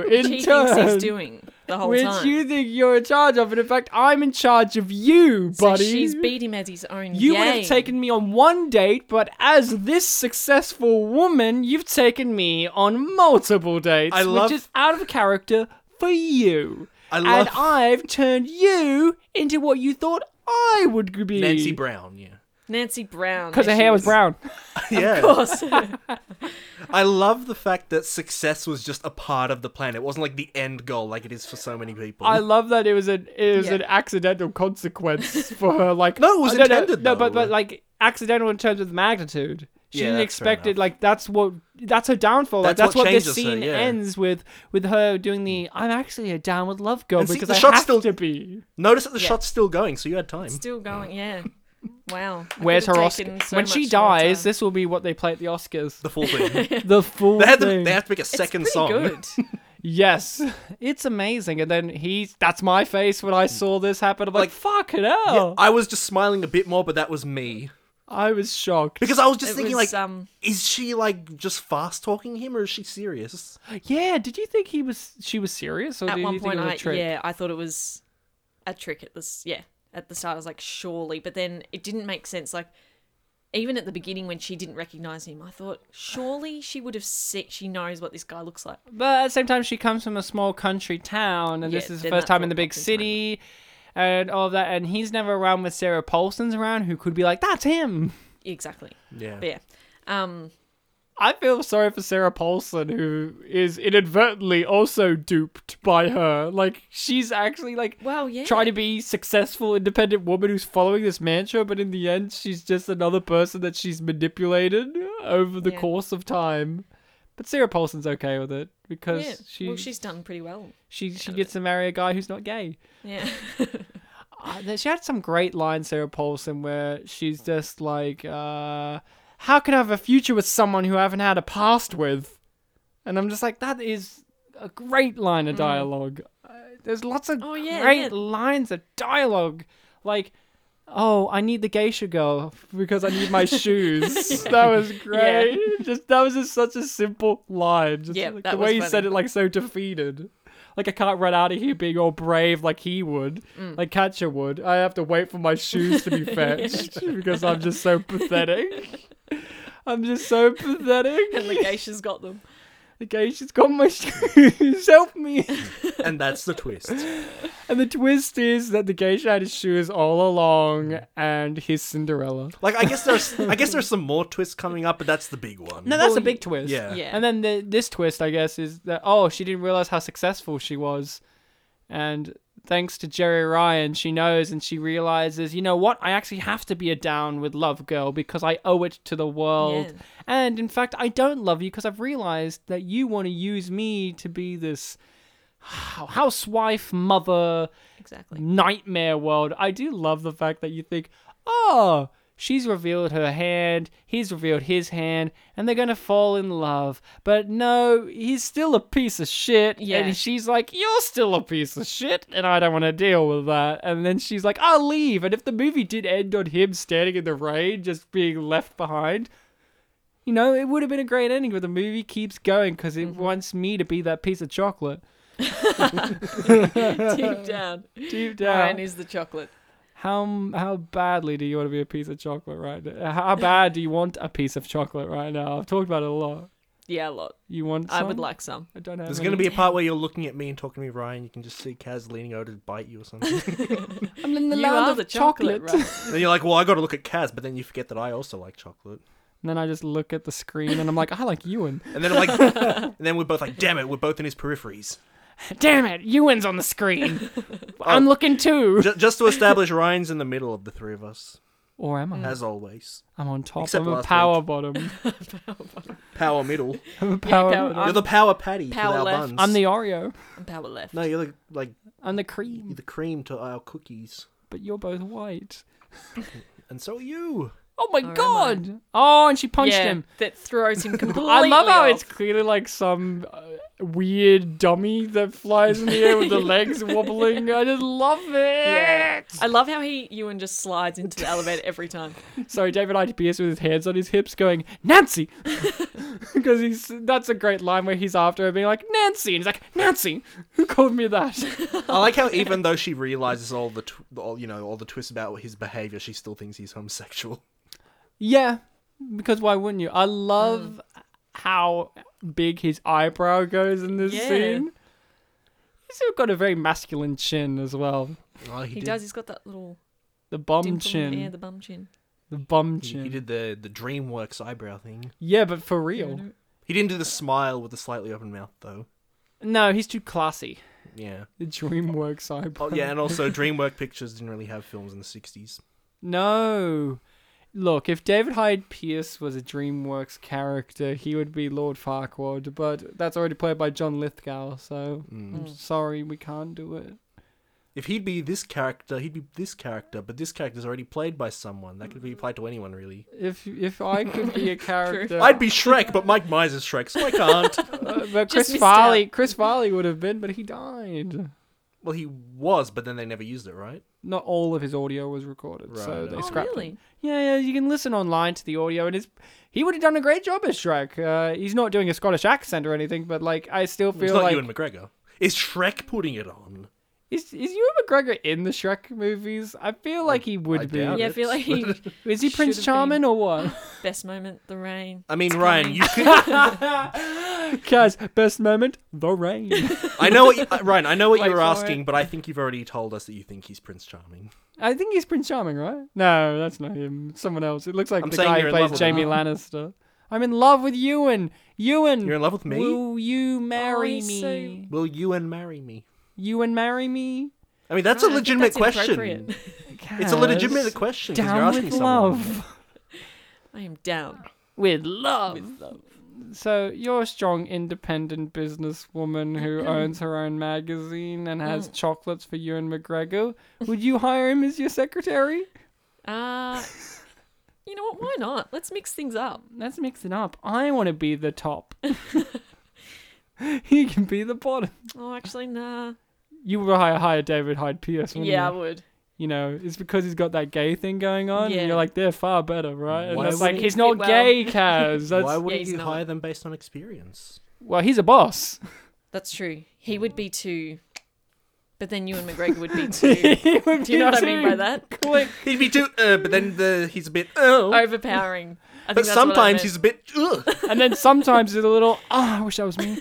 Speaker 3: she
Speaker 1: in
Speaker 3: thinks he's
Speaker 1: turn,
Speaker 3: doing the whole
Speaker 1: which
Speaker 3: time.
Speaker 1: you think you're in charge of, and in fact, I'm in charge of you,
Speaker 3: so
Speaker 1: buddy.
Speaker 3: she's beat him at his own.
Speaker 1: You would
Speaker 3: game.
Speaker 1: have taken me on one date, but as this successful woman, you've taken me on multiple dates,
Speaker 2: I love-
Speaker 1: which is out of character for you.
Speaker 2: I love-
Speaker 1: And I've turned you into what you thought I would be.
Speaker 2: Nancy Brown. Yeah.
Speaker 3: Nancy Brown
Speaker 1: Because her
Speaker 3: there
Speaker 1: hair
Speaker 3: she
Speaker 1: was
Speaker 3: is.
Speaker 1: brown.
Speaker 2: Yeah.
Speaker 3: Of course.
Speaker 2: I love the fact that success was just a part of the plan. It wasn't like the end goal, like it is for so many people.
Speaker 1: I love that it was an it was
Speaker 3: Yeah.
Speaker 1: an accidental consequence for her. Like
Speaker 2: No, it was
Speaker 1: uh, no,
Speaker 2: intended,
Speaker 1: No, but
Speaker 2: though.
Speaker 1: but like accidental in terms of magnitude. She
Speaker 2: Yeah,
Speaker 1: didn't
Speaker 2: that's fair
Speaker 1: expect it.
Speaker 2: enough.
Speaker 1: Like that's what that's her downfall. like
Speaker 2: That's
Speaker 1: that's
Speaker 2: what
Speaker 1: what, this
Speaker 2: changes her,
Speaker 1: scene
Speaker 2: yeah.
Speaker 1: ends with with her doing the I'm actually a down with love girl
Speaker 2: And see,
Speaker 1: because
Speaker 2: the
Speaker 1: I
Speaker 2: shot's
Speaker 1: have
Speaker 2: still-
Speaker 1: to be.
Speaker 2: Notice that the
Speaker 3: Yeah.
Speaker 2: shot's still going, so you had time.
Speaker 3: Still going, yeah. Wow. I
Speaker 1: Where's
Speaker 3: could've
Speaker 1: her
Speaker 3: taken
Speaker 1: Oscar?
Speaker 3: so
Speaker 1: when she
Speaker 3: much more
Speaker 1: dies,
Speaker 3: time.
Speaker 1: this will be what they play at the Oscars.
Speaker 2: The full thing.
Speaker 1: The full
Speaker 2: they, had to,
Speaker 1: thing.
Speaker 2: they had to make a
Speaker 3: it's
Speaker 2: second
Speaker 3: pretty
Speaker 2: song.
Speaker 3: good.
Speaker 1: Yes, it's amazing. And then he's that's my face when I saw this happen. I'm like,
Speaker 2: Like-
Speaker 1: fuck it
Speaker 2: Yeah,
Speaker 1: hell.
Speaker 2: I was just smiling a bit more, but that was me
Speaker 1: I was shocked.
Speaker 2: because I was just
Speaker 3: It
Speaker 2: thinking,
Speaker 3: was,
Speaker 2: like,
Speaker 3: um,
Speaker 2: is she like just fast talking him, or is she serious?
Speaker 1: Yeah, did you think he was? She was serious, or
Speaker 3: at
Speaker 1: did
Speaker 3: one
Speaker 1: you think
Speaker 3: point,
Speaker 1: it was a
Speaker 3: I
Speaker 1: trick?
Speaker 3: yeah, I thought it was a trick at this. Yeah, at the start, I was like, surely, but then it didn't make sense. Like, even at the beginning when she didn't recognize him, I thought surely she would have seen. She knows what this guy looks like.
Speaker 1: But at the same time, she comes from a small country town, and
Speaker 3: Yeah,
Speaker 1: this is the
Speaker 3: then
Speaker 1: first
Speaker 3: that
Speaker 1: time in the
Speaker 3: thought
Speaker 1: big
Speaker 3: popped into my
Speaker 1: city, and all of that. And he's never around with Sarah Paulson's around, who could be like, "That's him."
Speaker 3: Exactly.
Speaker 2: Yeah.
Speaker 3: But yeah. Um,
Speaker 1: I feel sorry for Sarah Paulson, who is inadvertently also duped by her. Like she's actually like
Speaker 3: well, yeah.
Speaker 1: trying to be successful, independent woman who's following this mantra, but in the end, she's just another person that she's manipulated over the
Speaker 3: Yeah.
Speaker 1: course of time. But Sarah Paulson's okay with it because
Speaker 3: Yeah.
Speaker 1: she
Speaker 3: Well, she's done pretty well.
Speaker 1: she she
Speaker 3: of
Speaker 1: gets to marry a guy who's not gay.
Speaker 3: Yeah.
Speaker 1: Uh, th- she had some great lines, Sarah Paulson, where she's just like, uh, "How can I have a future with someone who I haven't had a past with?" And I'm just like, that is a great line of dialogue. Uh, there's lots of
Speaker 3: Mm. Oh, yeah,
Speaker 1: great
Speaker 3: yeah.
Speaker 1: lines of dialogue, like. Oh, I need the geisha girl because I need my shoes. That was great. Just that was just such a simple line. Just
Speaker 3: Yeah,
Speaker 1: like,
Speaker 3: that
Speaker 1: the
Speaker 3: was
Speaker 1: way he
Speaker 3: funny.
Speaker 1: said it, like so defeated. Like I can't run out of here being all brave like he would, like Katja would. I have to wait for my shoes to be fetched because I'm just so pathetic. I'm just so
Speaker 3: and
Speaker 1: pathetic.
Speaker 3: the geisha's got them.
Speaker 1: The geisha's got my shoes. Help me.
Speaker 2: and that's the twist.
Speaker 1: And the twist is that the geisha had his shoes all along, and he's Cinderella.
Speaker 2: Like, I guess there's, I guess there's some more twists coming up, but that's the big one.
Speaker 1: No, that's
Speaker 3: Well,
Speaker 1: a big twist.
Speaker 2: yeah.
Speaker 3: Yeah.
Speaker 1: And then the, this twist, I guess, is that oh, she didn't realize how successful she was, and thanks to Jerry Ryan, she knows and she realizes, you know what? I actually have to be a down with love girl because I owe it to the world.
Speaker 3: Yeah.
Speaker 1: And in fact, I don't love you because I've realized that you want to use me to be this housewife, mother,
Speaker 3: Exactly.
Speaker 1: nightmare world. I do love the fact that you think, oh, she's revealed her hand, he's revealed his hand, and they're gonna fall in love. But no, he's still a piece of shit.
Speaker 3: Yeah.
Speaker 1: And she's like, you're still a piece of shit, and I don't want to deal with that. And then she's like, I'll leave. And if the movie did end on him standing in the rain, just being left behind. You know, it would have been a great ending, but the movie keeps going because it wants me to be that piece of chocolate
Speaker 3: Deep down.
Speaker 1: deep down.
Speaker 3: Ryan is the chocolate.
Speaker 1: How how badly do you want to be a piece of chocolate right now? How bad do you want a piece of chocolate right now? I've talked about it a lot.
Speaker 3: Yeah, a lot.
Speaker 1: You want?
Speaker 3: I would
Speaker 1: some?
Speaker 3: like some.
Speaker 1: I don't have.
Speaker 2: There's
Speaker 1: any.
Speaker 2: going to be a part where you're looking at me and talking to me, Ryan. You can just see Kaz leaning over to bite you or something.
Speaker 1: I'm in the
Speaker 3: You
Speaker 1: land
Speaker 3: are
Speaker 1: of
Speaker 3: the chocolate,
Speaker 1: chocolate.
Speaker 3: right?
Speaker 2: then you're like, well, I got to look at Kaz, but then you forget that I also like chocolate.
Speaker 1: And then I just look at the screen and I'm like, I like Ewan.
Speaker 2: And then I'm like, and then we're both like, damn it, we're both in his peripheries.
Speaker 1: Damn it, Ewan's on the screen. I'm looking too.
Speaker 2: J- just to establish, Ryan's in the middle of the three of us,
Speaker 1: Or am I?
Speaker 2: as always.
Speaker 1: I'm on top.
Speaker 2: Except
Speaker 1: I'm a
Speaker 2: last
Speaker 1: power bottom.
Speaker 2: Power middle.
Speaker 1: I'm a power.
Speaker 3: power-
Speaker 1: bottom.
Speaker 2: you're the power patty
Speaker 3: Power
Speaker 2: to our
Speaker 3: left.
Speaker 2: buns.
Speaker 1: I'm the Oreo.
Speaker 3: And power left.
Speaker 2: No, you're the, like
Speaker 1: I'm the
Speaker 2: you're
Speaker 1: cream.
Speaker 2: the cream to our cookies,
Speaker 1: But you're both white.
Speaker 2: and so are you.
Speaker 1: Oh my
Speaker 3: am I?
Speaker 1: god! Oh, and she punched
Speaker 3: yeah,
Speaker 1: him.
Speaker 3: That throws him completely.
Speaker 1: I love how
Speaker 3: off.
Speaker 1: it's clearly like some uh, weird dummy that flies in the air with the legs wobbling. I just love it.
Speaker 3: Yeah. I love how he Ewan just slides into the elevator every time.
Speaker 1: Sorry, David IDPS with his hands on his hips going, Nancy! Because he's that's a great line where he's after her being like, Nancy! And he's like, Nancy! Who called me that?
Speaker 2: I like how even though she realizes all the tw- all, you know all the twists about his behavior, she still thinks he's homosexual.
Speaker 1: yeah, because why wouldn't you? I love Mm. how big his eyebrow goes in this
Speaker 3: Yeah.
Speaker 1: scene. He's still got a very masculine chin as well.
Speaker 2: Oh,
Speaker 3: He,
Speaker 2: did-
Speaker 3: does. He's got that little
Speaker 1: The bum
Speaker 3: dimple.
Speaker 1: chin.
Speaker 3: Yeah, the bum chin.
Speaker 1: The bum
Speaker 2: He,
Speaker 1: chin.
Speaker 2: he did the the DreamWorks eyebrow thing.
Speaker 1: Yeah, but for real.
Speaker 2: He didn't do the smile with the slightly open mouth though.
Speaker 1: No, he's too classy.
Speaker 2: Yeah.
Speaker 1: The DreamWorks eyebrow.
Speaker 2: Oh yeah, and also DreamWorks Pictures didn't really have films in the '60s.
Speaker 1: No. Look, if David Hyde Pierce was a DreamWorks character, he would be Lord Farquaad, but that's already played by John Lithgow, so I'm sorry we can't do it.
Speaker 2: Mm. If he'd be this character, he'd be this character, but this character's already played by someone. That could be applied to anyone, really.
Speaker 1: If if I could be a character,
Speaker 2: I'd be Shrek, but Mike Myers is Shrek, so I can't.
Speaker 1: uh, but
Speaker 3: Just
Speaker 1: Chris
Speaker 3: missed
Speaker 1: Farley, Chris Farley would have been, but he died.
Speaker 2: well, he was, but then they never used it, right?
Speaker 1: Not all of his audio was recorded, so
Speaker 2: Right.
Speaker 1: they
Speaker 2: Oh,
Speaker 1: scrapped it.
Speaker 3: really?
Speaker 1: Yeah, yeah, you can listen online to the audio, and it's he would have done a great job as Shrek. Uh, he's not doing a Scottish accent or anything, but like I still
Speaker 2: It's
Speaker 1: feel
Speaker 2: not
Speaker 1: like
Speaker 2: Ewan McGregor. Is Shrek putting it on?
Speaker 1: is is Ewan McGregor in the Shrek movies? I feel like he would
Speaker 2: I
Speaker 1: be.
Speaker 2: doubt
Speaker 3: Yeah, I
Speaker 2: it.
Speaker 3: feel like he
Speaker 1: Is he
Speaker 3: Should
Speaker 1: Prince
Speaker 3: have
Speaker 1: Charming
Speaker 3: been.
Speaker 1: or what?
Speaker 3: best moment the rain.
Speaker 2: I mean,
Speaker 3: It's
Speaker 2: Ryan,
Speaker 3: coming.
Speaker 2: you could.
Speaker 1: Guys, best moment the rain.
Speaker 2: I know what you, uh, Ryan. I know what
Speaker 3: Wait
Speaker 2: you were
Speaker 3: for
Speaker 2: asking, but I think you've already told us that you think he's Prince Charming.
Speaker 1: I think he's Prince Charming, right? No, that's not him. It's Someone else. It looks like
Speaker 2: I'm
Speaker 1: the
Speaker 2: saying
Speaker 1: guy
Speaker 2: you're
Speaker 1: who
Speaker 2: in love
Speaker 1: plays
Speaker 2: with
Speaker 1: Jamie
Speaker 3: him.
Speaker 1: Lannister. I'm in love with Ewan. Ewan,
Speaker 2: You're in love with me.
Speaker 1: will you marry
Speaker 3: he's
Speaker 1: me?
Speaker 3: so-
Speaker 2: Will Ewan marry me?
Speaker 1: Ewan, marry me.
Speaker 2: I mean, that's
Speaker 3: I
Speaker 2: a
Speaker 3: think
Speaker 2: legitimate
Speaker 3: that's
Speaker 2: question.
Speaker 3: inappropriate.
Speaker 2: It's a legitimate question because you're
Speaker 1: Down
Speaker 2: asking
Speaker 1: with
Speaker 2: someone.
Speaker 1: love.
Speaker 3: I am down.
Speaker 1: With love.
Speaker 3: With love.
Speaker 1: So you're a strong, independent businesswoman who
Speaker 3: Mm-hmm.
Speaker 1: owns her own magazine and has
Speaker 3: Mm.
Speaker 1: chocolates for you and McGregor. Would you hire him as your secretary?
Speaker 3: Uh, you know what? Why not? Let's mix things up.
Speaker 1: Let's mix it up. I want to be the top. he can be the bottom.
Speaker 3: Oh, actually, nah.
Speaker 1: You would hire, hire David Hyde Pierce, wouldn't
Speaker 3: Yeah, I
Speaker 1: you?
Speaker 3: would.
Speaker 1: You know, it's because he's got that gay thing going on.
Speaker 3: Yeah.
Speaker 1: And you're like, they're far better, right? And
Speaker 2: Why
Speaker 1: it's
Speaker 2: would
Speaker 1: like,
Speaker 2: he
Speaker 1: he's
Speaker 3: fit
Speaker 1: not
Speaker 3: well?
Speaker 1: gay, Kaz. That's,
Speaker 2: Why wouldn't
Speaker 3: he's
Speaker 2: you
Speaker 3: not.
Speaker 2: hire them based on experience?
Speaker 1: Well, he's a boss.
Speaker 3: That's true. He would be too. But then Ewan McGregor would be too.
Speaker 1: He would
Speaker 3: Do you
Speaker 1: be
Speaker 3: know what I mean by
Speaker 1: too-
Speaker 3: that?
Speaker 1: Click.
Speaker 2: He'd be too, uh, but then the, he's a bit, oh.
Speaker 3: Overpowering. I
Speaker 2: but
Speaker 3: think that's what I
Speaker 2: sometimes
Speaker 3: meant.
Speaker 2: he's a bit, uh. ugh.
Speaker 1: And then sometimes it's a little, ah, I wish I was me.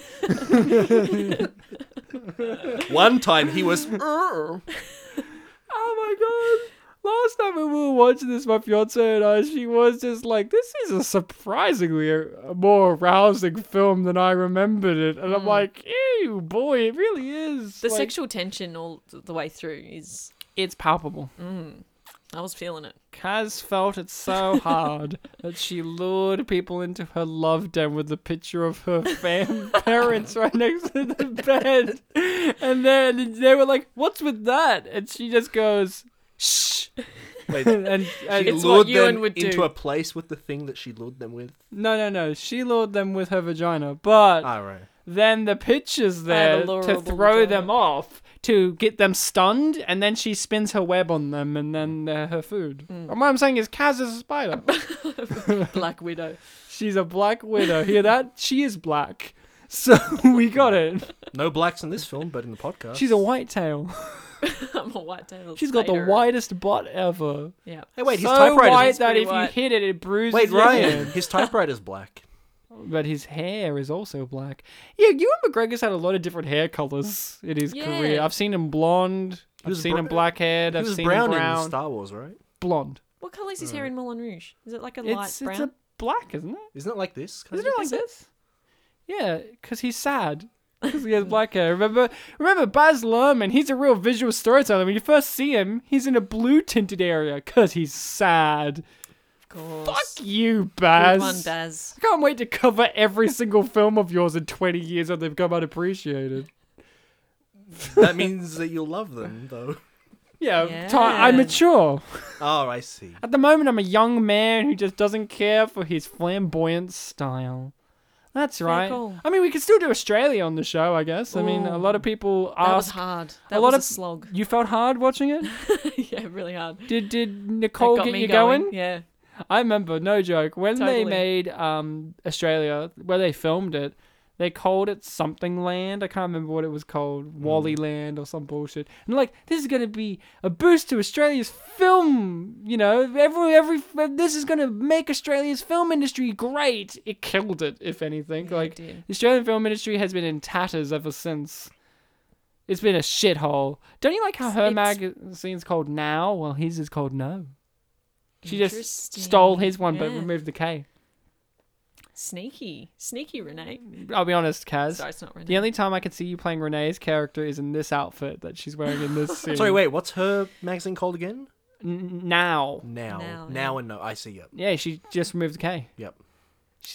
Speaker 2: One time he was, uh. "Ugh."
Speaker 1: Oh my god. Last time when we were watching this, my fiance and I, she was just like, this is a surprisingly a, more arousing film than I remembered it. And I'm like, ew, boy, it really is.
Speaker 3: The
Speaker 1: Like,
Speaker 3: sexual tension all th- the way through is. mm,
Speaker 1: It's palpable.
Speaker 3: I was feeling it.
Speaker 1: Kaz felt it so hard that she lured people into her love den with the picture of her fam parents right next to the bed. And then they were like, what's with that? And she just goes, shh.
Speaker 2: Wait,
Speaker 1: And, and
Speaker 2: she
Speaker 3: It's what
Speaker 2: lured
Speaker 3: Ewan
Speaker 2: them
Speaker 3: would do.
Speaker 2: into a place with the thing that she lured them with.
Speaker 1: No, no, no. She lured them with her vagina, but
Speaker 2: Ah, right.
Speaker 1: then the pitcher's
Speaker 3: I have
Speaker 1: there
Speaker 3: a
Speaker 1: to
Speaker 3: lurable
Speaker 1: throw
Speaker 3: vagina.
Speaker 1: them off to get them stunned, and then she spins her web on them, and then they're her food. And what I'm saying is, Kaz is a spider.
Speaker 3: Black Widow.
Speaker 1: She's a black widow. Hear that? She is black. So we got it.
Speaker 2: No blacks in this film, but in the podcast.
Speaker 1: She's a white tail.
Speaker 3: I'm a white tailed.
Speaker 1: She's got the widest butt ever.
Speaker 3: Yeah.
Speaker 2: Hey, wait, his
Speaker 1: so
Speaker 2: typewriter.
Speaker 1: wide
Speaker 2: is-
Speaker 1: that
Speaker 3: pretty
Speaker 1: if
Speaker 3: white.
Speaker 1: you hit it, it bruises.
Speaker 2: Wait,
Speaker 1: your
Speaker 2: Ryan,
Speaker 1: hand.
Speaker 2: his typewriter's black.
Speaker 1: But his hair is also black. Yeah, you and McGregor's had a lot of different hair colors in his career.
Speaker 3: Yeah.
Speaker 1: I've seen him blonde. I've
Speaker 2: was
Speaker 1: seen
Speaker 2: br-
Speaker 1: him black haired.
Speaker 2: He
Speaker 1: I've
Speaker 2: was
Speaker 1: seen
Speaker 2: brown,
Speaker 1: him
Speaker 2: in
Speaker 1: brown.
Speaker 2: Star Wars, right?
Speaker 1: blonde.
Speaker 3: What colour is his hair in Moulin Rouge? Is it like a light
Speaker 1: It's,
Speaker 3: brown?
Speaker 1: it's a black, isn't it?
Speaker 2: Isn't it like this? kind
Speaker 1: Isn't
Speaker 2: of?
Speaker 1: it like
Speaker 3: Is it?
Speaker 1: this? Yeah, because he's sad. Because he has black hair. Remember, remember Baz Luhrmann. He's a real visual storyteller. When you first see him, he's in a blue tinted area because he's sad.
Speaker 3: Of course.
Speaker 1: Fuck you,
Speaker 3: Good one,
Speaker 1: Baz. I
Speaker 3: Baz.
Speaker 1: can't wait to cover every single film of yours in 20 years that they've come unappreciated.
Speaker 2: that means that you love them, though.
Speaker 1: Yeah,
Speaker 3: Yeah.
Speaker 1: ti- I'm mature.
Speaker 2: Oh, I see.
Speaker 1: At the moment, I'm a young man who just doesn't care for his flamboyant style. That's right.
Speaker 3: cool.
Speaker 1: I mean, we could still do Australia on the show, I guess. I mean, a
Speaker 3: Ooh.
Speaker 1: lot of people
Speaker 3: That was
Speaker 1: ask.
Speaker 3: hard.
Speaker 1: a
Speaker 3: That
Speaker 1: lot
Speaker 3: was
Speaker 1: of
Speaker 3: a slog.
Speaker 1: You felt hard watching it.
Speaker 3: yeah, really hard.
Speaker 1: Did did
Speaker 3: That
Speaker 1: Nicole
Speaker 3: got
Speaker 1: get
Speaker 3: me
Speaker 1: you going?
Speaker 3: Yeah.
Speaker 1: I remember, no joke, when they
Speaker 3: Totally.
Speaker 1: made um Australia, where they filmed it, they called it something land. I can't remember what it was called, Wally Land or some bullshit. And like, this is gonna be a boost to Australia's film. You know, every every this is gonna make Australia's film industry great. It killed it, if anything.
Speaker 3: Yeah, it
Speaker 1: like,
Speaker 3: did.
Speaker 1: the Australian film industry has been in tatters ever since. It's been a shithole. Don't you like how her
Speaker 3: It's-
Speaker 1: magazine's called Now? Well, his is called No. She just
Speaker 3: Interesting.
Speaker 1: stole his one but
Speaker 3: Yeah.
Speaker 1: removed the K.
Speaker 3: Sneaky. Sneaky Renee.
Speaker 1: I'll be honest, Kaz.
Speaker 3: Sorry, it's not Renee.
Speaker 1: The only time I can see you playing Renee's character is in this outfit that she's wearing in this scene.
Speaker 2: Sorry, wait, what's her magazine called again?
Speaker 1: N- now.
Speaker 2: Now.
Speaker 3: Now,
Speaker 2: Now,
Speaker 3: yeah.
Speaker 2: and no. I see, yep.
Speaker 1: Yeah, she just removed the K.
Speaker 2: Yep.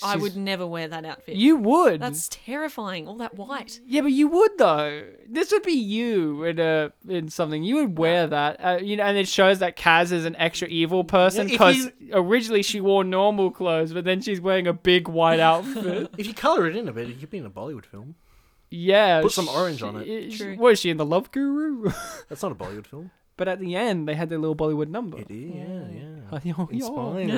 Speaker 3: I
Speaker 1: She's-
Speaker 3: would never wear that outfit.
Speaker 1: You would.
Speaker 3: That's terrifying. All that white.
Speaker 1: Yeah, but you would though. This would be you in a in something. You would wear that, uh, you know, and it shows that Kaz is an extra evil person
Speaker 2: Yeah, if
Speaker 1: because
Speaker 2: you-
Speaker 1: originally she wore normal clothes, but then she's wearing a big white outfit.
Speaker 2: If you colour it in a bit, it could be in a Bollywood film.
Speaker 1: yeah,
Speaker 2: Put some orange on it.
Speaker 1: She,
Speaker 3: True.
Speaker 1: was she in the Love Guru?
Speaker 2: That's not a Bollywood film.
Speaker 1: but at the end, they had their little Bollywood number.
Speaker 2: It is, yeah,
Speaker 1: Oh, yo, yo.
Speaker 2: Inspired.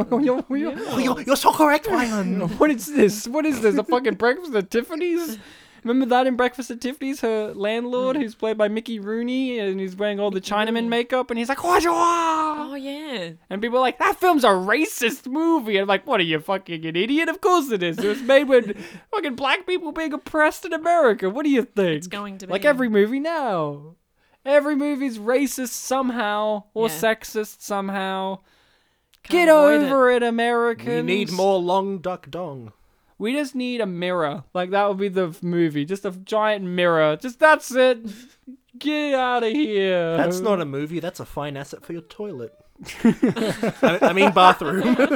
Speaker 1: Yo, yo, yo.
Speaker 2: Oh, you're, you're so correct, Ryan!
Speaker 1: What is this? What is this? A fucking breakfast at Tiffany's? Remember that in Breakfast at Tiffany's, her landlord,
Speaker 3: Hmm.
Speaker 1: who's played by Mickey Rooney, and he's wearing all the Chinaman makeup, and he's like, "What you are?"
Speaker 3: Oh, yeah.
Speaker 1: And people are like, "That film's a racist movie." And I'm like, "What are you fucking an idiot? Of course it is. It was made when fucking black people being oppressed in America. What do you think? It's
Speaker 3: going to
Speaker 1: like
Speaker 3: be.
Speaker 1: every movie now. Every movie's racist somehow or
Speaker 3: Yeah.
Speaker 1: sexist somehow.
Speaker 3: Can't
Speaker 1: Get
Speaker 3: avoid it.
Speaker 1: over it, Americans.
Speaker 2: we need more long duck dong.
Speaker 1: We just need a mirror. Like that would be the f- movie. Just a giant mirror. Just that's it. Get out of here.
Speaker 2: That's not a movie, that's a fine asset for your toilet. I, I mean, bathroom.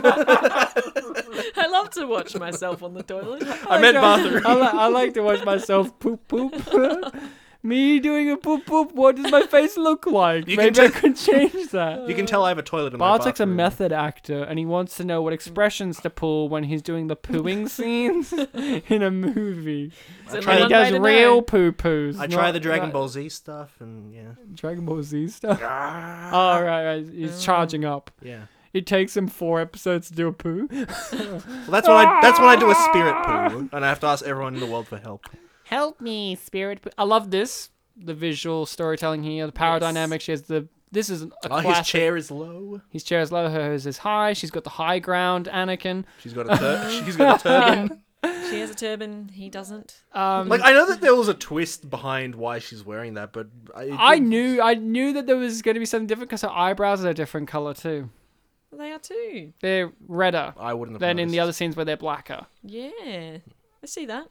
Speaker 3: I love to watch myself on the toilet.
Speaker 2: I meant
Speaker 1: like to-
Speaker 2: bathroom.
Speaker 1: I, li- I like to watch myself poop poop. Me doing a poop poop. What does my face look like?
Speaker 2: You can
Speaker 1: Maybe I
Speaker 2: t-
Speaker 1: could change that.
Speaker 2: You can tell I have a toilet in my
Speaker 1: Bartek's a
Speaker 2: bathroom.
Speaker 1: method actor, and he wants to know what expressions to pull when he's doing the pooing scenes in a movie.
Speaker 3: Is it
Speaker 2: try
Speaker 1: And he
Speaker 3: one
Speaker 2: the-
Speaker 3: way
Speaker 1: does
Speaker 3: to know?
Speaker 1: real poo poos.
Speaker 2: I try the Dragon Ball Z stuff, and yeah.
Speaker 1: Dragon Ball Z stuff. Oh right, right. He's charging up.
Speaker 2: Yeah.
Speaker 1: It takes him four episodes to do a poo.
Speaker 2: Well, that's when I that's when I do a spirit poo, and I have to ask everyone in the world for help.
Speaker 1: Help me, spirit. Poo. I love this. The visual storytelling here, the power
Speaker 3: Yes.
Speaker 1: dynamic. She has the. This is a
Speaker 2: Oh,
Speaker 1: classic.
Speaker 2: his chair is low.
Speaker 1: His chair is low. Hers is high. She's got the high ground. Anakin.
Speaker 2: She's got a tur- she's got a turban.
Speaker 3: She has a turban. He doesn't.
Speaker 1: Um,
Speaker 2: Like I know that there was a twist behind why she's wearing that, but I, it
Speaker 1: I
Speaker 2: didn't-
Speaker 1: knew, I knew that there was going to be something different because her eyebrows are a different color too.
Speaker 3: They are too.
Speaker 1: They're redder
Speaker 2: I
Speaker 3: Oh,
Speaker 2: wouldn't have.
Speaker 1: than in the other
Speaker 2: noticed.
Speaker 1: scenes where they're blacker.
Speaker 3: Yeah. I see that.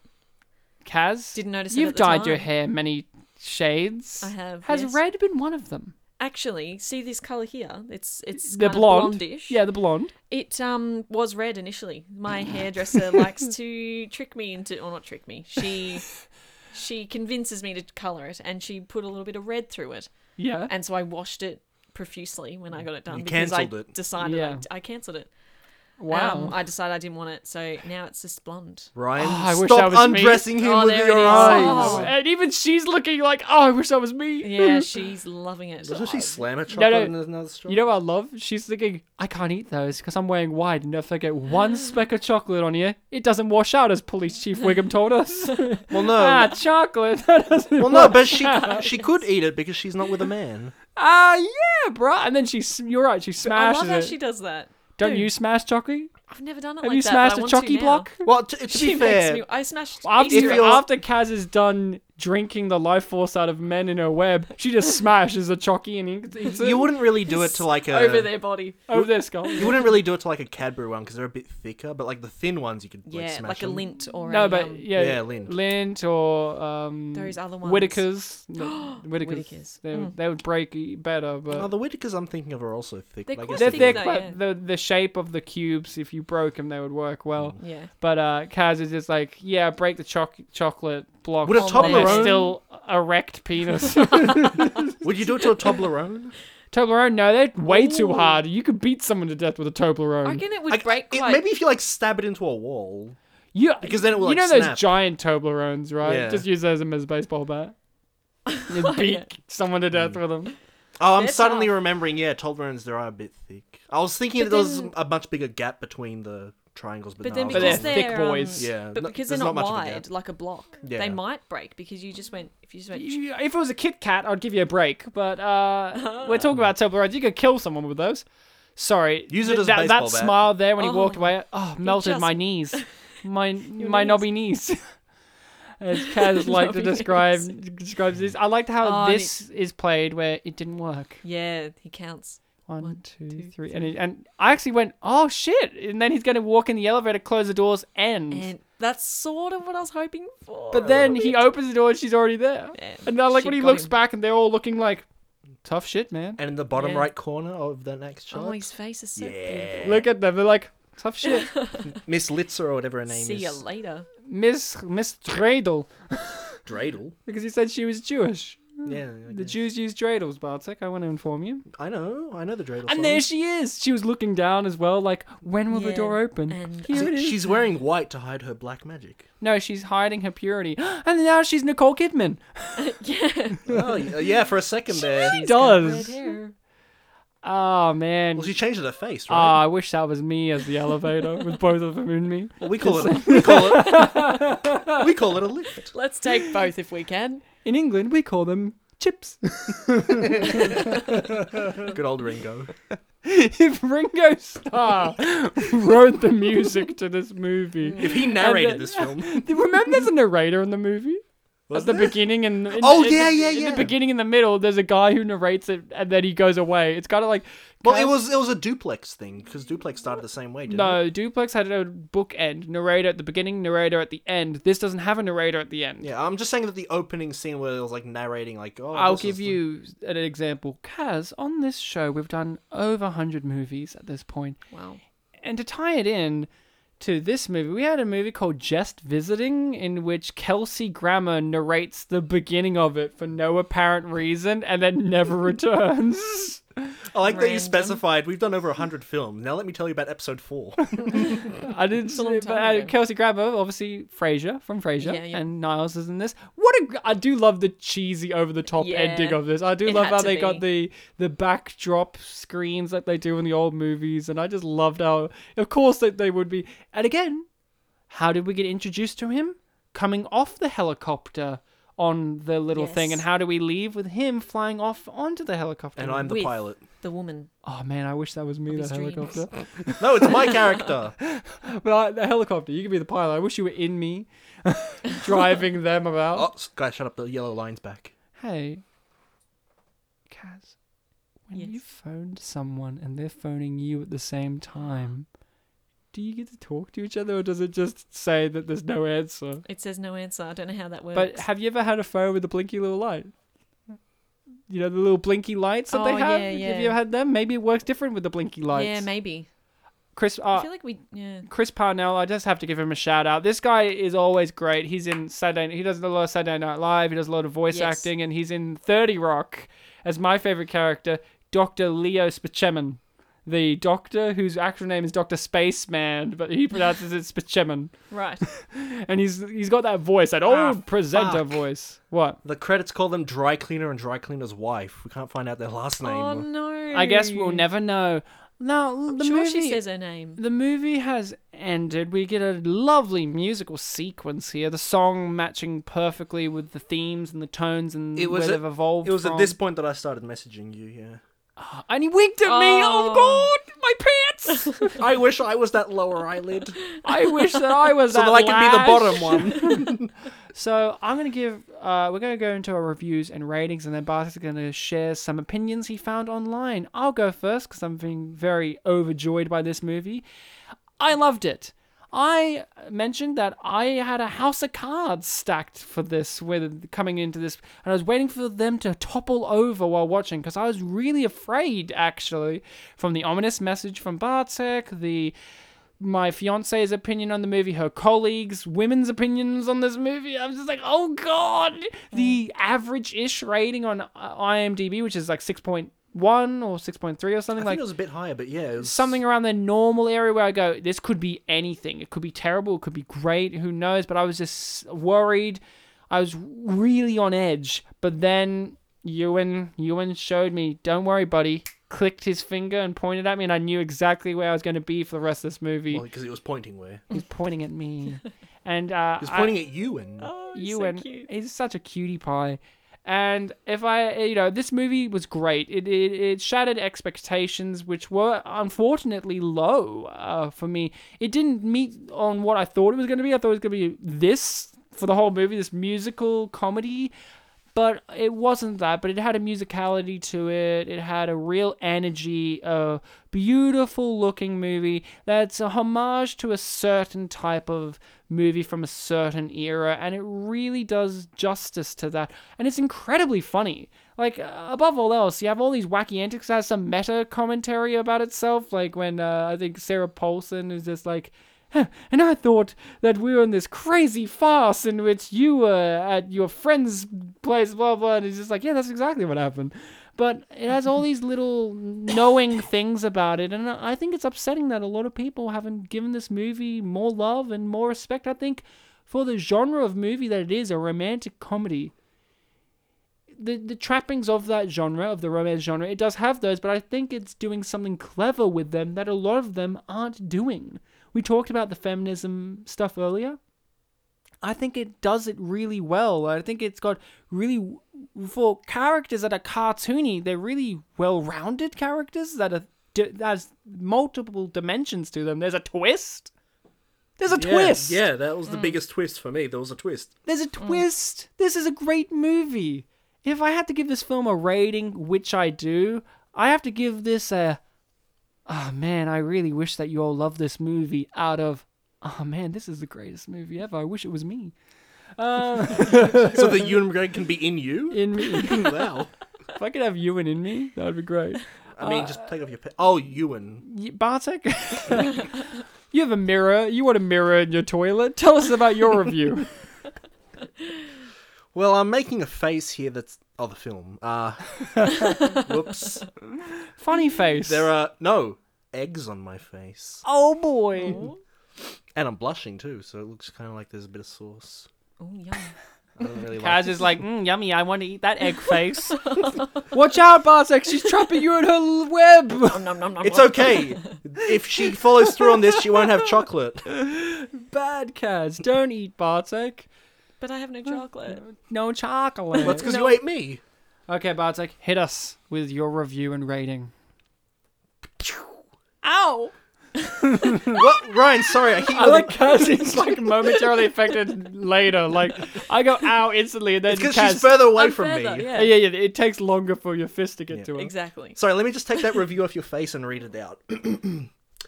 Speaker 1: Kaz,
Speaker 3: Didn't notice it
Speaker 1: You've
Speaker 3: at the
Speaker 1: dyed your
Speaker 3: time.
Speaker 1: hair many shades.
Speaker 3: I have,
Speaker 1: Has
Speaker 3: yes.
Speaker 1: red been one of them?
Speaker 3: Actually, see this color here. It's it's
Speaker 1: the
Speaker 3: kind
Speaker 1: blonde.
Speaker 3: of blondish.
Speaker 1: Yeah, the blonde.
Speaker 3: It um was red initially. My hairdresser likes to trick me into, or not trick me. She she convinces me to color it, and she put a little bit of red through it,
Speaker 1: Yeah.
Speaker 3: and so I washed it profusely when I got it done
Speaker 2: You
Speaker 3: because I
Speaker 2: cancelled it.
Speaker 3: decided
Speaker 1: Yeah.
Speaker 3: I, I cancelled it.
Speaker 1: Wow.
Speaker 3: Um, I decided I didn't want it, so now it's just blonde.
Speaker 2: Ryan,
Speaker 1: Oh, I wish that
Speaker 2: stop
Speaker 1: was me.
Speaker 2: undressing him
Speaker 3: Oh,
Speaker 2: with
Speaker 3: there
Speaker 2: your
Speaker 3: it is.
Speaker 2: eyes.
Speaker 3: Oh.
Speaker 1: and even she's looking like, oh, I wish that was me.
Speaker 3: Yeah, she's loving it.
Speaker 2: Doesn't she slam a
Speaker 1: no.
Speaker 2: chocolate in another straw?
Speaker 1: You know what I love? She's thinking, I can't eat those because I'm wearing white and if I get one speck of chocolate on here, it doesn't wash out, as Police Chief Wiggum told us.
Speaker 2: well, no.
Speaker 1: ah, chocolate. That doesn't
Speaker 2: well, no, but she she could eat it because she's not with a man.
Speaker 1: Ah, yeah, bro. And then she, sm- you're right, she
Speaker 3: I
Speaker 1: smashes
Speaker 3: love how
Speaker 1: it.
Speaker 3: she does that.
Speaker 1: Don't you smash chocolate?
Speaker 3: I've never done it
Speaker 1: Have
Speaker 3: like
Speaker 1: you
Speaker 3: that.
Speaker 1: smashed
Speaker 3: but
Speaker 1: a
Speaker 3: I want to
Speaker 1: chocky
Speaker 3: now.
Speaker 1: block?
Speaker 2: Well, to, to
Speaker 3: She
Speaker 2: be
Speaker 3: makes
Speaker 2: fair,
Speaker 3: me. I smashed.
Speaker 1: After,
Speaker 2: If
Speaker 3: Easter
Speaker 2: you're-
Speaker 1: after Kaz is done drinking the life force out of men in her web, she just smashes a chocky and eats eats it
Speaker 2: you wouldn't really do it to like a
Speaker 3: over their body.
Speaker 1: over their skull.
Speaker 2: You wouldn't really do it to like a Cadbury one because they're a bit thicker, but like the thin ones you could like,
Speaker 3: Yeah,
Speaker 2: smash
Speaker 3: like a
Speaker 2: them.
Speaker 3: lint or
Speaker 1: No,
Speaker 3: a,
Speaker 1: but
Speaker 3: um,
Speaker 1: yeah,
Speaker 2: Yeah, Lind.
Speaker 1: Lind or um,
Speaker 3: Those other ones.
Speaker 1: Whitakers, no, Whitakers.
Speaker 3: Whitakers. Mm.
Speaker 1: They, they would break e- better, but
Speaker 2: Oh, the Whitakers I'm thinking of are also thick.
Speaker 3: They're
Speaker 2: but I
Speaker 3: quite
Speaker 2: guess
Speaker 1: they're thick,
Speaker 3: thick, though,
Speaker 1: but
Speaker 3: yeah.
Speaker 1: the the shape of the cubes, if you broke them, they would work
Speaker 2: Mm.
Speaker 1: well.
Speaker 3: yeah.
Speaker 1: But uh, Kaz is just like, yeah, break the choc chocolate block.
Speaker 2: Would a
Speaker 1: on their
Speaker 2: Toblerone-
Speaker 1: still erect penis?
Speaker 2: Would you do it to a Toblerone?
Speaker 1: Toblerone, no, they're way too hard. You could beat someone to death with a Toblerone.
Speaker 3: I reckon it would
Speaker 2: Like,
Speaker 3: break
Speaker 2: it-
Speaker 3: quite.
Speaker 2: maybe if you like stab it into a wall.
Speaker 1: You,
Speaker 2: Because then it will,
Speaker 1: You
Speaker 2: like,
Speaker 1: know
Speaker 2: snap.
Speaker 1: those giant Toblerones, right?
Speaker 2: Yeah.
Speaker 1: Just use those as a baseball bat.
Speaker 3: Oh,
Speaker 1: Just beat someone to death with them.
Speaker 2: Oh, I'm
Speaker 3: That's
Speaker 2: suddenly
Speaker 3: off.
Speaker 2: remembering. Yeah, Toblerones they are a bit thick. I was thinking
Speaker 3: But
Speaker 2: that there
Speaker 3: then-
Speaker 2: was a much bigger gap between the triangles, but,
Speaker 3: But
Speaker 2: no,
Speaker 3: then
Speaker 2: I was
Speaker 1: But they're
Speaker 3: because
Speaker 2: wrong.
Speaker 1: thick
Speaker 3: um,
Speaker 1: boys.
Speaker 2: Yeah,
Speaker 3: But
Speaker 2: no-
Speaker 3: because they're
Speaker 2: there's
Speaker 3: not,
Speaker 2: not much of a
Speaker 3: wide,
Speaker 2: gap.
Speaker 3: like a block,
Speaker 2: Yeah.
Speaker 3: they might break because you just went. If you just went.
Speaker 1: You- If it was a Kit Kat, I'd give you a break. But uh, we're talking about Toblerones. You could kill someone with those. Sorry.
Speaker 2: Use it
Speaker 1: th-
Speaker 2: as a
Speaker 1: that,
Speaker 2: baseball
Speaker 1: That
Speaker 2: bat.
Speaker 1: smile there when he
Speaker 3: Oh
Speaker 1: walked
Speaker 3: my
Speaker 1: away, oh, melted
Speaker 3: just-
Speaker 1: my knees. My my
Speaker 3: knees.
Speaker 1: knobby knees. As Kaz like to
Speaker 3: Knobby
Speaker 1: describe
Speaker 3: knees.
Speaker 1: describes this. I liked how
Speaker 3: Oh, and
Speaker 1: this is played where it didn't work.
Speaker 3: yeah, he counts.
Speaker 1: One, two, three, and it, and I actually went, oh shit! And then he's going to walk in the elevator, close the doors, and,
Speaker 3: And that's sort of what I was hoping for. Oh,
Speaker 1: but then he opens the door and she's already there.
Speaker 3: Yeah,
Speaker 1: and I like when
Speaker 3: she
Speaker 1: he
Speaker 3: got
Speaker 1: looks
Speaker 3: him.
Speaker 1: back and they're all looking like, tough shit, man.
Speaker 2: And in the bottom
Speaker 3: Yeah.
Speaker 2: right corner of the next shot,
Speaker 3: oh, his face is so
Speaker 2: yeah,
Speaker 1: Look at them, they're like, tough shit.
Speaker 2: Miss Litzer or whatever her name
Speaker 3: beautiful. See
Speaker 2: is,
Speaker 3: you later.
Speaker 1: Miss Miss Dreidel,
Speaker 2: Dreidel.
Speaker 1: because he said she was Jewish.
Speaker 3: Hmm.
Speaker 2: Yeah, I,
Speaker 1: The
Speaker 2: guess.
Speaker 1: Jews use dreidels, Bartek. I want to inform you.
Speaker 2: I know, I know the Dreidel. song.
Speaker 1: And there she is. She was looking down as well, like, when will the
Speaker 3: Yeah,
Speaker 1: door open?
Speaker 3: and-
Speaker 1: Here it is.
Speaker 2: She's wearing white to hide her black magic.
Speaker 1: No, she's hiding her purity, and now she's Nicole Kidman.
Speaker 3: yeah.
Speaker 2: Oh, y- yeah, for a second there.
Speaker 1: She
Speaker 3: Red
Speaker 1: does.
Speaker 3: hair.
Speaker 1: Oh man.
Speaker 2: Well, she changed her face,
Speaker 1: Ah,
Speaker 2: right?
Speaker 1: I wish that was me as the elevator with both of them in me.
Speaker 3: Uh,
Speaker 2: Well, we call it. We call it. we call it a lift.
Speaker 3: Let's take both if we can.
Speaker 1: In England, we call them chips.
Speaker 2: Good old Ringo.
Speaker 1: if Ringo Starr wrote the music to this movie,
Speaker 2: If he narrated this film,
Speaker 1: remember there's a narrator in the movie.
Speaker 2: Was
Speaker 1: At the
Speaker 2: there?
Speaker 1: beginning and in,
Speaker 2: Oh,
Speaker 1: in-
Speaker 2: yeah, yeah,
Speaker 1: in
Speaker 2: yeah.
Speaker 1: the beginning and the middle, there's a guy who narrates it, and then he goes away. It's kind of like
Speaker 2: well, it was it was a duplex thing because duplex started the same way, didn't it?
Speaker 1: No, Duplex had a bookend, narrator at the beginning, narrator at the end. This doesn't have a narrator at the end.
Speaker 2: Yeah, I'm just saying that the opening scene where it was like narrating, like, oh,
Speaker 1: I'll
Speaker 2: this is
Speaker 1: give
Speaker 2: the-
Speaker 1: you an example. Kaz, on this show, we've done over 100 movies at this point.
Speaker 3: Wow.
Speaker 1: And to tie it in to this movie, we had a movie called Just Visiting, in which Kelsey Grammer narrates the beginning of it for no apparent reason and then never returns.
Speaker 2: I like that you
Speaker 3: Random.
Speaker 2: specified. We've done over hundred films. Now let me tell you about episode four.
Speaker 1: I didn't.
Speaker 3: a long
Speaker 1: But,
Speaker 3: time
Speaker 1: uh,
Speaker 3: ago.
Speaker 1: Kelsey Grammer, obviously Frasier from Frasier,
Speaker 3: Yeah, yeah.
Speaker 1: and Niles is in this. What a gr- I do love the cheesy, over the top
Speaker 3: Yeah.
Speaker 1: ending of this. I do
Speaker 3: It
Speaker 1: love
Speaker 3: had
Speaker 1: how
Speaker 3: to
Speaker 1: they
Speaker 3: be.
Speaker 1: got the the backdrop screens like they do in the old movies, and I just loved how, of course, that they would be. And again, how did we get introduced to him? Coming off the helicopter on the little thing,
Speaker 3: Yes.
Speaker 1: and how do we leave with him flying off onto the helicopter?
Speaker 2: And I'm the
Speaker 3: With-
Speaker 2: pilot.
Speaker 3: The woman.
Speaker 1: oh man, I wish that was me
Speaker 3: Of
Speaker 1: that
Speaker 3: his dreams.
Speaker 1: helicopter.
Speaker 2: No, it's my character.
Speaker 1: But I, the helicopter, you could be the pilot. I wish you were in me, driving them about.
Speaker 2: Oh, s- guys, shut up. The yellow line's back.
Speaker 1: Hey, Kaz, when you
Speaker 3: Yes.
Speaker 1: phoned someone and they're phoning you at the same time, do you get to talk to each other, or does it just say that there's no answer?
Speaker 3: It says no answer. I don't know how that works.
Speaker 1: But have you ever had a phone with a blinky little light? You know the little blinky lights that
Speaker 3: Oh,
Speaker 1: they
Speaker 3: yeah,
Speaker 1: have. Have
Speaker 3: yeah.
Speaker 1: you ever had them? Maybe it works different with the blinky lights.
Speaker 3: yeah, maybe.
Speaker 1: Chris, uh,
Speaker 3: I feel like we. Yeah.
Speaker 1: Chris Parnell, I just have to give him a shout out. This guy is always great. He's in Saturday. He does a lot of Saturday Night Live. He does a lot of voice
Speaker 3: Yes.
Speaker 1: acting, and he's in Thirty Rock as my favorite character, Doctor Leo Spachemin. the doctor whose actual name is Doctor Spaceman, but he pronounces it Spaceman,
Speaker 3: Right.
Speaker 1: and he's he's got that voice, that
Speaker 2: Ah,
Speaker 1: old presenter
Speaker 2: fuck.
Speaker 1: voice. What?
Speaker 2: The credits call them dry cleaner and dry cleaner's wife. We can't find out their last name.
Speaker 3: oh no.
Speaker 1: I guess we'll never know. Now the
Speaker 3: sure,
Speaker 1: movie
Speaker 3: she says her name.
Speaker 1: The movie has ended. We get a lovely musical sequence here. The song matching perfectly with the themes and the tones and
Speaker 2: It was
Speaker 1: where
Speaker 2: at-
Speaker 1: they've evolved.
Speaker 2: It was
Speaker 1: from.
Speaker 2: at this point that I started messaging you. Yeah.
Speaker 1: and he winked at me. Oh
Speaker 3: Oh.
Speaker 1: god, my pants!
Speaker 2: I wish I was that lower eyelid, so
Speaker 1: I wish that I was
Speaker 2: that
Speaker 1: that
Speaker 2: I can be the
Speaker 1: lash.
Speaker 2: bottom one.
Speaker 1: So I'm gonna give. Uh, we're gonna go into our reviews and ratings, and then Bart is gonna share some opinions he found online. I'll go first because I'm being very overjoyed by this movie. I loved it. I mentioned that I had a house of cards stacked for this, with coming into this, and I was waiting for them to topple over while watching because I was really afraid, actually, from the ominous message from Bartek, the my fiance's opinion on the movie, her colleagues, women's opinions on this movie. I'm just like, oh god.
Speaker 2: Mm.
Speaker 1: The average-ish rating on uh, IMDb, which is like 6.1 or 6.3 or
Speaker 2: I
Speaker 1: something
Speaker 2: think
Speaker 1: like
Speaker 2: it was a bit higher, but yeah, it was
Speaker 1: something around the normal area where I go, this could be anything. It could be terrible. It could be great. Who knows? But I was just worried. I was really on edge. But then Ewan, Ewan showed me, don't worry, buddy. Clicked his finger and pointed at me, and I knew exactly where I was going to be for the rest of this movie.
Speaker 2: because it was pointing where. It
Speaker 1: He's pointing at me, and uh,
Speaker 2: was
Speaker 1: I- Oh.
Speaker 2: pointing at you and.
Speaker 3: Oh,
Speaker 1: Ewan he's such a cutie pie. And if I, you know, this movie was great. It it, it shattered expectations, which were unfortunately low uh, for me. It didn't meet on what I thought it was going to be. I thought it was going to be this for the whole movie, this musical comedy. But it wasn't that. But it had a musicality to it. It had a real energy. A beautiful looking movie that's a homage to a certain type of movie from a certain era, and it really does justice to that. And it's incredibly funny. Like uh, above all else, you have all these wacky antics. It has some meta commentary about itself, like when uh, I think Sarah Paulson is just like. "Huh, And I thought that we were in this crazy farce in which you were at your friend's place, blah blah. And it's just like, yeah, that's exactly what happened. But it has all these little knowing things about it, and I think it's upsetting that a lot of people haven't given this movie more love and more respect. I think for the genre of movie that it is, a romantic comedy, the the trappings of that genre of the romance genre it does have those but i think it's doing something clever with them that a lot of them aren't doing we talked about the feminism stuff earlier i think it does it really well i think it's got really for characters that are cartoony they're really well-rounded characters that are d- has multiple dimensions to them there's a twist there's a
Speaker 2: Yeah,
Speaker 1: twist
Speaker 2: Yeah, that was the
Speaker 1: Hmm.
Speaker 2: biggest twist for me. There was a twist.
Speaker 1: there's a twist. This is a great movie. If I had to give this film a rating, which I do, I have to give this a. Oh man, I really wish that you all love this movie out of. Oh man, this is the greatest movie ever. I wish it was me.
Speaker 2: so that you and McGregor can be in you.
Speaker 1: In me.
Speaker 2: wow.
Speaker 1: if I could have Ewan in me, that would be great.
Speaker 2: I mean, just take off your. Pe- oh, Ewan.
Speaker 1: Y- Bartek? you have a mirror. You want a mirror in your toilet? Tell us about your review.
Speaker 2: Well, I'm making a face here. That's oh, the film. Uh, whoops.
Speaker 1: Funny face.
Speaker 2: There are no eggs on my face,
Speaker 1: Oh boy.
Speaker 3: Oh,
Speaker 2: and I'm blushing too. So it looks kind of like there's a bit of sauce.
Speaker 3: oh, yum.
Speaker 2: I don't really like.
Speaker 1: Kaz is like, mm, yummy, I want to eat that egg face. Watch out, Bartek, she's trapping you in her l- web.
Speaker 3: Nom, nom, nom, nom,
Speaker 2: It's
Speaker 3: nom.
Speaker 2: okay. if she follows through on this, she won't have chocolate.
Speaker 1: Bad Kaz, don't eat Bartek.
Speaker 3: But I have no chocolate.
Speaker 1: No chocolate.
Speaker 2: That's because you ate me.
Speaker 1: okay, Bartek, hit us with your review and rating. Ow!
Speaker 2: What, Ryan? Sorry, I hit you.
Speaker 1: I
Speaker 2: with
Speaker 1: like
Speaker 2: a-
Speaker 1: Kaz is like momentarily affected later. Like, I go ow instantly and then
Speaker 2: It's because
Speaker 1: Kaz.
Speaker 2: she's further away
Speaker 3: I'm
Speaker 2: from
Speaker 3: further,
Speaker 2: me.
Speaker 1: Oh, yeah,
Speaker 3: Yeah,
Speaker 1: yeah, it takes longer for your fist to get
Speaker 2: Yeah.
Speaker 1: to her.
Speaker 3: Exactly.
Speaker 2: Sorry, let me just take that review off your face and read it out.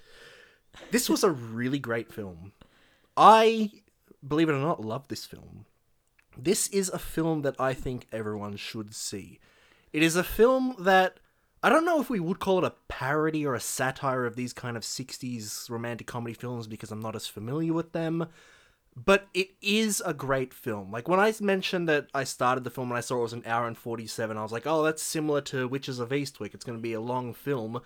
Speaker 2: this was a really great film. I, believe it or not, love this film. This is a film that I think everyone should see. It is a film that I don't know if we would call it a parody or a satire of these kind of 60s romantic comedy films because I'm not as familiar with them but it is a great film. Like when I mentioned that I started the film and I saw it was an hour and 47, I was like, "Oh, that's similar to Witches of Eastwick. It's going to be a long film."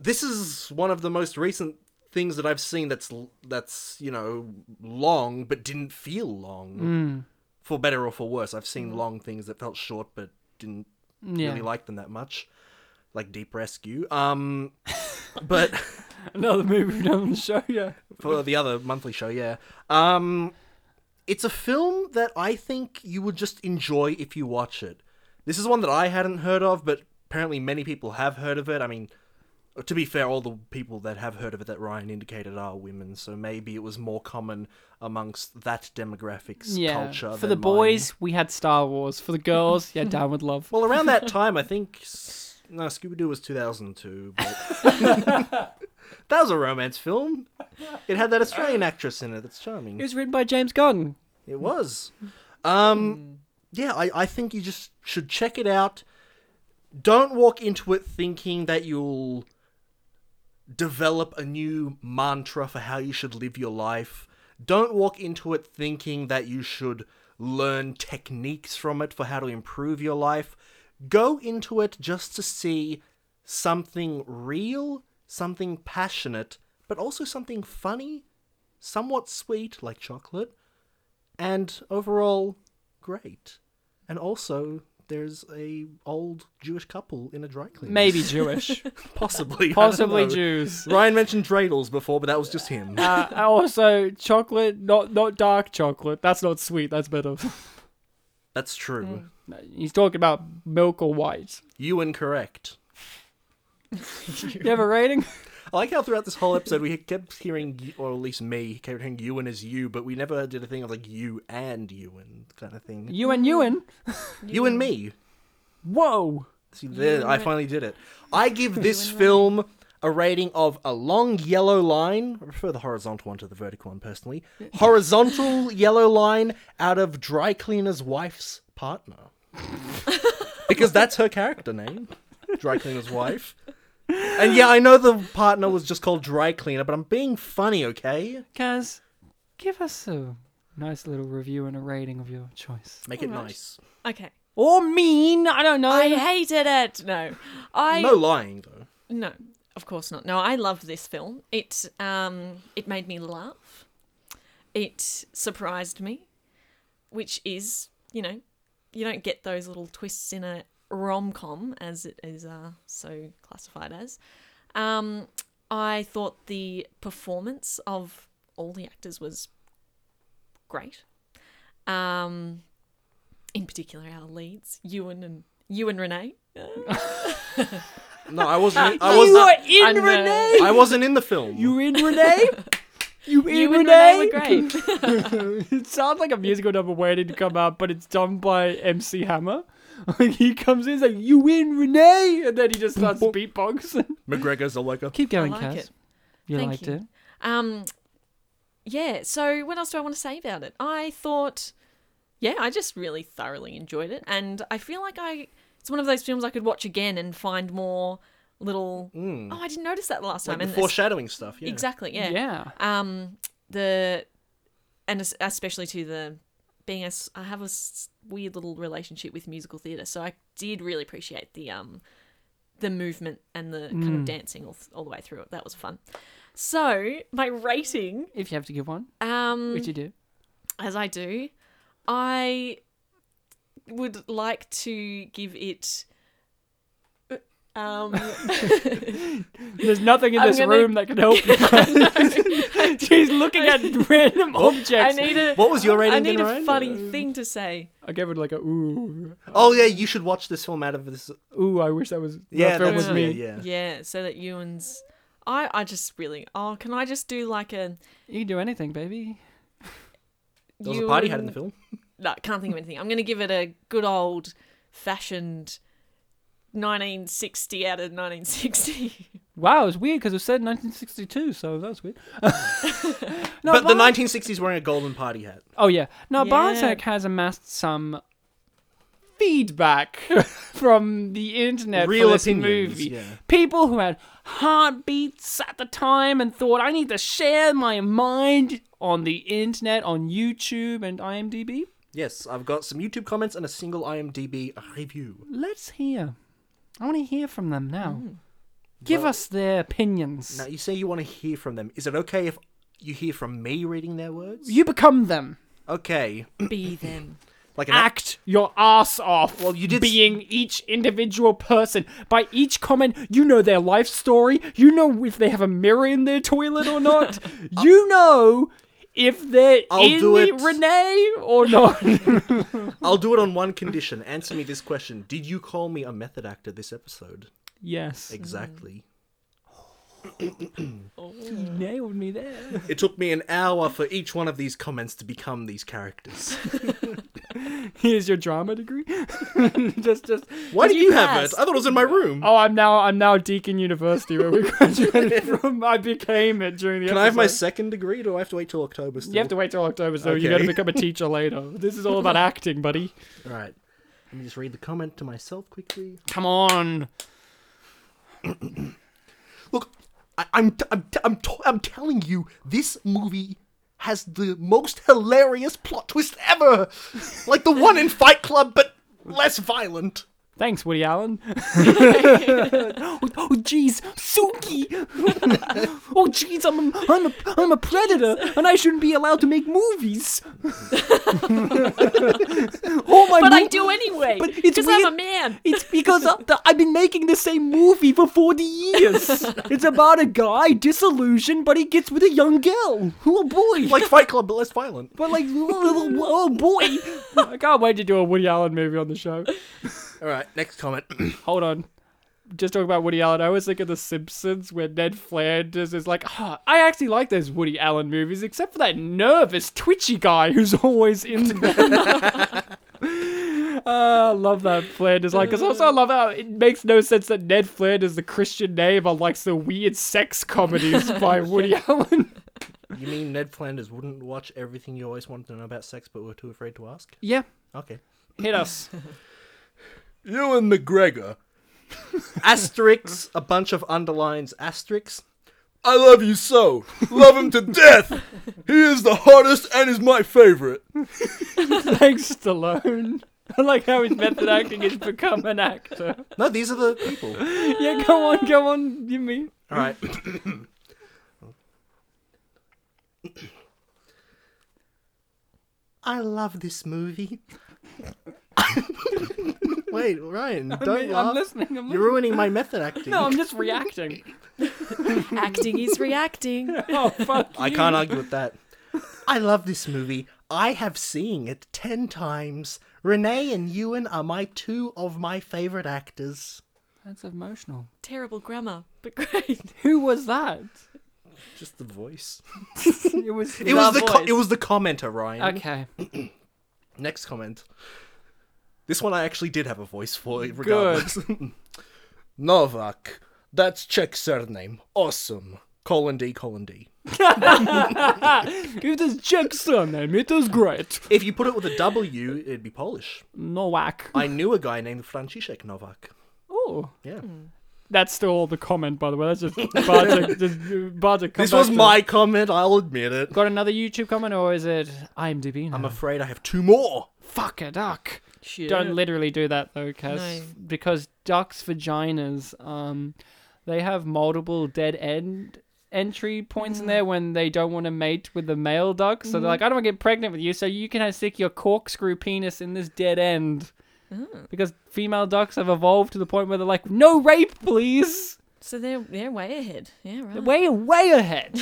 Speaker 2: this is one of the most recent things that I've seen that's l- that's you know long but didn't feel long for better or for worse. I've seen long things that felt short but didn't
Speaker 1: Yeah.
Speaker 2: really like them that much, like Deep Rescue. Um, but
Speaker 1: Another movie we've done on the show, yeah.
Speaker 2: for the other monthly show, yeah. Um, it's a film that I think you would just enjoy if you watch it. This is one that I hadn't heard of, but apparently many people have heard of it. I mean, to be fair, all the people that have heard of it that Ryan indicated are women, so maybe it was more common amongst that demographics
Speaker 1: Yeah.
Speaker 2: culture.
Speaker 1: For
Speaker 2: than
Speaker 1: the
Speaker 2: mine.
Speaker 1: boys, we had Star Wars. For the girls, yeah, Down with Love.
Speaker 2: Well, around that time, I think. s- No, Scooby Doo was 2002, but. that was a romance film. It had that Australian actress in it. That's charming.
Speaker 1: It was written by James Gunn.
Speaker 2: It was. Um, yeah, I, I think you just should check it out. Don't walk into it thinking that you'll develop a new mantra for how you should live your life. Don't walk into it thinking that you should learn techniques from it for how to improve your life. Go into it just to see something real, something passionate, but also something funny, somewhat sweet like chocolate, and overall great. And also, there's a old Jewish couple in a dry cleaner.
Speaker 1: Maybe Jewish.
Speaker 2: possibly, I don't
Speaker 1: Possibly
Speaker 2: know.
Speaker 1: Jews.
Speaker 2: Ryan mentioned dreidels before, but that was just him.
Speaker 1: Uh, and also, chocolate, not not dark chocolate. That's not sweet. That's bitter.
Speaker 2: That's true.
Speaker 1: He's talking about milk or white.
Speaker 2: You incorrect.
Speaker 1: Do you have a rating?
Speaker 2: I like how throughout this whole episode we kept hearing, you- or at least me, kept hearing Ewan as you, but we never did a thing of like you and Ewan kind of thing. You,
Speaker 1: You and Ewan.
Speaker 2: and me.
Speaker 1: Whoa.
Speaker 2: See, there, I finally did it. I give this film a rating of a long yellow line. I prefer the horizontal one to the vertical one personally. Horizontal yellow line out of dry cleaner's wife's partner. because that's her character name, dry cleaner's wife. And yeah, I know the partner was just called dry cleaner, but I'm being funny, okay?
Speaker 1: Kaz, give us a nice little review and a rating of your choice.
Speaker 2: Make it nice.
Speaker 3: Okay.
Speaker 1: Or mean. I don't know.
Speaker 3: I hated it. No, I
Speaker 2: No lying though.
Speaker 3: No, of course not. No, I love this film. It um it made me laugh. It surprised me, which is, you know, you don't get those little twists in a rom-com as it is uh, so classified as. Um I thought the performance of all the actors was great. Um in particular our leads, Ewan and Ewan Renee.
Speaker 2: No, I wasn't. I wasn't.
Speaker 1: you are in
Speaker 3: I know.
Speaker 1: Renee.
Speaker 2: I wasn't in the film.
Speaker 1: You in Renee? You in
Speaker 3: Ewan
Speaker 1: Renee?
Speaker 3: Renee were great.
Speaker 1: it sounds like a musical number waiting to come out, but it's done by MC Hammer. Like he comes in, he's like, "You in Renee," and then he just starts beatboxing.
Speaker 2: McGregor's a wake
Speaker 1: Keep going,
Speaker 3: like
Speaker 1: Kaz.
Speaker 3: it.
Speaker 1: You
Speaker 3: Thank
Speaker 1: liked
Speaker 3: you.
Speaker 1: it.
Speaker 3: Um, yeah. So what else do I want to say about it? I thought, yeah, I just really thoroughly enjoyed it, and I feel like I it's one of those films I could watch again and find more little. Oh, I didn't notice that the last
Speaker 2: hmm.
Speaker 3: time.
Speaker 2: Mm. Like the
Speaker 3: and it's-
Speaker 2: foreshadowing stuff. Yeah.
Speaker 3: Exactly.
Speaker 1: Yeah.
Speaker 3: Yeah. Um, the and es- especially to the being as I have a s- weird little relationship with musical theatre, so I did really appreciate the um the movement and the kind
Speaker 2: Mm.
Speaker 3: of dancing all, all the way through it. That was fun. So my rating
Speaker 1: If you have to give one,
Speaker 3: um,
Speaker 1: which you do.
Speaker 3: as I do, I would like to give it. Um,
Speaker 1: There's nothing in
Speaker 3: I'm
Speaker 1: this
Speaker 3: gonna-
Speaker 1: room that can help you. She's looking at random
Speaker 3: I
Speaker 1: objects.
Speaker 3: need a.
Speaker 2: What was your rating?
Speaker 3: I need
Speaker 2: again,
Speaker 3: a
Speaker 2: Ryan?
Speaker 3: funny thing to say.
Speaker 1: I gave it like a ooh,
Speaker 2: Oh yeah, you should watch this film out of this.
Speaker 1: ooh. I wish that was
Speaker 2: Yeah,
Speaker 1: that film
Speaker 2: that's-
Speaker 1: was me.
Speaker 2: yeah, yeah.
Speaker 3: Yeah, so that Ewan's. I I just really. Oh, can I just do like a.
Speaker 1: You can do anything, baby.
Speaker 2: There was a party had in the
Speaker 3: Ewan-
Speaker 2: film.
Speaker 3: No, I can't think of anything. I'm going to give it a good old fashioned 1960 out of 1960.
Speaker 1: Wow, it's weird because it said 1962, so that was weird. no,
Speaker 2: but the
Speaker 1: Bar-
Speaker 2: 1960s wearing a golden party hat.
Speaker 1: Oh yeah. Now
Speaker 3: Yeah.
Speaker 1: Bartek has amassed some feedback from the internet
Speaker 2: Real
Speaker 1: for this
Speaker 2: opinions,
Speaker 1: movie.
Speaker 2: yeah.
Speaker 1: People who had heartbeats at the time and thought I need to share my mind on the internet, on YouTube and IMDb.
Speaker 2: Yes, I've got some YouTube comments and a single IMDb review. Hmm.
Speaker 1: Let's hear. I want to hear from them now. Give us their opinions.
Speaker 2: Now you say you want to hear from them. Is it okay if you hear from me reading their words?
Speaker 1: You become them.
Speaker 2: Okay,
Speaker 3: Be them.
Speaker 2: like an
Speaker 1: Act your ass off. Well,
Speaker 2: you did s-
Speaker 1: being each individual person. By each comment, you know their life story. You know if they have a mirror in their toilet or not. you know if they're
Speaker 2: I'll
Speaker 1: in
Speaker 2: do
Speaker 1: the
Speaker 2: it.
Speaker 1: Renee or not.
Speaker 2: I'll do it on one condition. Answer me this question: Did you call me a method actor this episode?
Speaker 1: yes,
Speaker 2: Exactly.
Speaker 1: you nailed me there.
Speaker 2: It took me an hour for each one of these comments to become these characters.
Speaker 1: Here's your drama degree. just, just.
Speaker 2: Why did
Speaker 3: you
Speaker 2: you have it?
Speaker 3: passed.
Speaker 2: I thought it was in my room.
Speaker 1: Oh, I'm now I'm now at Deakin University where we graduated from. I became it during the.
Speaker 2: Can I have my
Speaker 1: episode.
Speaker 2: second degree? Do I have to wait till October? Still?
Speaker 1: You have to wait till October, so you got to
Speaker 2: Okay.
Speaker 1: become a teacher later. This is all about acting, buddy.
Speaker 2: All right. Let me just read the comment to myself quickly.
Speaker 1: Come on.
Speaker 2: Look, I, I'm, t- I'm, t- I'm, t- I'm telling you, this movie has the most hilarious plot twist ever. Like the one in Fight Club, but less violent.
Speaker 1: Thanks, Woody Allen. oh, jeez, Suki. oh, jeez, I'm a, I'm, a, I'm a predator, and I shouldn't be allowed to make movies. oh my!
Speaker 3: But I
Speaker 1: mo-
Speaker 3: do anyway.
Speaker 1: But it's
Speaker 3: because I'm
Speaker 1: weird-
Speaker 3: a man.
Speaker 1: It's because of the- I've been making the same movie for 40 years. it's about a guy disillusioned, but he gets with a young girl. Oh boy.
Speaker 2: Like Fight Club, but less violent.
Speaker 1: but like, oh, oh boy. I can't wait to do a Woody Allen movie on the show.
Speaker 2: All right, next comment.
Speaker 1: Hold on. Just talk about Woody Allen. I always think of The Simpsons where Ned Flanders is like, "Ah, I actually like those Woody Allen movies, except for that nervous, twitchy guy who's always in them. Ah, I love that Flanders line because also I love how it makes no sense that Ned Flanders, the Christian name, are like the weird sex comedies by Woody Allen.
Speaker 2: you mean Ned Flanders wouldn't watch everything you always wanted to know about sex, but were too afraid to ask?
Speaker 1: Yeah,
Speaker 2: Okay.
Speaker 1: hit us.
Speaker 2: Ewan McGregor. asterisks, a bunch of underlines, asterisks. I love you so. Love him to death. He is the hottest and is my favorite.
Speaker 1: Thanks, Stallone. I like how his method acting has become an actor.
Speaker 2: No, these are the people.
Speaker 1: Yeah, go on, go on, give me.
Speaker 2: All right. I love this movie. Wait, Ryan, don't
Speaker 1: I'm,
Speaker 2: laugh.
Speaker 1: I'm listening. I'm
Speaker 2: You're ruining my method acting.
Speaker 1: No, I'm just reacting.
Speaker 3: Acting is reacting.
Speaker 1: Oh fuck!
Speaker 2: I can't argue with that. I love this movie. I have seen it ten times. Renee and Ewan are my two of my favorite actors.
Speaker 1: That's emotional.
Speaker 3: Terrible grammar, but great.
Speaker 1: Who was that?
Speaker 2: Just the voice.
Speaker 1: It was.
Speaker 2: It was the co- it was the commenter, Ryan.
Speaker 1: Okay.
Speaker 2: Next comment. This one I actually did have a voice for, regardless. Novak. That's Czech surname. Awesome. Colon D, colon D.
Speaker 1: It is Jack's surname. It is great.
Speaker 2: If you put it with a W, it'd be Polish.
Speaker 1: Nowak.
Speaker 2: I knew a guy named Franciszek Novak.
Speaker 1: Oh,
Speaker 2: Yeah.
Speaker 1: that's still all the comment, by the way. That's just Bartek. just Bartek. come
Speaker 2: This
Speaker 1: back
Speaker 2: was
Speaker 1: to-
Speaker 2: my comment, I'll admit it.
Speaker 1: Got another YouTube comment, or is it IMDb? Now?
Speaker 2: I'm afraid I have two more.
Speaker 1: fuck a duck.
Speaker 3: Shit.
Speaker 1: Don't literally do that though, Cass,
Speaker 3: No.
Speaker 1: because ducks' vaginas, um, they have multiple dead end entry points in
Speaker 3: Mm.
Speaker 1: there when they don't want to mate with the male duck.
Speaker 3: Mm-hmm.
Speaker 1: So they're like, I don't want to get pregnant with you, so you can stick your corkscrew penis in this dead end.
Speaker 3: Oh.
Speaker 1: Because female ducks have evolved to the point where they're like, no rape, please.
Speaker 3: So they're they're way ahead. Yeah, right.
Speaker 1: Way, way ahead.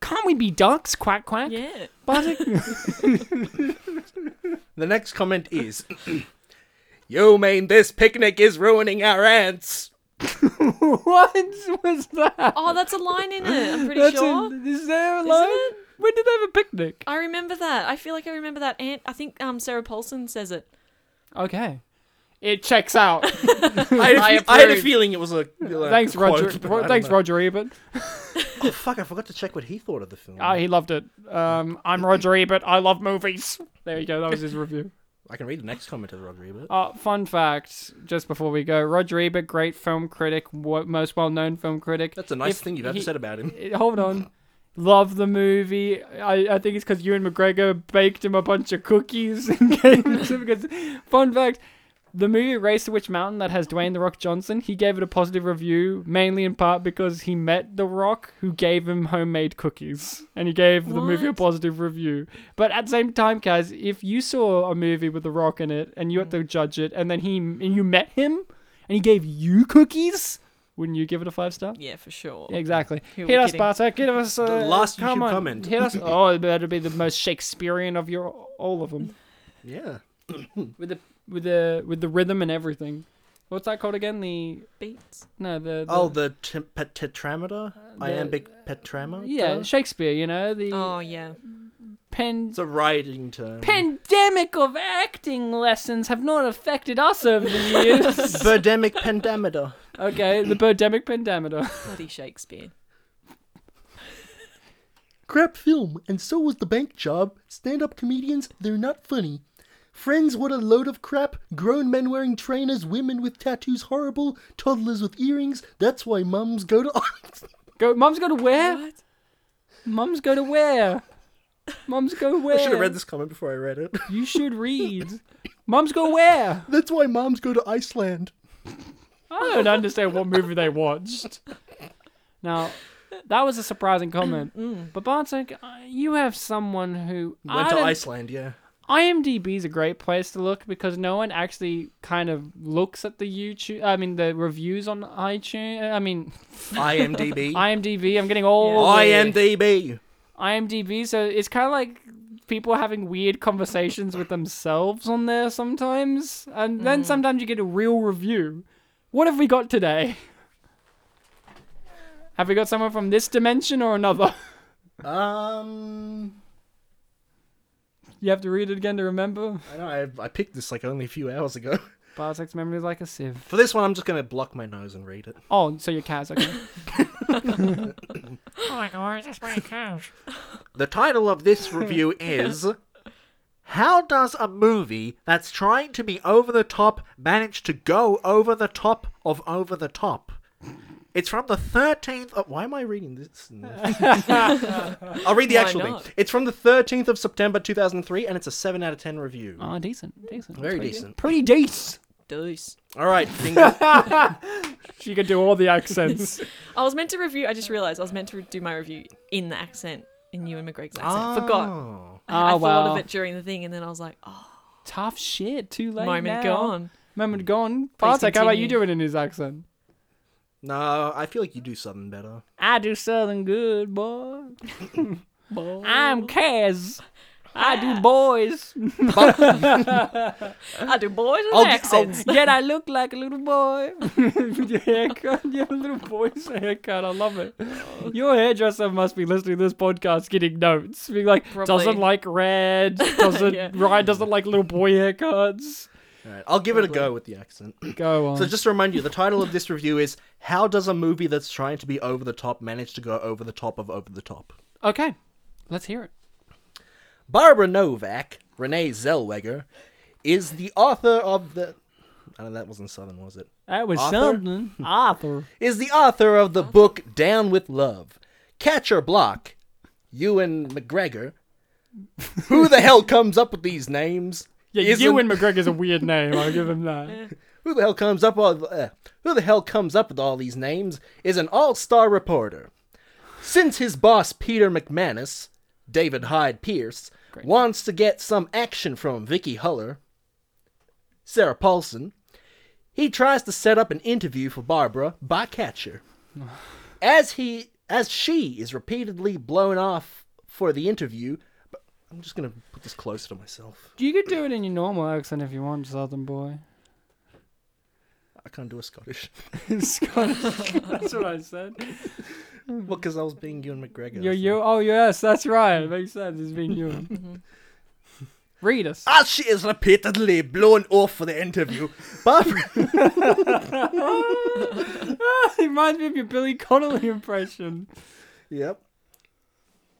Speaker 1: Can't we be ducks? Quack, quack.
Speaker 3: yeah.
Speaker 1: Bartek-
Speaker 2: The next comment is You mean this picnic is ruining our ants?
Speaker 1: what was that?
Speaker 3: Oh, that's a line in it. I'm pretty
Speaker 1: That's a-
Speaker 3: sure.
Speaker 1: is there a
Speaker 3: Isn't
Speaker 1: line?
Speaker 3: it?
Speaker 1: When did they have a picnic?
Speaker 3: I remember that. I feel like I remember that. Aunt, I think um, Sarah Paulson says it.
Speaker 1: Okay. It checks out.
Speaker 2: I had, a
Speaker 1: I
Speaker 2: fe- I had a
Speaker 1: approve.
Speaker 2: feeling it was a. a
Speaker 1: thanks,
Speaker 2: quote,
Speaker 1: Roger.
Speaker 2: but
Speaker 1: Ro-
Speaker 2: I
Speaker 1: thanks,
Speaker 2: don't know.
Speaker 1: Roger Ebert.
Speaker 2: Oh, fuck, I forgot to check what he thought of the film.
Speaker 1: Ah, he loved it. Um, I'm Roger Ebert. I love movies. There you go. That was his review.
Speaker 2: I can read the next comment of Roger Ebert.
Speaker 1: Uh, fun fact, just before we go, Roger Ebert, great film critic, w- most well-known film critic.
Speaker 2: That's a nice
Speaker 1: If
Speaker 2: thing you've ever
Speaker 1: he-
Speaker 2: said about him.
Speaker 1: Uh, Hold on. Love the movie. I, I think it's because Ewan McGregor baked him a bunch of cookies and gave them to him. Because, fun fact, The movie Race to Witch Mountain that has Dwayne The Rock Johnson, he gave it a positive review, mainly in part because he met The Rock, who gave him homemade cookies. And he gave the movie a
Speaker 3: What?
Speaker 1: positive review. But at the same time, guys, if you saw a movie with The Rock in it and you had to judge it, and then he and you met him and he gave you cookies, wouldn't you give it a five star?
Speaker 3: Yeah, for sure.
Speaker 1: Exactly.
Speaker 3: Who are
Speaker 1: hit
Speaker 3: we
Speaker 1: us,
Speaker 3: kidding?
Speaker 1: Bartek. Give us uh,
Speaker 2: The last
Speaker 1: come
Speaker 2: YouTube
Speaker 1: on.
Speaker 2: comment.
Speaker 1: Hit us. Oh, it better be the most Shakespearean of your all of them
Speaker 2: Yeah.
Speaker 1: with the with the with the rhythm and everything. What's that called again? The
Speaker 3: Beats.
Speaker 1: no the, the
Speaker 2: Oh, the t- pet- tetrameter?
Speaker 1: Uh, the-
Speaker 2: Iambic tetrameter?
Speaker 1: yeah Shakespeare. You know the
Speaker 3: Oh yeah.
Speaker 1: pen.
Speaker 2: It's a writing term.
Speaker 1: Pandemic of acting lessons have not affected us over the years.
Speaker 2: Birdemic pendameter.
Speaker 1: okay, the birdemic pendameter.
Speaker 3: Bloody Shakespeare.
Speaker 5: Crap film, and so was the bank job. Stand up comedians, they're not funny. Friends, what a load of crap. Grown men wearing trainers, women with tattoos horrible, toddlers with earrings. That's why mums go to art.
Speaker 1: Go, mums go to where?
Speaker 3: What?
Speaker 1: Mums go to where? Mums go where?
Speaker 2: I should have read this comment before I read it.
Speaker 1: You should read. Mums go where?
Speaker 5: That's why moms go to Iceland.
Speaker 1: I don't understand what movie they watched. Now, that was a surprising comment. But Bartek, uh, you have someone who
Speaker 2: Went
Speaker 1: I
Speaker 2: to
Speaker 1: don't-
Speaker 2: Iceland, yeah.
Speaker 1: IMDb is a great place to look because no one actually kind of looks at the YouTube. I mean, the reviews on iTunes. I mean,
Speaker 2: IMDb.
Speaker 1: IMDb. I'm getting all the-
Speaker 2: IMDb.
Speaker 1: IMDb. So it's kind of like people having weird conversations with themselves on there sometimes, and then sometimes you get a real review. What have we got today? Have we got someone from this dimension or another?
Speaker 2: Um,
Speaker 1: You have to read it again to remember.
Speaker 2: I know I, I picked this like only a few hours ago.
Speaker 1: Bartek's memory is like a sieve.
Speaker 2: For this one, I'm just gonna block my nose and read it.
Speaker 1: Oh, so your cat's okay.
Speaker 4: Oh my god, that's my couch.
Speaker 2: The title of this review is How Does a Movie That's Trying to Be Over the Top Manage to Go Over the Top of Over the Top? It's from the 13th of. Why am I reading this? I'll read the
Speaker 3: Why
Speaker 2: actual
Speaker 3: not?
Speaker 2: thing. It's from the 13th of September 2003, and it's a 7 out of 10 review.
Speaker 1: oh, decent, decent.
Speaker 2: Very
Speaker 1: Pretty-
Speaker 2: decent.
Speaker 1: Pretty decent.
Speaker 3: Deuce.
Speaker 2: All right, fingers.
Speaker 1: She could do all the accents.
Speaker 3: I was meant to review. I just realised I was meant to do my review in the accent, in Ewan McGregor's accent. Forgot.
Speaker 2: Oh.
Speaker 3: I,
Speaker 1: Ah,
Speaker 3: I thought
Speaker 1: well.
Speaker 3: of it during the thing, and then I was like, oh,
Speaker 1: Tough shit. Too late.
Speaker 3: moment
Speaker 1: now.
Speaker 3: gone.
Speaker 1: Moment gone. Bartek, how about you
Speaker 3: continue.
Speaker 1: doing in his accent?
Speaker 2: No, I feel like you do something better.
Speaker 1: I do Southern good, boy. I'm Kaz. I do boys.
Speaker 3: I do
Speaker 1: Oh,
Speaker 3: boys
Speaker 2: I'll
Speaker 3: and
Speaker 2: gi-
Speaker 3: accents.
Speaker 1: Yet I look like a little boy. your haircut, your little boy's haircut. I love it. Your hairdresser must be listening to this podcast, getting notes, being like,
Speaker 3: Probably.
Speaker 1: doesn't like red, doesn't
Speaker 3: Yeah.
Speaker 1: Ryan doesn't like little boy haircuts.
Speaker 2: All right, I'll give it a go with the accent.
Speaker 1: Go on.
Speaker 2: So just to remind you, the title of this review is How Does a Movie That's Trying to Be Over the Top Manage to Go Over the Top of Over the Top?
Speaker 1: okay, let's hear it.
Speaker 2: Barbara Novak, Renee Zellweger, is the author of the I know that wasn't Southern, was it?
Speaker 1: That was
Speaker 2: Author?
Speaker 1: something. Author.
Speaker 2: Is the author of the book Down with Love. Catcher Block, Ewan McGregor. Who the hell comes up with these names?
Speaker 1: Yeah,
Speaker 2: Isn't-
Speaker 1: Ewan McGregor's a weird name. I'll give him that.
Speaker 2: Who the hell comes up with, uh, Who the hell comes up with all these names is an all-star reporter. Since his boss Peter McManus, David Hyde Pierce, wants to get some action from Vicky Huller, Sarah Paulson, he tries to set up an interview for Barbara by catcher. As he as she is repeatedly blown off for the interview, but I'm just gonna put this closer to myself.
Speaker 1: You could do it in your normal accent if you want, Southern boy.
Speaker 2: I can't do a Scottish.
Speaker 1: Scottish. That's what I said.
Speaker 2: Well, because I was being Ewan McGregor.
Speaker 1: Yo, yo, oh yes, that's right. It makes sense. It's being you. Read us.
Speaker 2: As she is repeatedly blown off for the interview, Barbara,
Speaker 1: it reminds me of your Billy Connolly impression.
Speaker 2: yep.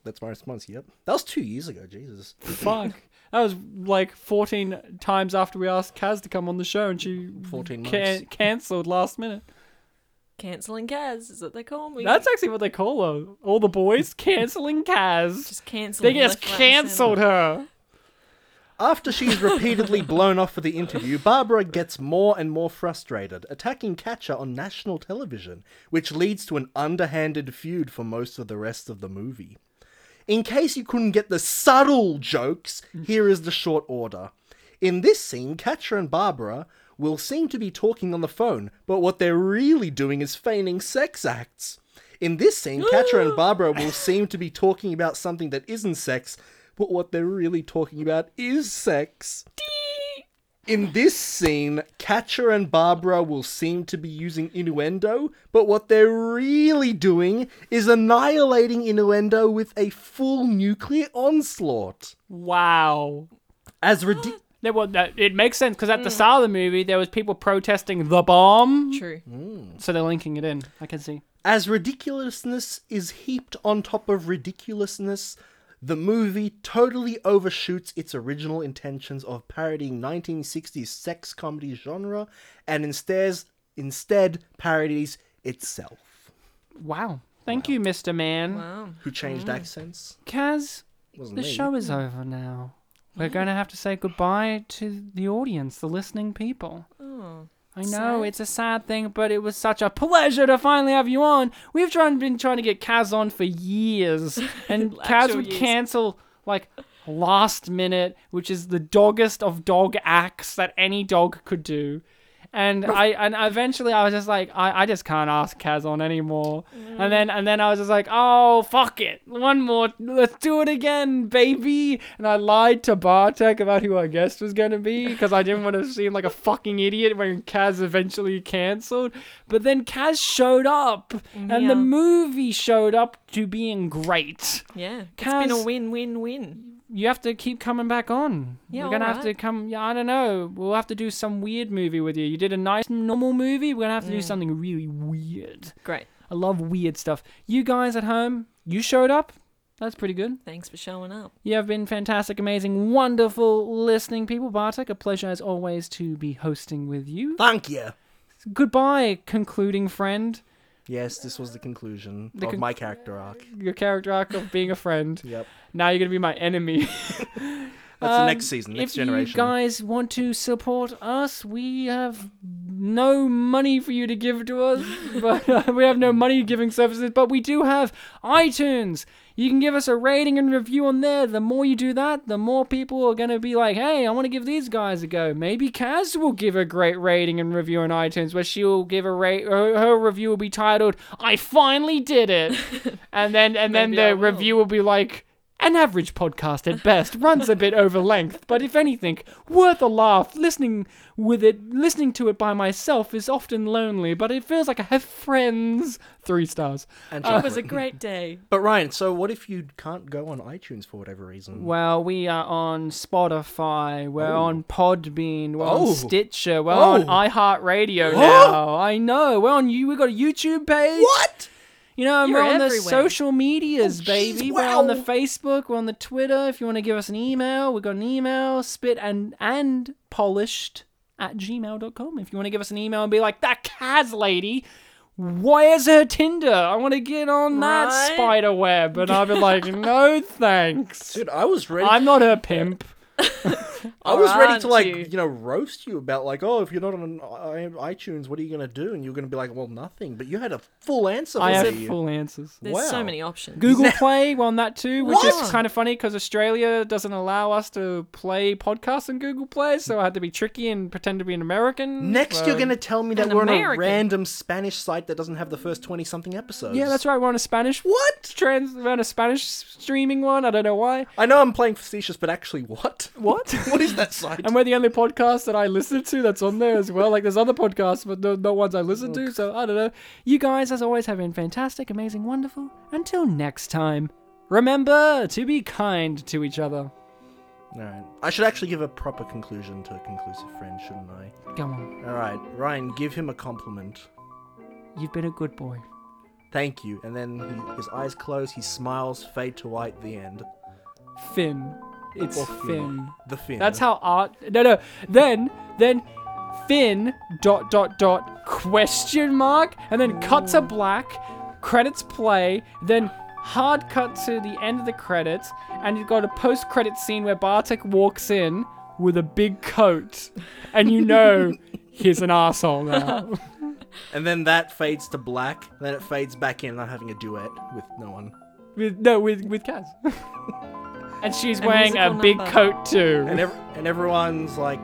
Speaker 2: That's my response. Yep. That was two years ago. Jesus.
Speaker 1: Fuck. That was like 14 times after we asked Kaz to come on the show and she
Speaker 2: 14
Speaker 1: can-
Speaker 2: months.
Speaker 1: cancelled last minute.
Speaker 3: Canceling Kaz is what they call me.
Speaker 1: That's actually what they call her. All the boys cancelling Kaz.
Speaker 3: just canceling.
Speaker 1: They just
Speaker 3: left, right, and centre.
Speaker 1: cancelled her.
Speaker 2: After she's repeatedly blown off for the interview, Barbara gets more and more frustrated, attacking Catcher on national television, which leads to an underhanded feud for most of the rest of the movie. In case you couldn't get the subtle jokes, here is the short order. In this scene, Catcher and Barbara will seem to be talking on the phone, but what they're really doing is feigning sex acts. In this scene, Catcher and Barbara will seem to be talking about something that isn't sex, but what they're really talking about is sex. In this scene, Catcher and Barbara will seem to be using innuendo, but what they're really doing is annihilating innuendo with a full nuclear onslaught.
Speaker 1: Wow.
Speaker 2: As ridiculous.
Speaker 1: No, well, no, it makes sense because at the start of the movie, there was people protesting the bomb,
Speaker 3: True.
Speaker 1: so they're linking it in. I can see.
Speaker 2: As ridiculousness is heaped on top of ridiculousness, the movie totally overshoots its original intentions of parodying 1960s sex comedy genre and instead instead parodies itself.
Speaker 1: Wow. Thank you, Mr. Man.
Speaker 3: Wow.
Speaker 2: Who changed accents?
Speaker 1: Kaz,
Speaker 2: Wasn't
Speaker 1: the
Speaker 2: me.
Speaker 1: show is over now. We're going to have to say goodbye to the audience, the listening people.
Speaker 3: Oh.
Speaker 1: I know
Speaker 3: Sad.
Speaker 1: it's a sad thing, but it was such a pleasure to finally have you on. We've tried, been trying to get Kaz on for years, and Kaz
Speaker 3: Actual
Speaker 1: would
Speaker 3: years.
Speaker 1: cancel like last minute, which is the doggest of dog acts that any dog could do. And I and eventually I was just like I, I just can't ask Kaz on anymore.
Speaker 3: Mm.
Speaker 1: And then and then I was just like, oh fuck it, one more, let's do it again, baby. And I lied to Bartek about who our guest was gonna be because I didn't want to seem like a fucking idiot when Kaz eventually cancelled. But then Kaz showed up, and
Speaker 3: Yeah.
Speaker 1: the movie showed up to being great.
Speaker 3: Yeah. It's been
Speaker 1: Kaz-
Speaker 3: a win win win.
Speaker 1: You have to keep coming back on.
Speaker 3: Yeah,
Speaker 1: We're gonna have to
Speaker 3: alright.
Speaker 1: come. Yeah, I don't know. We'll have to do some weird movie with you. You did a nice normal movie. We're gonna have to
Speaker 3: Mm.
Speaker 1: do something really weird.
Speaker 3: Great.
Speaker 1: I love weird stuff. You guys at home, you showed up. That's pretty good.
Speaker 3: Thanks for showing up.
Speaker 1: You have been fantastic, amazing, wonderful listening people. Bartek, a pleasure as always to be hosting with you.
Speaker 2: Thank you.
Speaker 1: Goodbye, concluding friend.
Speaker 2: Yes, this was the conclusion
Speaker 1: The
Speaker 2: of
Speaker 1: con-
Speaker 2: my character arc.
Speaker 1: Your character arc of being a friend.
Speaker 2: Yep.
Speaker 1: Now you're gonna be my enemy.
Speaker 2: That's
Speaker 1: Um,
Speaker 2: the next season, next
Speaker 1: if
Speaker 2: generation.
Speaker 1: you guys want to support us, we have no money for you to give to us, but uh, we have no money giving services. But we do have iTunes. You can give us a rating and review on there. The more you do that, the more people are going to be like, "Hey, I want to give these guys a go." Maybe Kaz will give a great rating and review on iTunes, where she will give a rate. Her, her review will be titled, "I finally did it," and then and then
Speaker 3: Maybe I
Speaker 1: the
Speaker 3: will.
Speaker 1: review will be like an average podcast at best runs a bit over length, but if anything, worth a laugh. Listening with it, listening to it by myself is often lonely, but it feels like I have friends. Three stars.
Speaker 2: And
Speaker 3: It
Speaker 2: chocolate.
Speaker 3: was a great day.
Speaker 2: but Ryan, so what if you can't go on iTunes for whatever reason?
Speaker 1: Well, we are on Spotify, we're on Podbean, we're on
Speaker 2: Oh.
Speaker 1: Stitcher, we're
Speaker 2: Oh.
Speaker 1: on iHeartRadio now. I know. We're on you. We got a YouTube page.
Speaker 2: what?
Speaker 1: You know, and
Speaker 3: You're
Speaker 1: we're on the
Speaker 3: everywhere. Oh,
Speaker 1: social medias, baby. We're on the
Speaker 2: wow.
Speaker 1: Facebook, we're on the Twitter. If you want to give us an email, we've got an email, spit and and polished at gmail.com. If you want to give us an email and be like, that Kaz lady, where's her Tinder? I want to get on that
Speaker 3: Right?
Speaker 1: spider web. And I'll be like, no thanks.
Speaker 2: Dude, I was ready.
Speaker 1: I'm not her pimp.
Speaker 2: I was ready
Speaker 3: Aren't
Speaker 2: to like you?
Speaker 3: you?
Speaker 2: know roast you about like oh if you're not on i- iTunes what are you gonna do and you're gonna be like well nothing but you had a full answer for
Speaker 1: I have
Speaker 2: me.
Speaker 1: full answers.
Speaker 3: There's
Speaker 2: Wow.
Speaker 3: so many options.
Speaker 1: Google Play, we're on that too, which is
Speaker 3: What?
Speaker 1: kind of funny because Australia doesn't allow us to play podcasts on Google Play, so I had to be tricky and pretend to be an American.
Speaker 2: Next,
Speaker 1: so-
Speaker 2: you're gonna tell me that
Speaker 3: An
Speaker 2: we're on a
Speaker 3: American.
Speaker 2: random Spanish site that doesn't have the first twenty something episodes.
Speaker 1: Yeah, that's right. We're on a Spanish. What? Trans. We're on a Spanish streaming one. I don't know why.
Speaker 2: I know I'm playing facetious, but actually, what?
Speaker 1: What?
Speaker 2: what is that site?
Speaker 1: and we're the only podcast that I listen to that's on there as well. Like there's other podcasts, but no, not ones I listen to. So I don't know. You guys, as always, have been fantastic, amazing, wonderful. Until next time, remember to be kind to each other.
Speaker 2: All right, I should actually give a proper conclusion to conclusive friend, shouldn't I?
Speaker 1: Go on.
Speaker 2: All right, Ryan, give him a compliment.
Speaker 1: You've been a good boy.
Speaker 2: Thank you, and then he, his eyes close, he smiles, fade to white. The end.
Speaker 1: Finn. It's
Speaker 2: Or Finn.
Speaker 1: Finn.
Speaker 2: The fin.
Speaker 1: That's how art. No, no. Then, then, Finn dot dot dot question mark, and then cut to black. Credits play. Then hard cut to the end of the credits, and you've got a post credit scene where Bartek walks in with a big coat, and you know he's an asshole now.
Speaker 2: And then that fades to black. Then it fades back in. and I'm having a duet with no one.
Speaker 1: with no, with with Kaz. And she's
Speaker 3: A
Speaker 1: wearing a
Speaker 3: musical
Speaker 1: big
Speaker 3: number.
Speaker 1: coat too.
Speaker 2: And ev- and everyone's like,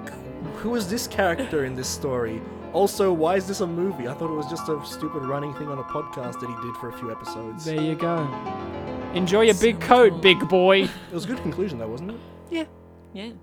Speaker 2: "Who is this character in this story?" Also, why is this a movie? I thought it was just a stupid running thing on a podcast that he did for a few episodes.
Speaker 1: there you go. Enjoy your big
Speaker 3: So
Speaker 1: coat,
Speaker 3: cool.
Speaker 1: big boy.
Speaker 2: It was a good conclusion though, wasn't it?
Speaker 3: Yeah.